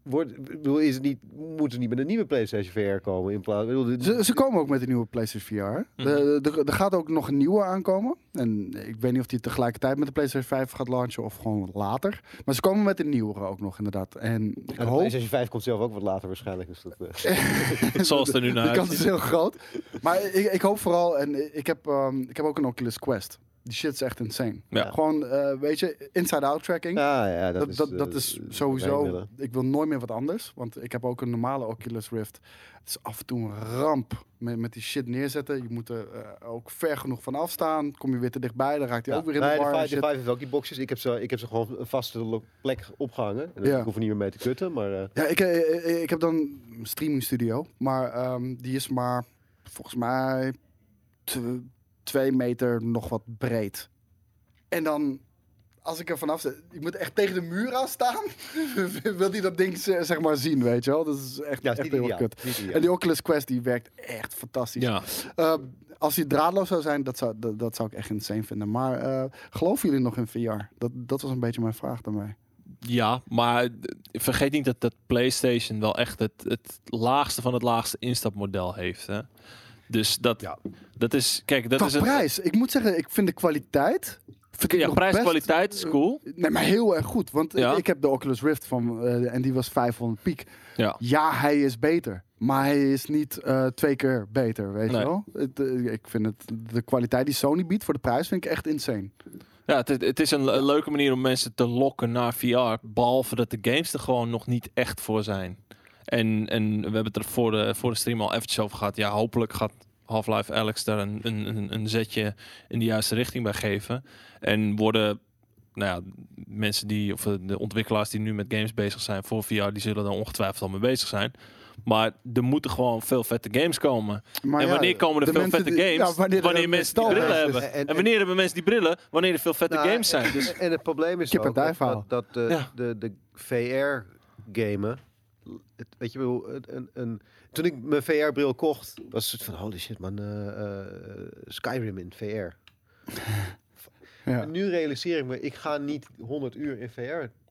wordt, ik bedoel, is het niet, moeten we niet met een nieuwe PlayStation VR komen in plaats? ik Bedoel, dit-
Ze, ze komen ook met een nieuwe PlayStation VR.
Mhm.
De- de- de- Er gaat ook nog een nieuwe aankomen. En ik weet niet of die tegelijkertijd met de PlayStation 5 gaat launchen of gewoon later. Maar ze komen met een nieuwere ook nog, inderdaad. En ik
en de
hoop...
PlayStation 5 komt zelf ook wat later waarschijnlijk. Dus dat,
<laughs>
eh,
<laughs> Zoals het er nu naar
De kans is
uitziet.
heel groot. Maar ik, ik hoop vooral, en ik heb, ehm, ik heb ook een Oculus Quest. Die shit is echt insane.
Ja.
Gewoon, eh, weet je, inside-out tracking.
ah, ja, dat,
dat,
is,
dat,
eh,
dat is
wat wij
sowieso.
willen.
Ik wil nooit meer wat anders. Want ik heb ook een normale Oculus Rift. Het is af en toe een ramp met, met die shit neerzetten. Je moet er eh, ook ver genoeg van afstaan. Kom je weer te dichtbij, dan raakt hij
Ja.
ook weer in de
Nee,
war.
de
en
5
shit.
heeft ook die boxjes. Ik heb ze, ik heb ze gewoon een vaste lo- plek opgehangen. En
Ja.
Ik hoef er niet meer mee te kutten, maar... eh,
Ja, ik, eh, eh, ik heb dan een streaming studio, maar ehm, die is maar volgens mij tw- twee meter nog wat breed. En dan, als ik er vanaf zit, ik moet echt tegen de muur aan staan. <laughs> Wil die dat ding ze- zeg maar zien, weet je wel? Dat is echt,
Ja, is
echt
niet
heel
ideaal.
kut.
Niet ideaal.
En die Oculus Quest die werkt echt fantastisch.
Ja.
Ehm, als die draadloos zou zijn, dat zou, dat, dat zou ik echt insane vinden. Maar eh, geloven jullie nog in VR? Dat, dat was een beetje mijn vraag daarmee.
ja, maar d- vergeet niet dat, dat PlayStation wel echt het, het laagste van het laagste instapmodel heeft. Hè? Dus dat,
Ja.
dat is, kijk, dat
Dat
is een.
prijs. Ik moet zeggen, ik vind de kwaliteit. Vind ik
Ja,
nog
prijs,
best-
kwaliteit is cool.
Nee, maar heel erg goed. Want
Ja.
ik heb de Oculus Rift van eh, en die was 500 piek.
Ja.
Ja, hij is beter. Maar hij is niet eh, twee keer beter, weet
Nee.
je wel? Het, eh, ik vind het, de kwaliteit die Sony biedt voor de prijs vind ik echt insane.
Ja, het, het is een, le- leuke manier om mensen te lokken naar VR. Behalve dat de games er gewoon nog niet echt voor zijn. En, en we hebben het er voor de, voor de stream al eventjes over gehad. Ja, hopelijk gaat Half-Life Alex daar een, een, een, een zetje in de juiste richting bij geven. En worden nou ja, mensen die, of eh, de ontwikkelaars die nu met games bezig zijn voor VR, die zullen daar ongetwijfeld al mee bezig zijn. Maar er moeten gewoon veel vette games komen.
Maar
en
ja,
wanneer komen
de
er veel
mensen
vette
die- ja,
games?
wanneer
wanneer
er een
mensen die
kristal
brillen
is,
hebben.
dus- en-
en,
en-
wanneer hebben mensen die brillen? Wanneer er veel vette
Nou,
games zijn.
en-
Dus
En het probleem is
Kip en
ook dat,
duifverhaal.
dat, dat de,
Ja.
de, de VR-gamen... Het, weet je wel, het- een, een, toen ik mijn VR-bril kocht, was het van... Holy shit, man. eh, eh, Skyrim in VR.
Ja.
En nu realiseer ik me, ik ga niet 100 uur in VR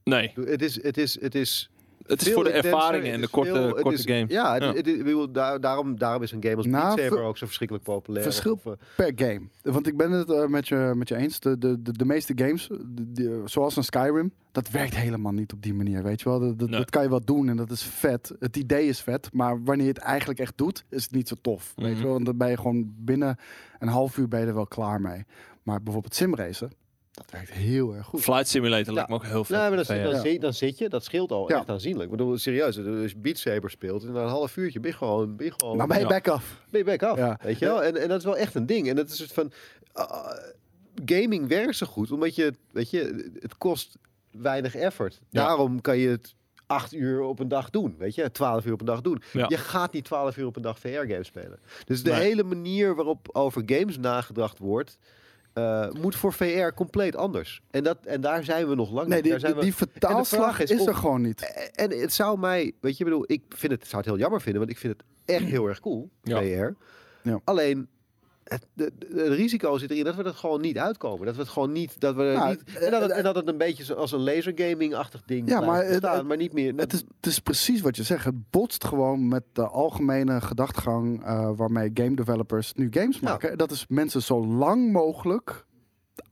nee,
doen. Het is... Het is, het is
het is
veel
voor de
intenser,
ervaringen
het
en de
is
korte,
veel- het
korte
is-
game.
Ja, het-
Ja.
het is- ik bedoel, daar- daarom, daarom is een game als
Nou,
Beat Saber
ver-
ook zo verschrikkelijk populair.
verschil-
Of, eh,
per game. Want ik ben het eh, met, je, met je eens. De, de, de, de meeste games, de- de- zoals een Skyrim, dat werkt helemaal niet op die manier. Weet je wel, dat, dat,
Nee.
dat kan je wel doen en dat is vet. Het idee is vet, maar wanneer je het eigenlijk echt doet, is het niet zo tof. Weet
Mhm.
je wel, want dan ben je gewoon binnen een half uur ben je er wel klaar mee. Maar bijvoorbeeld simracen, dat werkt heel erg goed.
Flight Simulator lijkt me ook heel vet.
Nou, maar dan,
Ja.
dan, zit, dan zit je, dat scheelt al
Ja.
echt aanzienlijk. Ik bedoel, serieus, als je Beat Saber speelt, en na een half uurtje ben je gewoon, ben je gewoon
Nou, Maar ben je
Ja.
back af?
ben je back af,
Ja.
weet je wel? En, en dat is wel echt een ding. En dat is het van, ah, gaming werkt zo goed, omdat je, weet je, het kost weinig effort.
Ja.
Daarom kan je het acht uur op een dag doen, weet je, twaalf uur op een dag doen.
Ja.
Je gaat niet twaalf uur op een dag VR-games spelen. Dus de
Nee.
hele manier waarop over games nagedacht wordt, eh, moet voor VR compleet anders. En, dat, en daar zijn we nog lang
Nee,
niet.
die,
Daar zijn
die,
we-
die vertaalslag
vraag
is,
is
er
of-
gewoon niet.
en- Eh, En het zou mij, weet je, ik bedoel, ik vind het, zou het heel jammer vinden, want ik vind het echt heel erg cool,
Ja.
VR.
Ja.
Alleen, het, de, de- het risico zit erin dat we er gewoon niet uitkomen. Dat we het gewoon niet, dat we er
Nou,
niet, en, dat het, en dat het een beetje zo- als een lasergaming-achtig ding
Ja,
blijft
maar het-
bestaan,
het-
maar niet meer.
Het is, het is precies wat je zegt. Het botst gewoon met de algemene gedachtegang eh, waarmee game developers nu games
Ja.
maken. Dat is mensen zo lang mogelijk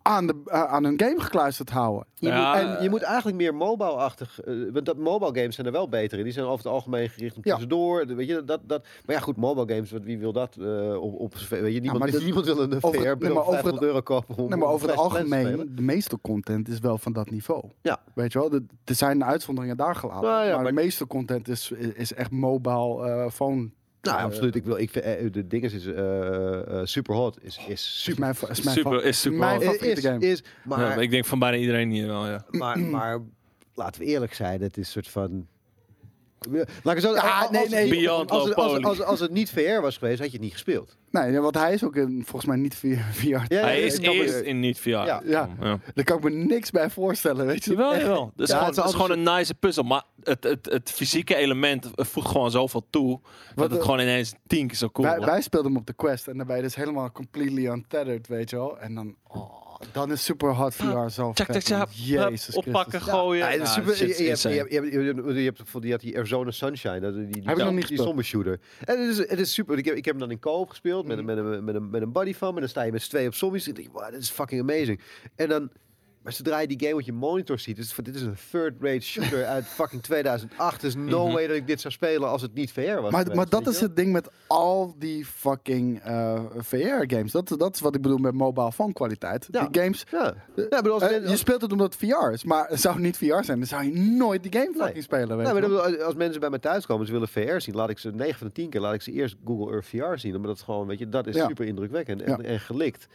aan, de, eh, aan hun game gekluisterd houden.
je,
Ja,
moet, en je moet eigenlijk meer mobile-achtig, eh, want dat mobile games zijn er wel beter in. Die zijn over het algemeen gericht op
Ja.
tussendoor, weet je, dat, dat. Maar ja, goed, mobile games, wat, wie wil dat eh, op, op, weet je, niemand,
maar dit-
niemand wil een
over het- nee,
VR-bril
maar over het-
500 euro kopen om
Nee, maar
om
over het
Clash of Clans te spelen.
algemeen, de meeste content is wel van dat niveau.
Ja.
Weet je wel, de- er zijn uitzonderingen daar gelaten.
Nou ja,
maar,
maar-
de meeste content is, is echt mobile eh, phone
Nou, absoluut. Ik wil, ik vind, eh, de ding is, is eh, eh, super hot. Is, is
Is
super.
mijn, fa- is mijn
Super-
fa-
is super
mijn
hot.
favoriete
is,
game.
is, maar,
Ja, maar ik denk van bijna iedereen hier wel, ja.
<clears throat> maar, maar laten we eerlijk zijn, het is soort van. Laat ik het
Ja,
zo als-
Ah, nee,
als-
nee.
Beyond
Als, het- als,
Lopolie.
als, als het niet VR was geweest, had je het niet gespeeld.
Nee, ja, want hij is ook een, volgens mij niet via <laughs> VR.
Ja,
Hij
ja,
is
ik kan me-
eerst in niet VR. Ja.
Ja,
Ja.
daar kan ik me niks bij voorstellen, weet je. <laughs>
Jawel, jawel. Het is,
Ja,
gewoon,
het
het
is
is gewoon een nice puzzel. Maar het, het, het fysieke element voegt gewoon zoveel toe. dat het
eh,
gewoon ineens tien keer zo cool
Wij,
wordt.
wij speelden hem op de Quest en daarbij dus helemaal completely untethered, weet je wel. En dan, oh, dan is super hard VR zo
Tjak, tjak,
vet, man.
tjak.
Jezus
Oppakken,
Christus.
gooien.
Ja, het
Ja,
is
nou,
super-
shit,
je-
is
je hebt-
insane.
je hebt- je hebt- je hebt- je hebt van die had die Arizona Sunshine, dat- die, die,
nog
die-
niet
die
gespeeld.
zombie-shooter. En het is, het is super. Ik heb, ik heb hem dan in co-op gespeeld
Mm.
met, een- met, een, met, een, met een buddy van me. En dan sta je met z'n tweeën op zombies. En dan denk je, wow, dit is fucking amazing. En dan, maar zodra je die game op je monitor ziet, is het van, dit is een third-rate
<laughs>
shooter uit fucking 2008. Er is no way dat ik dit zou spelen als het niet VR was.
Mhm. Maar,
geweest,
maar dat
weet
is
je
het ding met al die fucking eh, VR-games. Dat, dat is wat ik bedoel met mobile phone kwaliteit.
Ja.
Die games...
wel? Ja. Ja, ik bedoel, als,
eh,
men-
je
als-
speelt het omdat het VR is, maar het zou niet VR zijn. Dan zou je nooit die game fucking
Nee.
spelen, weet je
Nou, maar
wel.
ik bedoel, als- als mensen bij mij thuis komen en ze willen VR zien, laat ik ze 9 van de 10 keer laat ik ze eerst Google Earth VR zien. Omdat dat gewoon, weet je, dat is
Ja.
super indrukwekkend en,
Ja.
en gelikt.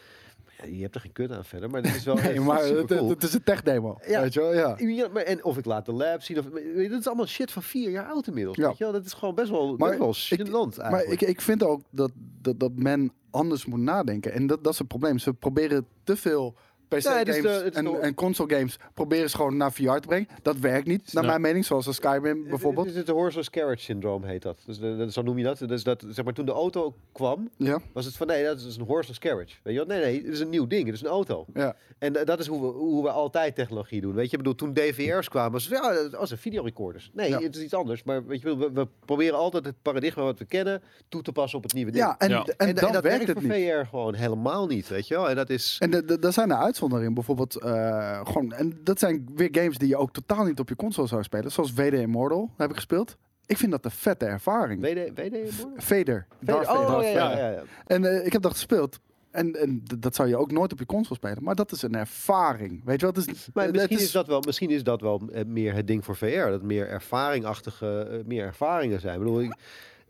Ja, je hebt er geen kut aan verder, maar dat is
<laughs>
wel
Nee,
<laughs>
maar het,
super cool.
het is een tech-demo,
Ja.
weet je wel. Ja.
maar, en of ik laat de lab zien. Of, weet je, dat is allemaal shit van vier jaar oud inmiddels.
Ja.
Weet je wel? Dat is gewoon best wel,
Maar
best wel
ik-
gênant
Maar
eigenlijk.
ik, ik vind ook dat, dat, dat men anders moet nadenken. En dat, dat is het probleem. Ze proberen te veel
Ja, het is
PC-games
de- het is
en,
de-
en console-games... proberen ze gewoon naar VR te brengen. Dat werkt niet, naar
Ja.
mijn mening. Zoals een Skyrim bijvoorbeeld.
Het, het, het horseless carriage syndroom heet dat. Dus de- de- zo noem je dat. Dus dat zeg maar, toen de auto kwam,
Ja,
was het van nee, dat is een horseless carriage. Weet je wel? Nee, nee, het is een nieuw ding. Het is een auto.
ja.
En da- dat is hoe we, hoe we altijd technologie doen. Weet je, ik bedoel, toen DVR's kwamen, was het, ja, dat was een videorecorders. Nee,
Ja.
het is iets anders. Maar weet je, we, we proberen altijd het paradigma wat we kennen toe te passen op het nieuwe ding.
ja, en,
Ja.
en,
en, en
dan
dat
werkt het
voor
niet.
VR gewoon helemaal niet, weet je wel. En dat is...
En de- de- daar zijn er uitzonderingen. Bijvoorbeeld, eh, gewoon, en dat zijn weer games die je ook totaal niet op je console zou spelen. Zoals WD Immortal heb ik gespeeld. Ik vind dat een vette ervaring.
WD, WD, hoor?
Vader. Darth
Vader-
Vader.
Oh, ja, ja, ja, ja.
En eh, ik heb dat gespeeld. En, en d- dat zou je ook nooit op je console spelen. Maar dat is een ervaring. Weet je wel? Het is,
Maar
Eh, het
misschien is, dat wel, misschien is dat wel eh, meer het ding voor VR. Dat meer ervaringachtige, eh, meer ervaringen zijn. Ik bedoel, ik,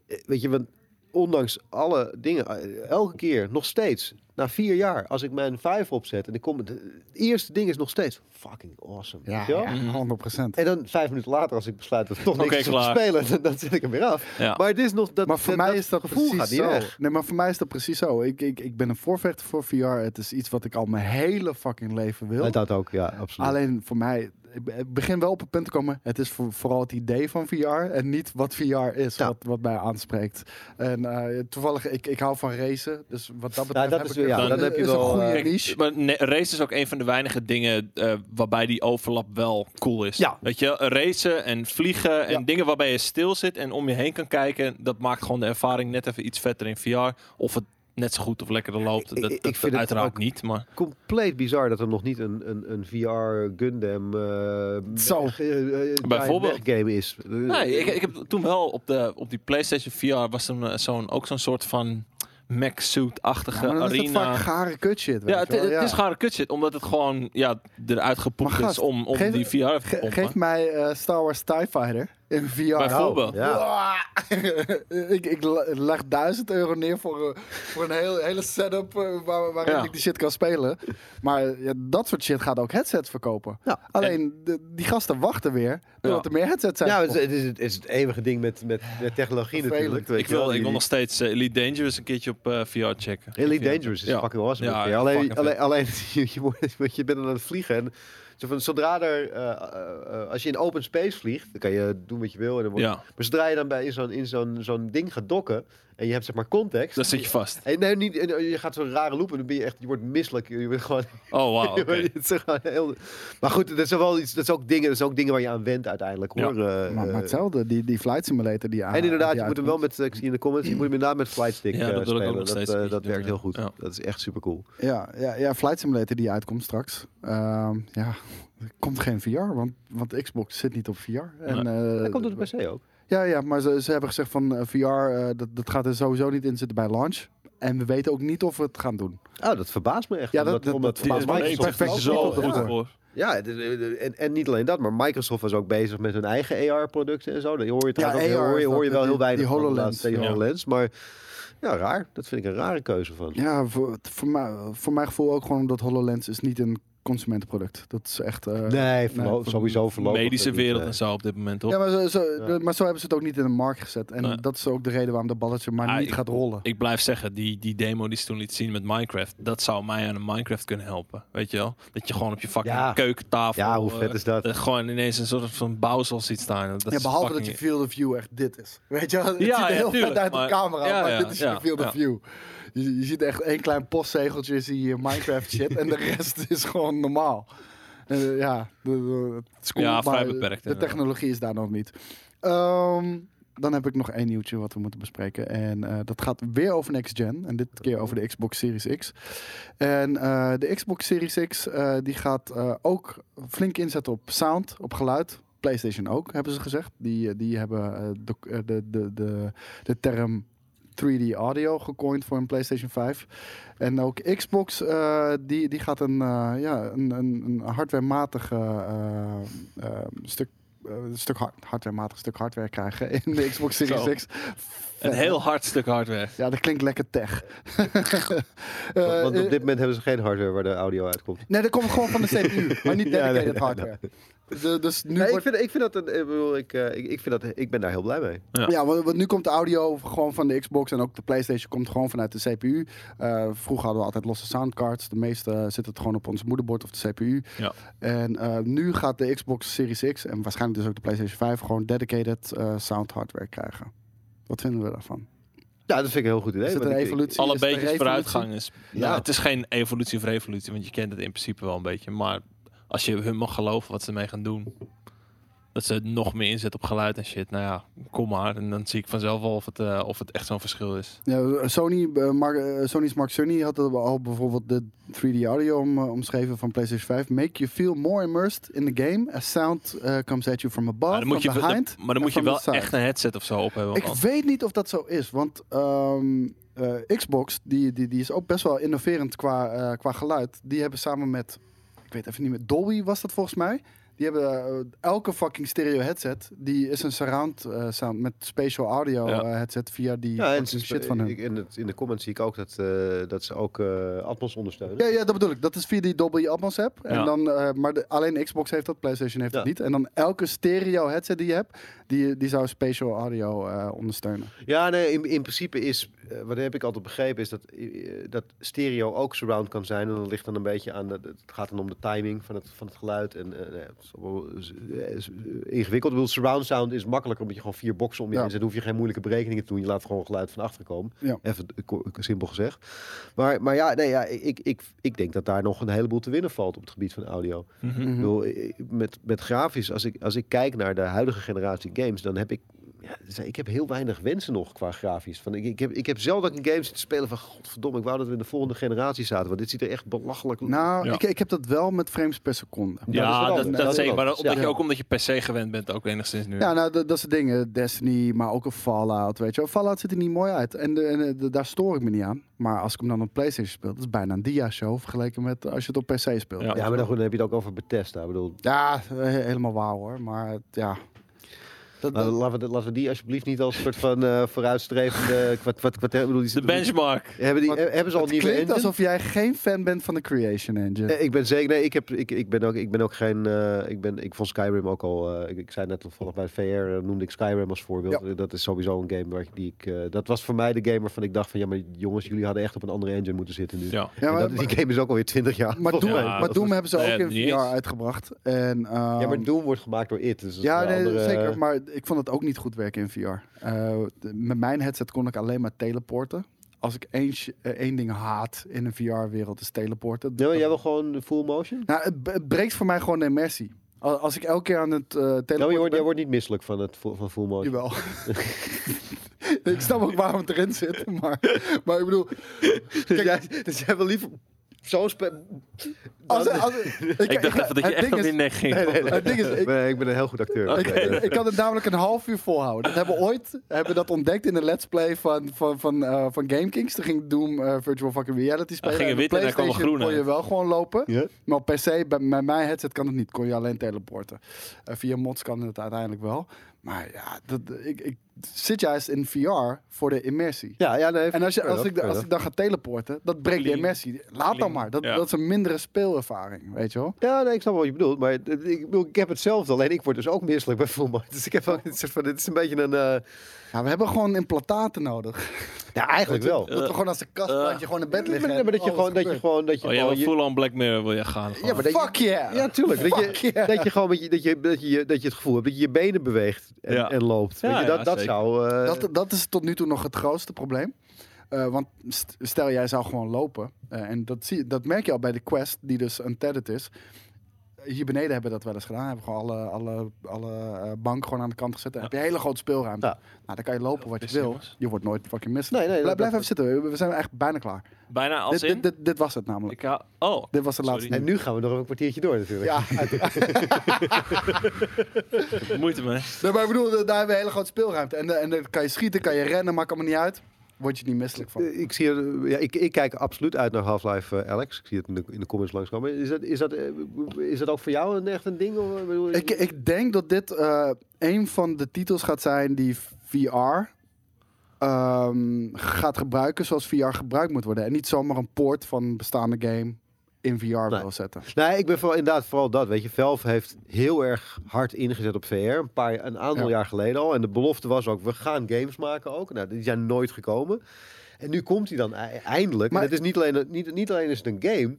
eh, weet je, want ondanks alle dingen, eh, elke keer, nog steeds, na vier jaar, als ik mijn vijf opzet en ik kom, het eerste ding is nog steeds fucking awesome.
Ja,
weet je wel?
ja, 100%.
En dan vijf minuten later, als ik besluit dat er toch niks
Oké,
is om te
klaar.
spelen, <laughs> dan, dan zet ik hem weer af.
Ja.
Maar het is nog dat.
Maar voor mij is dat
gevoel
precies
gaat niet
zo.
weg.
Nee, maar voor mij is dat precies zo. Ik, ik, ik ben een voorvechter voor VR. Het is iets wat ik al mijn hele fucking leven wil.
Nee, Dat ook, ja, absoluut.
Alleen voor mij, ik be- ik begin wel op het punt te komen. Het is voor, vooral het idee van VR en niet wat VR is,
Ja.
wat, wat mij aanspreekt. En eh, toevallig, ik, ik hou van racen. Dus wat dat betreft
dat
heb
is
ik
weer- ja,
een-
dan heb je
is een
wel,
goede
eh,
Kijk,
niche.
maar ne- race is ook een van de weinige dingen eh, waarbij die overlap wel cool is.
Ja.
Weet je, racen en vliegen en
Ja.
dingen waarbij je stil zit en om je heen kan kijken, dat maakt gewoon de ervaring net even iets vetter in VR. Of het net zo goed of lekkerder loopt,
Ik-
dat,
ik- ik
dat
vind het
uiteraard
ook-
niet. Maar
compleet bizar dat er nog niet een, een, een VR Gundam eh
Zo.
eh, eh,
Bijvoorbeeld.
giant game is.
nee, ik, ik heb toen wel op, de, op die PlayStation VR was er een- eh, zo'n, ook zo'n soort van mech suit-achtige
Ja, maar dan is het
arena.
vaak gare kut shit. weet
ja, het,
je wel.
het is gewoon een kutshit, omdat het gewoon ja, eruit gepoept
Maar
is
gast,
om, om
geef-
die VR te
Ge-
pompen.
geef mij eh, Star Wars TIE Fighter in VR.
Bijvoorbeeld.
Ja.
<laughs> ik, ik la- leg 1000 euro neer voor, eh, voor een heel, hele setup eh, waar, waarin
Ja.
ik die shit kan spelen. Maar eh, ja, dat soort shit gaat ook headsets verkopen.
Ja.
Alleen de- die gasten wachten weer totdat
Ja.
er meer headsets zijn.
Ja, Nou, dus, het is,
verkocht.
het, is, het is het eeuwige ding met, met, met technologie
Vervelend.
natuurlijk. weet
Ik
je wel,
wil, ik wil
die-
nog steeds eh, Elite Dangerous een keertje op eh, VR checken.
Elite
VR
Dangerous is
Ja.
fucking awesome.
Ja,
Ja,
ja,
alleen,
fucking
alleen, alleen <laughs> je, je wordt- want je bent dan aan het vliegen. En zo van, zodra er, eh, eh, eh, als je in open space vliegt, dan kan je doen wat je wil. En dan wordt-
Ja.
Maar zodra je dan bij, in zo'n in zo'n zo'n ding gaat dokken en je hebt zeg maar context.
Dan zit je vast.
en, nee, niet, en je gaat zo'n rare loop en dan ben je echt, je wordt misselijk. Je wordt gewoon
Oh,
<laughs>
wauw. oké.
Het is gewoon heel- Maar goed, dat is wel iets. Dat is ook dingen. Dat is ook dingen waar je aan went uiteindelijk, hoor. Eh,
maar, maar
eh,
hetzelfde, die, die flight simulator die aan.
en inderdaad,
die
je moet hem wel
uitkomt.
met. eh, Ik zie in de comments. Je moet hem inderdaad met flight stick
Ja, dat
eh,
wil ik ook
spelen.
nog
dat
steeds
eh,
een
dat
beetje
werkt
doen,
heel goed.
ja.
Dat is echt super cool.
Ja, ja, ja, flight simulator die uitkomt straks. Ehm, ja, er komt geen VR, want, want Xbox zit niet op VR. En, eh,
Dat komt op de PC ook.
Ja, ja maar ze, ze hebben gezegd van eh, VR, eh, dat, dat gaat er sowieso niet in zitten bij launch. En we weten ook niet of we het gaan doen.
Oh, dat verbaast me echt.
Ja, dat-
omdat,
dat-
omdat
dat- Maar
is
Microsoft
perfect
heeft
is
wel
al
goed op
goed
voor.
voor.
Ja, het is- en, en niet alleen dat, maar Microsoft was ook bezig met hun eigen AR-producten en zo. Dan hoor je, trouwens
Ja,
ook-
AR,
hoor je, hoor je
dat-
wel
die-
heel weinig
die
van de
HoloLens.
laatste- die
Ja.
HoloLens. Maar ja, raar. Dat vind ik een rare keuze van. ze.
Ja, voor, het- voor, mij, voor mijn gevoel ook gewoon omdat HoloLens is niet een consumentenproduct. Dat is echt... eh,
Nee, verlo-
nee, voor-
sowieso voorlopig.
Medische
niet,
wereld
eh.
en zo op dit moment, toch?
Ja, maar zo, zo-
Ja.
maar zo hebben ze het ook niet in de markt gezet. En
Nee.
dat is ook de reden waarom dat balletje maar
Ah,
niet
ik-
gaat rollen.
Ik blijf zeggen, die, die demo die ze toen liet zien met Minecraft, dat zou mij aan een Minecraft kunnen helpen. Weet je wel? Dat je gewoon op je fucking
Ja.
keukentafel...
Ja, hoe vet
eh,
is dat?
eh, gewoon ineens een soort van bouwsel ziet staan. Dat
ja,
is
behalve dat
fucking-
je field of view echt dit is. Weet je wel? Het
Ja,
ziet er
ja,
heel
tuurlijk,
vet uit
maar-
de camera,
ja,
maar
ja,
dit is
ja,
je field
ja.
of view. Je, je ziet echt één klein postzegeltje, zie je Minecraft <laughs> shit. en de rest is gewoon normaal. Eh, ja, de, de- het is cool,
Ja, vrij
maar
beperkt,
De
inderdaad.
technologie is daar nog niet. Ehm, dan heb ik nog één nieuwtje wat we moeten bespreken. En eh, dat gaat weer over Next Gen. En dit keer over de Xbox Series X. En eh, de Xbox Series X eh, die gaat eh, ook flink inzetten op sound, op geluid. PlayStation ook, hebben ze gezegd. Die, eh, die hebben eh, de, eh, de, de, de, de term 3D audio gecoind voor een PlayStation 5. En ook Xbox, eh, die, die gaat een, eh, ja, een, een, een hardwarematig eh, eh, stuk, eh, stuk, hard, hardwarematig stuk hardware krijgen in de Xbox Series
Zo.
X.
Een heel hard stuk hardware.
Ja, dat klinkt lekker
<laughs>
tech.
Want-
Eh,
Want op
eh,
dit moment hebben ze geen hardware waar de audio uitkomt.
Nee, dat komt gewoon van de CPU, maar niet
<laughs> Ja,
dedicated
nee, nee, nee.
hardware. De- dus nu
Nee, ik,
wordt...
vind, ik, vind dat een, ik, bedoel, ik, eh, ik, ik vind dat, ik ben daar heel blij mee.
Ja.
Ja, want, want nu komt de audio gewoon van de Xbox en ook de PlayStation komt gewoon vanuit de CPU. Eh, vroeger hadden we altijd losse soundcards. De meeste eh, zit het gewoon op ons moederbord of de CPU.
Ja.
En eh, nu gaat de Xbox Series X en waarschijnlijk dus ook de PlayStation 5 gewoon dedicated eh, sound hardware krijgen. Wat vinden we daarvan?
Ja, dat vind ik een heel goed idee.
is het
want
een
ik- ik-
evolutie?
Alle
Is het een
beetjes
revolutie?
vooruitgang is...
Ja.
Nou, het is geen evolutie of revolutie, want je kent het in principe wel een beetje. Maar als je hun mag geloven wat ze ermee gaan doen... Dat ze nog meer inzet op geluid en shit. Nou ja, kom maar. En dan zie ik vanzelf wel of het, eh, of het echt zo'n verschil is.
Ja, Sony, eh, Mark, eh, Sony's Mark Cerny had het al bijvoorbeeld de 3D audio om, eh, omschreven van PlayStation 5. Make you feel more immersed in the game as sound eh, comes at you from above,
Maar dan moet je,
from
wel-
behind.
maar dan
en
moet je
from
wel
the side.
echt een headset of zo op hebben.
Ik
want-
weet niet of dat zo is, want ehm, eh, Xbox die, die, die is ook best wel innoverend qua, eh, qua geluid. Die hebben samen met, ik weet even niet meer, Dolby was dat volgens mij. Die hebben eh, elke fucking stereo headset. Die is een surround eh, sound met spatial audio
Ja.
eh, headset via die
Ja, en
fucking
ze spe-
shit van hun.
ik- in, het, in de comments zie ik ook dat, eh, dat ze ook eh, Atmos ondersteunen.
Ja, ja, dat bedoel ik. Dat is via die Dolby Atmos app. En
Ja.
dan, eh, maar de- alleen Xbox heeft dat, PlayStation heeft
Ja.
het niet. En dan elke stereo headset die je hebt, die, die zou spatial audio eh, ondersteunen.
Ja, nee, in, in principe is, eh, wat heb ik altijd begrepen, is dat, eh, dat stereo ook surround kan zijn. En dat ligt dan een beetje aan, de- het gaat dan om de timing van het, van het geluid. En eh, nee, het is allemaal, eh, is, eh, ingewikkeld. Ik bedoel, surround sound is makkelijker omdat je gewoon vier boxen om je
Ja.
heen zet. Dan hoef je geen moeilijke berekeningen te doen. Je laat gewoon geluid van achter komen.
Ja.
Even eh, ko- simpel gezegd. Maar, maar ja, nee, ja ik, ik, ik denk dat daar nog een heleboel te winnen valt op het gebied van audio.
Mhm.
Ik bedoel, eh, met, met grafisch, als ik, als ik kijk naar de huidige generatie games, dan heb ik. Ja, ze- ik heb heel weinig wensen nog qua grafisch. Van, ik, ik, heb, ik heb zelf dat ik een game zit te spelen van godverdomme, ik wou dat we in de volgende generatie zaten. Want dit ziet er echt belachelijk uit.
Nou,
Ja.
ik, ik heb dat wel met frames per seconde.
Ja, dat is
Ja,
wat
dat,
anders.
dat
Dat is
zeker.
wat
Maar
anders,
omdat
ja.
je ook omdat je per se gewend bent, ook enigszins nu.
Ja, nou, dat, dat soort dingen. Destiny, maar ook een Fallout, weet je wel. Fallout ziet er niet mooi uit. En, de- en eh, de- daar stoor ik me niet aan. Maar als ik hem dan op PlayStation speel, dat is bijna een dia-show vergeleken met als je het op PC speelt.
Ja.
ja, maar dan, goed, dan heb je het ook over Bethesda. Ik bedoel,
Ja, eh, helemaal wauw hoor. Maar het- ja. Dat,
Nou,
laten,
dat-
we, laten we- laten we die alsjeblieft niet als een soort van eh, vooruitstrevende. Wat, wat, wat, bedoel, die
De
zitten-
benchmark.
Hebben, die, eh, hebben ze al
het
een nieuwe
klinkt
engine?
alsof jij geen fan bent van de Creation Engine.
Nee, Eh, ik ben zeker. Nee, ik, heb, ik, ik, ben, ook, ik ben ook geen. eh, ik, ben, ik vond Skyrim ook al. eh, ik, ik zei net toevallig bij VR eh, noemde ik Skyrim als voorbeeld. Dat is sowieso een game waar ik, die ik. eh, dat was voor mij de game waarvan ik dacht van ja, maar jongens, jullie hadden echt op een andere engine moeten zitten nu.
Ja.
ja,
En
maar,
dat, die game is ook alweer 20 jaar.
maar,
oud,
Doom,
volgens
Ja,
mij.
maar
dat
Doom hebben ze
nee,
ook in
niet
VR
eens.
uitgebracht. En,
ja,
ehm,
maar Doom wordt gemaakt door it. Dus dat is
Ja,
een
nee,
andere-
zeker. Maar ik vond het ook niet goed werken in VR. Eh, de- met mijn headset kon ik alleen maar teleporten. Als ik één, sh- eh, één ding haat in een VR-wereld, is teleporten.
Ja, maar jij wil gewoon full motion?
Nou, het, b- het breekt voor mij gewoon de immersie. Al- Als ik elke keer aan het eh teleporten
Nou, je wordt, jij
ben-
wordt niet misselijk van, het, fu- van full motion. <laughs>
Jawel. <laughs> ik snap ook waarom het erin zit. <laughs> Maar, maar ik bedoel,
Dus jij, dus jij wil liever Zo'n spe...
Als,
Dan-
als-
Ik, dacht even dat je
het
echt
ding
op
is-
die nek ging.
Nee, nee, nee.
Het ding is, ik-
Nee, ik ben een heel goed acteur.
Oké.
<laughs> Nee, nee.
Ik kan het namelijk een half uur volhouden. Dat hebben we ooit hebben we dat ontdekt in de let's play van, van, van, eh, van GameKings. Toen ging Doom eh, Virtual Fucking Reality spelen.
ging
En
het
op
wit en hij kwam
PlayStation
groen
kon je
uit.
wel gewoon lopen.
Ja?
Maar op PC, bij, bij mijn headset kan het niet. Kon je alleen teleporten. Eh, via mods kan het uiteindelijk wel. Maar ja, dat, ik, ik zit juist in VR voor de immersie.
Ja, ja, nee.
En als, je,
fair
als, ik,
enough,
da- als
fair
ik dan ga teleporten, dat breekt de
Clean.
immersie. Laat dan
Clean,
maar. Dat,
ja.
dat is een mindere speelervaring, weet je wel.
enough. Ja, nee, ik snap wat je bedoelt. Maar het- het- ik, bedoel, ik heb hetzelfde, alleen ik word dus ook misselijk bij Full Metal. <laughs> Dus ik heb ook, het is van- het is een beetje een... eh,
Ja, we hebben gewoon implantaten nodig.
<laughs> ja, eigenlijk wel.
Dat we gewoon als een kastplaatje
eh,
gewoon in bed
Nee,
liggen.
maar,
en
maar dat je
alles
gewoon... Dat je
gebeurt.
gewoon, dat je
Oh, jij
gewoon
wil
je-
full-on Black Mirror wil je gaan. gewoon.
Ja, maar dat
Fuck
Fuck yeah!
Ja, tuurlijk. Dat
Fuck
je,
yeah.
dat je gewoon met je, dat je, dat je, dat je het gevoel hebt dat je je benen beweegt en,
Ja.
en loopt. Weet
Ja,
je, dat,
ja,
dat
zeker.
zou. eh,
dat, dat is tot nu toe nog het grootste probleem. Eh, want st- stel, jij zou gewoon lopen. eh, en dat, zie, je- dat merk je al bij de Quest, die dus untethered is. Hier beneden hebben we dat wel eens gedaan. Hebben we gewoon alle, alle, alle eh, bank gewoon aan de kant gezet. Dan heb je een hele grote speelruimte.
Ja.
Nou, dan kan je lopen wat je
Pissen,
wil.
jongens.
Je wordt nooit fucking mis.
Nee, nee,
blijf
dat-
blijf
dat-
even zitten. We- We zijn echt bijna klaar.
Bijna als
Dit,
in.
dit, dit, dit was het namelijk.
Ik hou- oh,
dit was de
sorry.
laatste.
En nu gaan we nog een kwartiertje door natuurlijk.
Ja,
moeite mee.
nee, maar ik bedoel, daar hebben we een hele grote speelruimte. En, eh, en dan kan je schieten, kan je rennen, maakt allemaal niet uit. Word je niet misselijk van.
Eh, Ik, zie, er- ja, ik, ik kijk absoluut uit naar Half-Life eh, Alex. Ik zie het in de, in de comments langskomen. Is dat, is, dat, eh, is dat ook voor jou een, echt een ding? Of, eh, bedoel,
Ik, ik denk dat dit eh, een van de titels gaat zijn die VR ehm, gaat gebruiken zoals VR gebruikt moet worden. En niet zomaar een poort van een bestaande game in VR wil zetten.
Nee, ik ben vooral, inderdaad vooral dat. Weet je, Valve heeft heel erg hard ingezet op VR. Een, paar, een aantal
Ja.
jaar geleden al. En de belofte was ook, we gaan games maken ook. Nou, die zijn nooit gekomen. En nu komt hij dan e- eindelijk.
Maar-
Maar het is niet alleen, een- niet, niet alleen is het een game.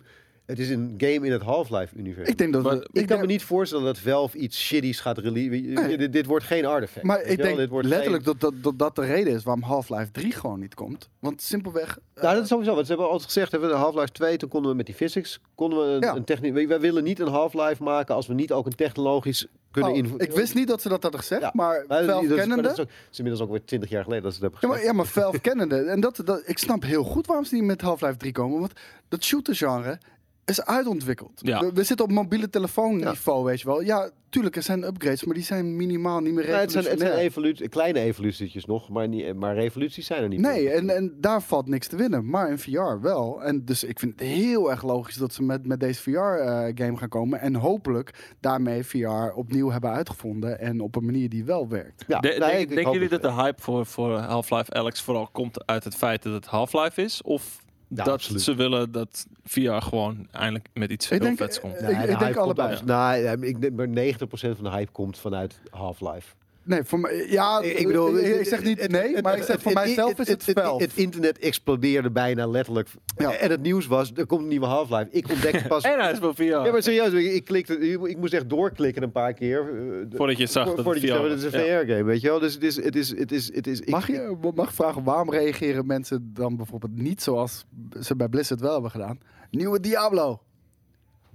Het is een game in het Half-Life-universum.
Ik
Ik,
denk dat...
Maar
we-
ik
ik
kan
denk-
me niet voorstellen dat Valve iets shitties gaat releasen. Dit, dit wordt geen artefact.
maar
weet
ik
je wel?
denk
Dit wordt
letterlijk
geen-
dat, dat, dat dat de reden is waarom Half-Life 3 gewoon niet komt. Want simpelweg... eh,
Nou, dat is sowieso. Want ze hebben altijd gezegd, hebben we de Half-Life 2, toen konden we met die physics, konden we een,
Ja.
een techniek... Wij wij willen niet een Half-Life maken als we niet ook een technologisch kunnen
oh,
invoeren.
ik wist niet dat ze dat hadden gezegd,
Ja.
maar
Maar dat-
Valve
dat is- maar
kennende...
Dat is, ook, dat is inmiddels ook weer 20 jaar geleden dat ze het
Ja,
hebben
maar,
gezegd.
ja, maar Valve kennende. En dat, dat, ik snap heel goed waarom ze niet met Half-Life 3 komen. Want dat shooter-genre is uitontwikkeld.
Ja.
We, we zitten op mobiele telefoonniveau, weet je wel. Ja, tuurlijk, er zijn upgrades, maar die zijn minimaal niet meer
Nee, het zijn,
revolutionair.
het zijn evolu- kleine evolutietjes nog, maar, niet, maar revoluties zijn er niet
Nee,
meer.
en, eh, en daar valt niks te winnen. Maar in VR wel. En dus ik vind het heel erg logisch dat ze met, met deze VR-game gaan komen. En hopelijk daarmee VR opnieuw hebben uitgevonden. En op een manier die wel werkt.
Ja,
De-
nee,
denk-
ik- ik
denken
hoop
jullie dat
het.
de hype voor, voor Half-Life Alex vooral komt uit het feit dat het Half-Life is? Of
Ja,
dat
absoluut.
ze willen dat VR gewoon eindelijk met iets
Ik
heel
denk-
vets komt?
eh,
Nee,
ik-
de
ik denk
hype komt
allebei.
uit- Nee, nee, ik denk maar 90% van de hype komt vanuit Half-Life.
Nee, voor mij... Ja, ik, bedoel... Ik, ik zeg niet nee, maar ik zeg voor mijzelf is het Valve.
Het internet explodeerde bijna letterlijk.
Ja.
En het nieuws was, er komt een nieuwe Half-Life. Ik
<laughs>
ontdekte pas...
En hij is wel VR.
Ja, maar serieus, ik, ik klikte, ik moest echt doorklikken een paar keer. eh,
Voordat je zag dat het
voordat je
VR
zag,
was.
dat het een
Ja.
VR-game, weet je wel? Dus het is, het is, het is, het is... ik-
Mag je mag ik vragen waarom reageren mensen dan bijvoorbeeld niet zoals ze bij Blizzard wel hebben gedaan? Nieuwe Diablo.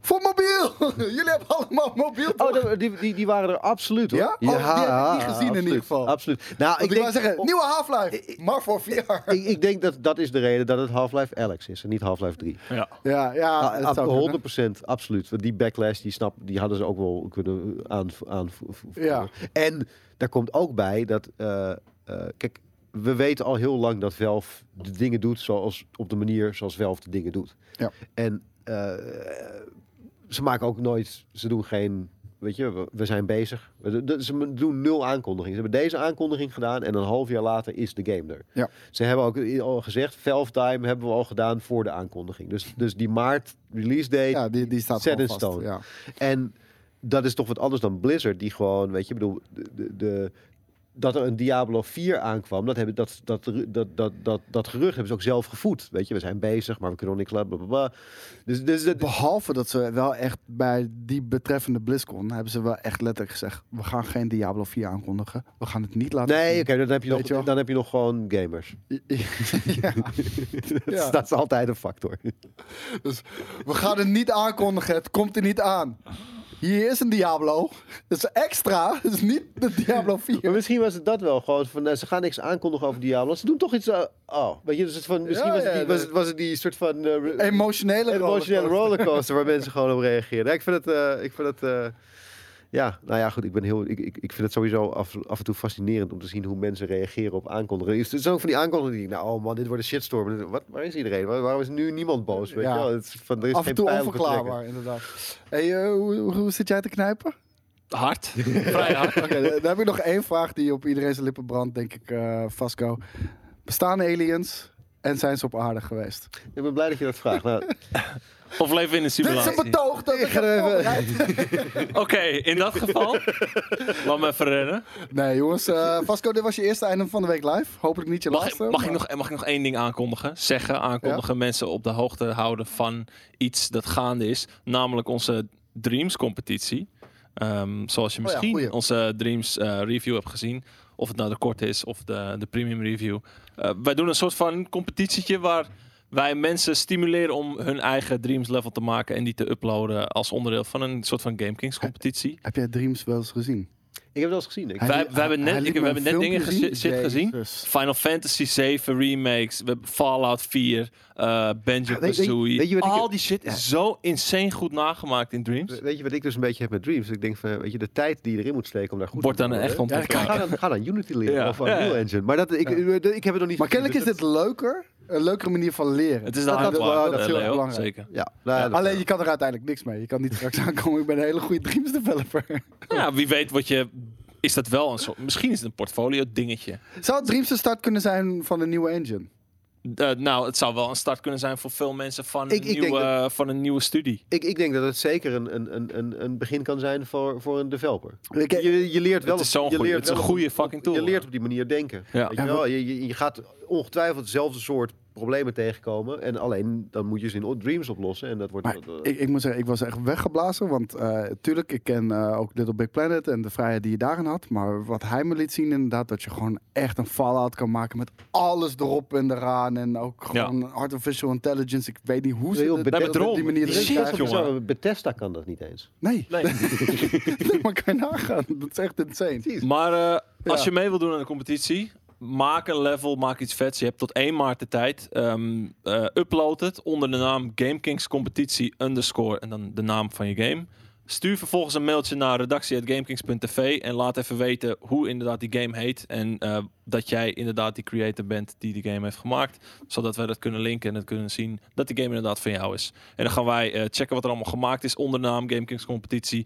Voor mobiel! <laughs> Jullie hebben allemaal mobiel.
Oh,
toch?
dat- die, die, die waren er absoluut hoor.
Ja? Oh, die heb ik niet gezien in
absoluut,
ieder geval.
Absoluut. Nou,
Want
ik
ik wou
denk,
zeggen,
oh,
nieuwe Half-Life, maar voor VR.
ik, ik denk dat dat is de reden dat het Half-Life Alex is en niet Half-Life 3.
Ja.
<laughs> Ja, ja,
Ah,
het
ab-
zou kunnen.
100% absoluut. Want die backlash, die, snap, die hadden ze ook wel kunnen aanvoeren.
Ja.
En daar komt ook bij dat... eh, eh, kijk, we weten al heel lang dat Valve de dingen doet zoals, op de manier zoals Valve de dingen doet.
Ja.
En eh, ze maken ook nooit... Ze doen geen... Weet je, we, we zijn bezig. We- de- Ze doen nul aankondigingen. Ze hebben deze aankondiging gedaan en een half jaar later is de game er.
Ja.
Ze hebben ook i- al gezegd, Valve Time hebben we al gedaan voor de aankondiging. Dus, dus die maart release date.
Ja, die, die staat
Set
gewoon vast.
in stone.
Ja.
En dat is toch wat anders dan Blizzard, die gewoon, weet je, ik bedoel, de, de, de- dat er een Diablo 4 aankwam, dat, hebben, dat, dat, dat, dat, dat, dat gerucht hebben ze ook zelf gevoed. Weet je, we zijn bezig, maar we kunnen nog niks laten, bla, bla, bla. Dus, dus dat,
Behalve dat ze wel echt bij die betreffende BlizzCon hebben ze wel echt letterlijk gezegd: we gaan geen Diablo 4 aankondigen. We gaan het niet laten.
nee, oké,
zien.
dan, heb je nog,
Weet je wel.
dan heb je nog gewoon
<laughs>
gamers. <laughs>
ja. Ja.
Dat is <laughs> altijd een factor.
We gaan het niet aankondigen. Het komt er niet aan. hier is een Diablo. Dat is extra. Dat is niet de Diablo 4.
Maar misschien was het dat wel gewoon van, eh, ze gaan niks aankondigen over Diablo. Ze doen toch iets. eh, oh, weet je, dus het van, misschien
Ja,
was, het
ja,
die, was,
dat-
het, was het die soort van eh, re-
Emotionele
emotionele
rollercoaster.
rollercoaster waar mensen gewoon op reageren. Ja, ik vind het, eh, ik vind het, eh, ja, nou ja, goed. Ik ben heel, ik, ik, ik vind het sowieso af, af en toe fascinerend om te zien hoe mensen reageren op aankondigingen. Het is dus ook van die aankondigingen die, nou, oh man, dit wordt een shitstorm. Wat, waar is iedereen? Waar, waarom is nu niemand boos? Weet
Ja.
je wel? Het is van, er is
Af en
geen
toe
pijl op te trekken.
onverklaarbaar, inderdaad. Hey, eh, hoe, hoe, hoe zit jij te knijpen?
<laughs>
Hard. Vrij hard.
<laughs> Oké, eh, dan dan heb ik nog één vraag die op iedereen zijn lippen brandt, denk ik, eh Vasco. Bestaan aliens en zijn ze op aarde geweest?
Ik ben blij dat je dat vraagt. Nou,
Of leven in een
Dit is
simulatie.
een betoog dat ik
ga er
heb
even-
voorbereid.
Oké, in dat geval.
<laughs>
Laat me even rennen.
<laughs> Nee, jongens. eh, Vasco, dit was je eerste item van de week live. Hopelijk niet je
Mag, ik-
laatste.
mag, ik
maar-
nog, mag ik nog één ding aankondigen? Zeggen, aankondigen, mensen op de hoogte houden van iets dat gaande is. Namelijk onze Dreams-competitie. Ehm, zoals je
Oh ja,
misschien
goeie.
onze Dreams-review hebt gezien. Of het nou de korte is of de, de premium review. Eh, wij doen een soort van competitietje waar wij mensen stimuleren om hun eigen Dreams-level te maken. En die te uploaden als onderdeel van een soort van Game Kings-competitie.
Heb jij Dreams wel eens gezien?
ik heb het al eens gezien. Ik,
Hij-
Wij, wij hebben
hij
net,
liet
ik, we
me
hebben
een
net dingen
filmpje
gezi- shit gezien.
Jezus.
Final Fantasy 7 remakes, we hebben Fallout 4, eh Benjo
Weet- weet-
Kazooie.
weet je wat ik-
Al die shit is zo insane goed nagemaakt in Dreams.
weet je wat ik dus een beetje heb met Dreams? Ik denk van, weet je, de tijd die je erin moet steken om daar goed
Wordt dan
te
een echt
worden.
ontwikkelaar.
Ga dan, ga dan Unity leren
Ja.
of Unreal
Ja.
Engine. Maar dat, ik, ik, ik heb het nog niet
Maar
gezien,
kennelijk is
dus
dit leuker. Een leukere manier van leren.
Het is de
Dat- dat-
hardware,
dat is
eh,
heel
Leo,
belangrijk.
zeker.
Ja, nou, ja, dat-
Alleen je kan er uiteindelijk niks mee. Je kan niet straks <laughs> aankomen. Ik ben een hele goede Dreams developer. <laughs>
Ja, wie weet wat je... Is dat wel een soort... Misschien is het een portfolio dingetje.
Zou het Dreams de start kunnen zijn van een nieuwe engine?
Eh, nou, het zou wel een start kunnen zijn voor veel mensen van,
Ik-
een,
ik denk
nieuwe, van een nieuwe studie.
Ik, ik denk dat het zeker een, een, een- een, een begin kan zijn voor, voor een developer.
Ik-
Je, je leert wel.
Het is
op-
zo'n
je
goeie-
leert
het is een
wel op-
goede
op-
fucking tool.
Je leert op die manier denken.
Ja.
Weet je, wel? Je, je, je gaat ongetwijfeld dezelfde soort problemen tegenkomen. En alleen dan moet je ze in Dreams oplossen. En dat wordt.
Maar
dat-
ik, ik moet zeggen, ik was echt weggeblazen. Want eh, tuurlijk, ik ken eh, ook Little Big Planet en de vrijheid die je daarin had. Maar wat hij me liet zien inderdaad, dat je gewoon echt een Fallout kan maken met alles erop en eraan. En ook
Ja.
gewoon artificial intelligence. Ik weet niet hoe ze
Heel
dit-
bedekt-
dat op die
daarom.
manier
Die
erin
shit,
krijgen.
jongen.
Zo, Bethesda kan dat niet eens.
Nee, <laughs>
Nee.
<laughs>
nee, maar kan je nagaan. Dat is echt insane.
Maar eh, als
Ja.
je mee wil doen aan de competitie, maak een level, maak iets vets. Je hebt tot 1 maart de tijd. Ehm eh, upload het onder de naam GameKings Competitie underscore en dan de naam van je game. Stuur vervolgens een mailtje naar redactie.gamekings.tv en laat even weten hoe inderdaad die game heet. En eh, dat jij inderdaad die creator bent die die game heeft gemaakt. Zodat wij dat kunnen linken en het kunnen zien dat die game inderdaad van jou is. En dan gaan wij eh, checken wat er allemaal gemaakt is onder de naam GameKings Competitie.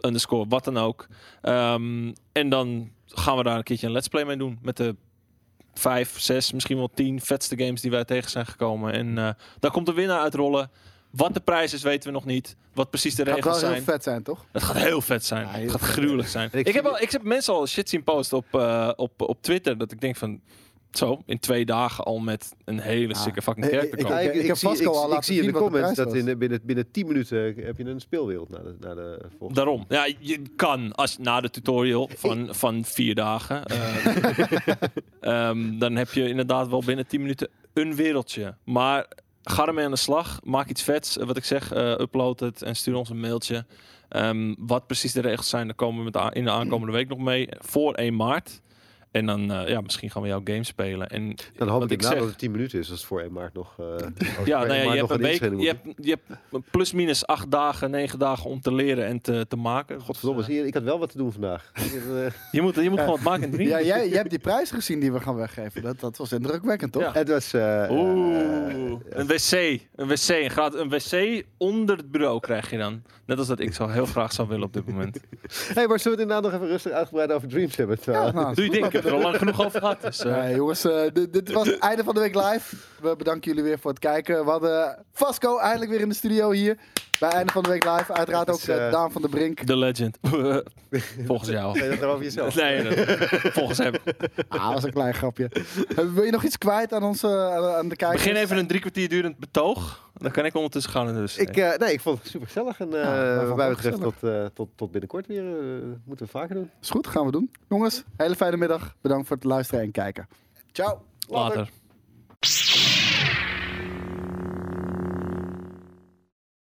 Underscore wat dan ook. Ehm, en dan gaan we daar een keertje een let's play mee doen. Met de vijf, zes, misschien wel tien vetste games die wij tegen zijn gekomen. En eh daar komt de winnaar uitrollen. Wat de prijs is, weten we nog niet. Wat precies de
Gaat wel
regels zijn.
heel vet zijn, toch?
Het gaat heel vet zijn. het gaat gruwelijk zijn.
ik
Ik,
zie
heb al, ik heb mensen al shit zien posten op, eh, op, op Twitter. Dat ik denk van... Zo, in twee dagen al met een hele sikke fucking
Ik-
kerk
ik-
komen.
ik- heb Vasco al laten
zie in de
zien wat de
comments
prijs
dat
was.
in, binnen, binnen 10 minuten eh, heb je een speelwereld naar de, naar de volgende.
Daarom. Ja, je kan als na de tutorial van, van vier dagen. eh, ehm, dan heb je inderdaad wel binnen 10 minuten een wereldje. Maar ga ermee aan de slag. Maak iets vets. Eh, Wat ik zeg, eh, upload het en stuur ons een mailtje. Ehm, wat precies de regels zijn, daar komen we met de a- in de aankomende week nog mee. Voor 1 maart. En dan, eh, ja, misschien gaan we jouw game spelen. En
Dan hoop
wat
ik,
ik
nou
zeg-
dat het 10 minuten is. Dat is voor 1 maart nog. eh, <laughs> als het voor
ja,
1
nou ja,
maart
je hebt
nog
een week,
inschrijving
je
moet.
hebt, je hebt plus minus acht dagen, negen dagen om te leren en te, te maken.
Godverdomme, zie je, ik had wel wat te doen
<laughs>
vandaag. Eh,
Je moet, je moet gewoon wat maken en drinken.
Ja, jij, jij hebt die prijs gezien die we gaan weggeven. Dat, dat was indrukwekkend, toch?
Ja.
Het was. eh, eh,
Oeh, een wc. Een wc. Een, graad, een wc onder het bureau krijg je dan. Net als dat ik zo heel graag zou willen op dit moment.
Hé, maar zullen we het inderdaad nog even rustig uitgebreid over Dreams hebben?
Ja, <laughs>
<laughs>
nou,
Doe je ding, ik heb er al lang genoeg over gehad. Dus, eh,
Nee, jongens, eh, dit, dit was het einde van de week live. We bedanken jullie weer voor het kijken. We hadden Vasco eindelijk weer in de studio hier. Bij einde van de week live. Uiteraard
Dat
ook
is,
eh,
eh,
Daan van der Brink.
de legend. <laughs> Volgens jou.
Zeg dat nou over jezelf.
Nee, nee, volgens hem.
<laughs> Ah, dat was een klein grapje. Eh, wil je nog iets kwijt aan, onze, aan, aan de kijkers?
Begin even een drie kwartier durend betoog. Dan kan ik ondertussen gaan. Dus,
Ik, eh, nee, ik vond het super gezellig. En eh,
wij vonden
wat mij
het ook
betreft tot, eh, tot, tot binnenkort weer. eh, moeten we vaker doen.
Is goed, gaan we doen. Jongens, hele fijne middag. Bedankt voor het luisteren en kijken. Ciao.
later.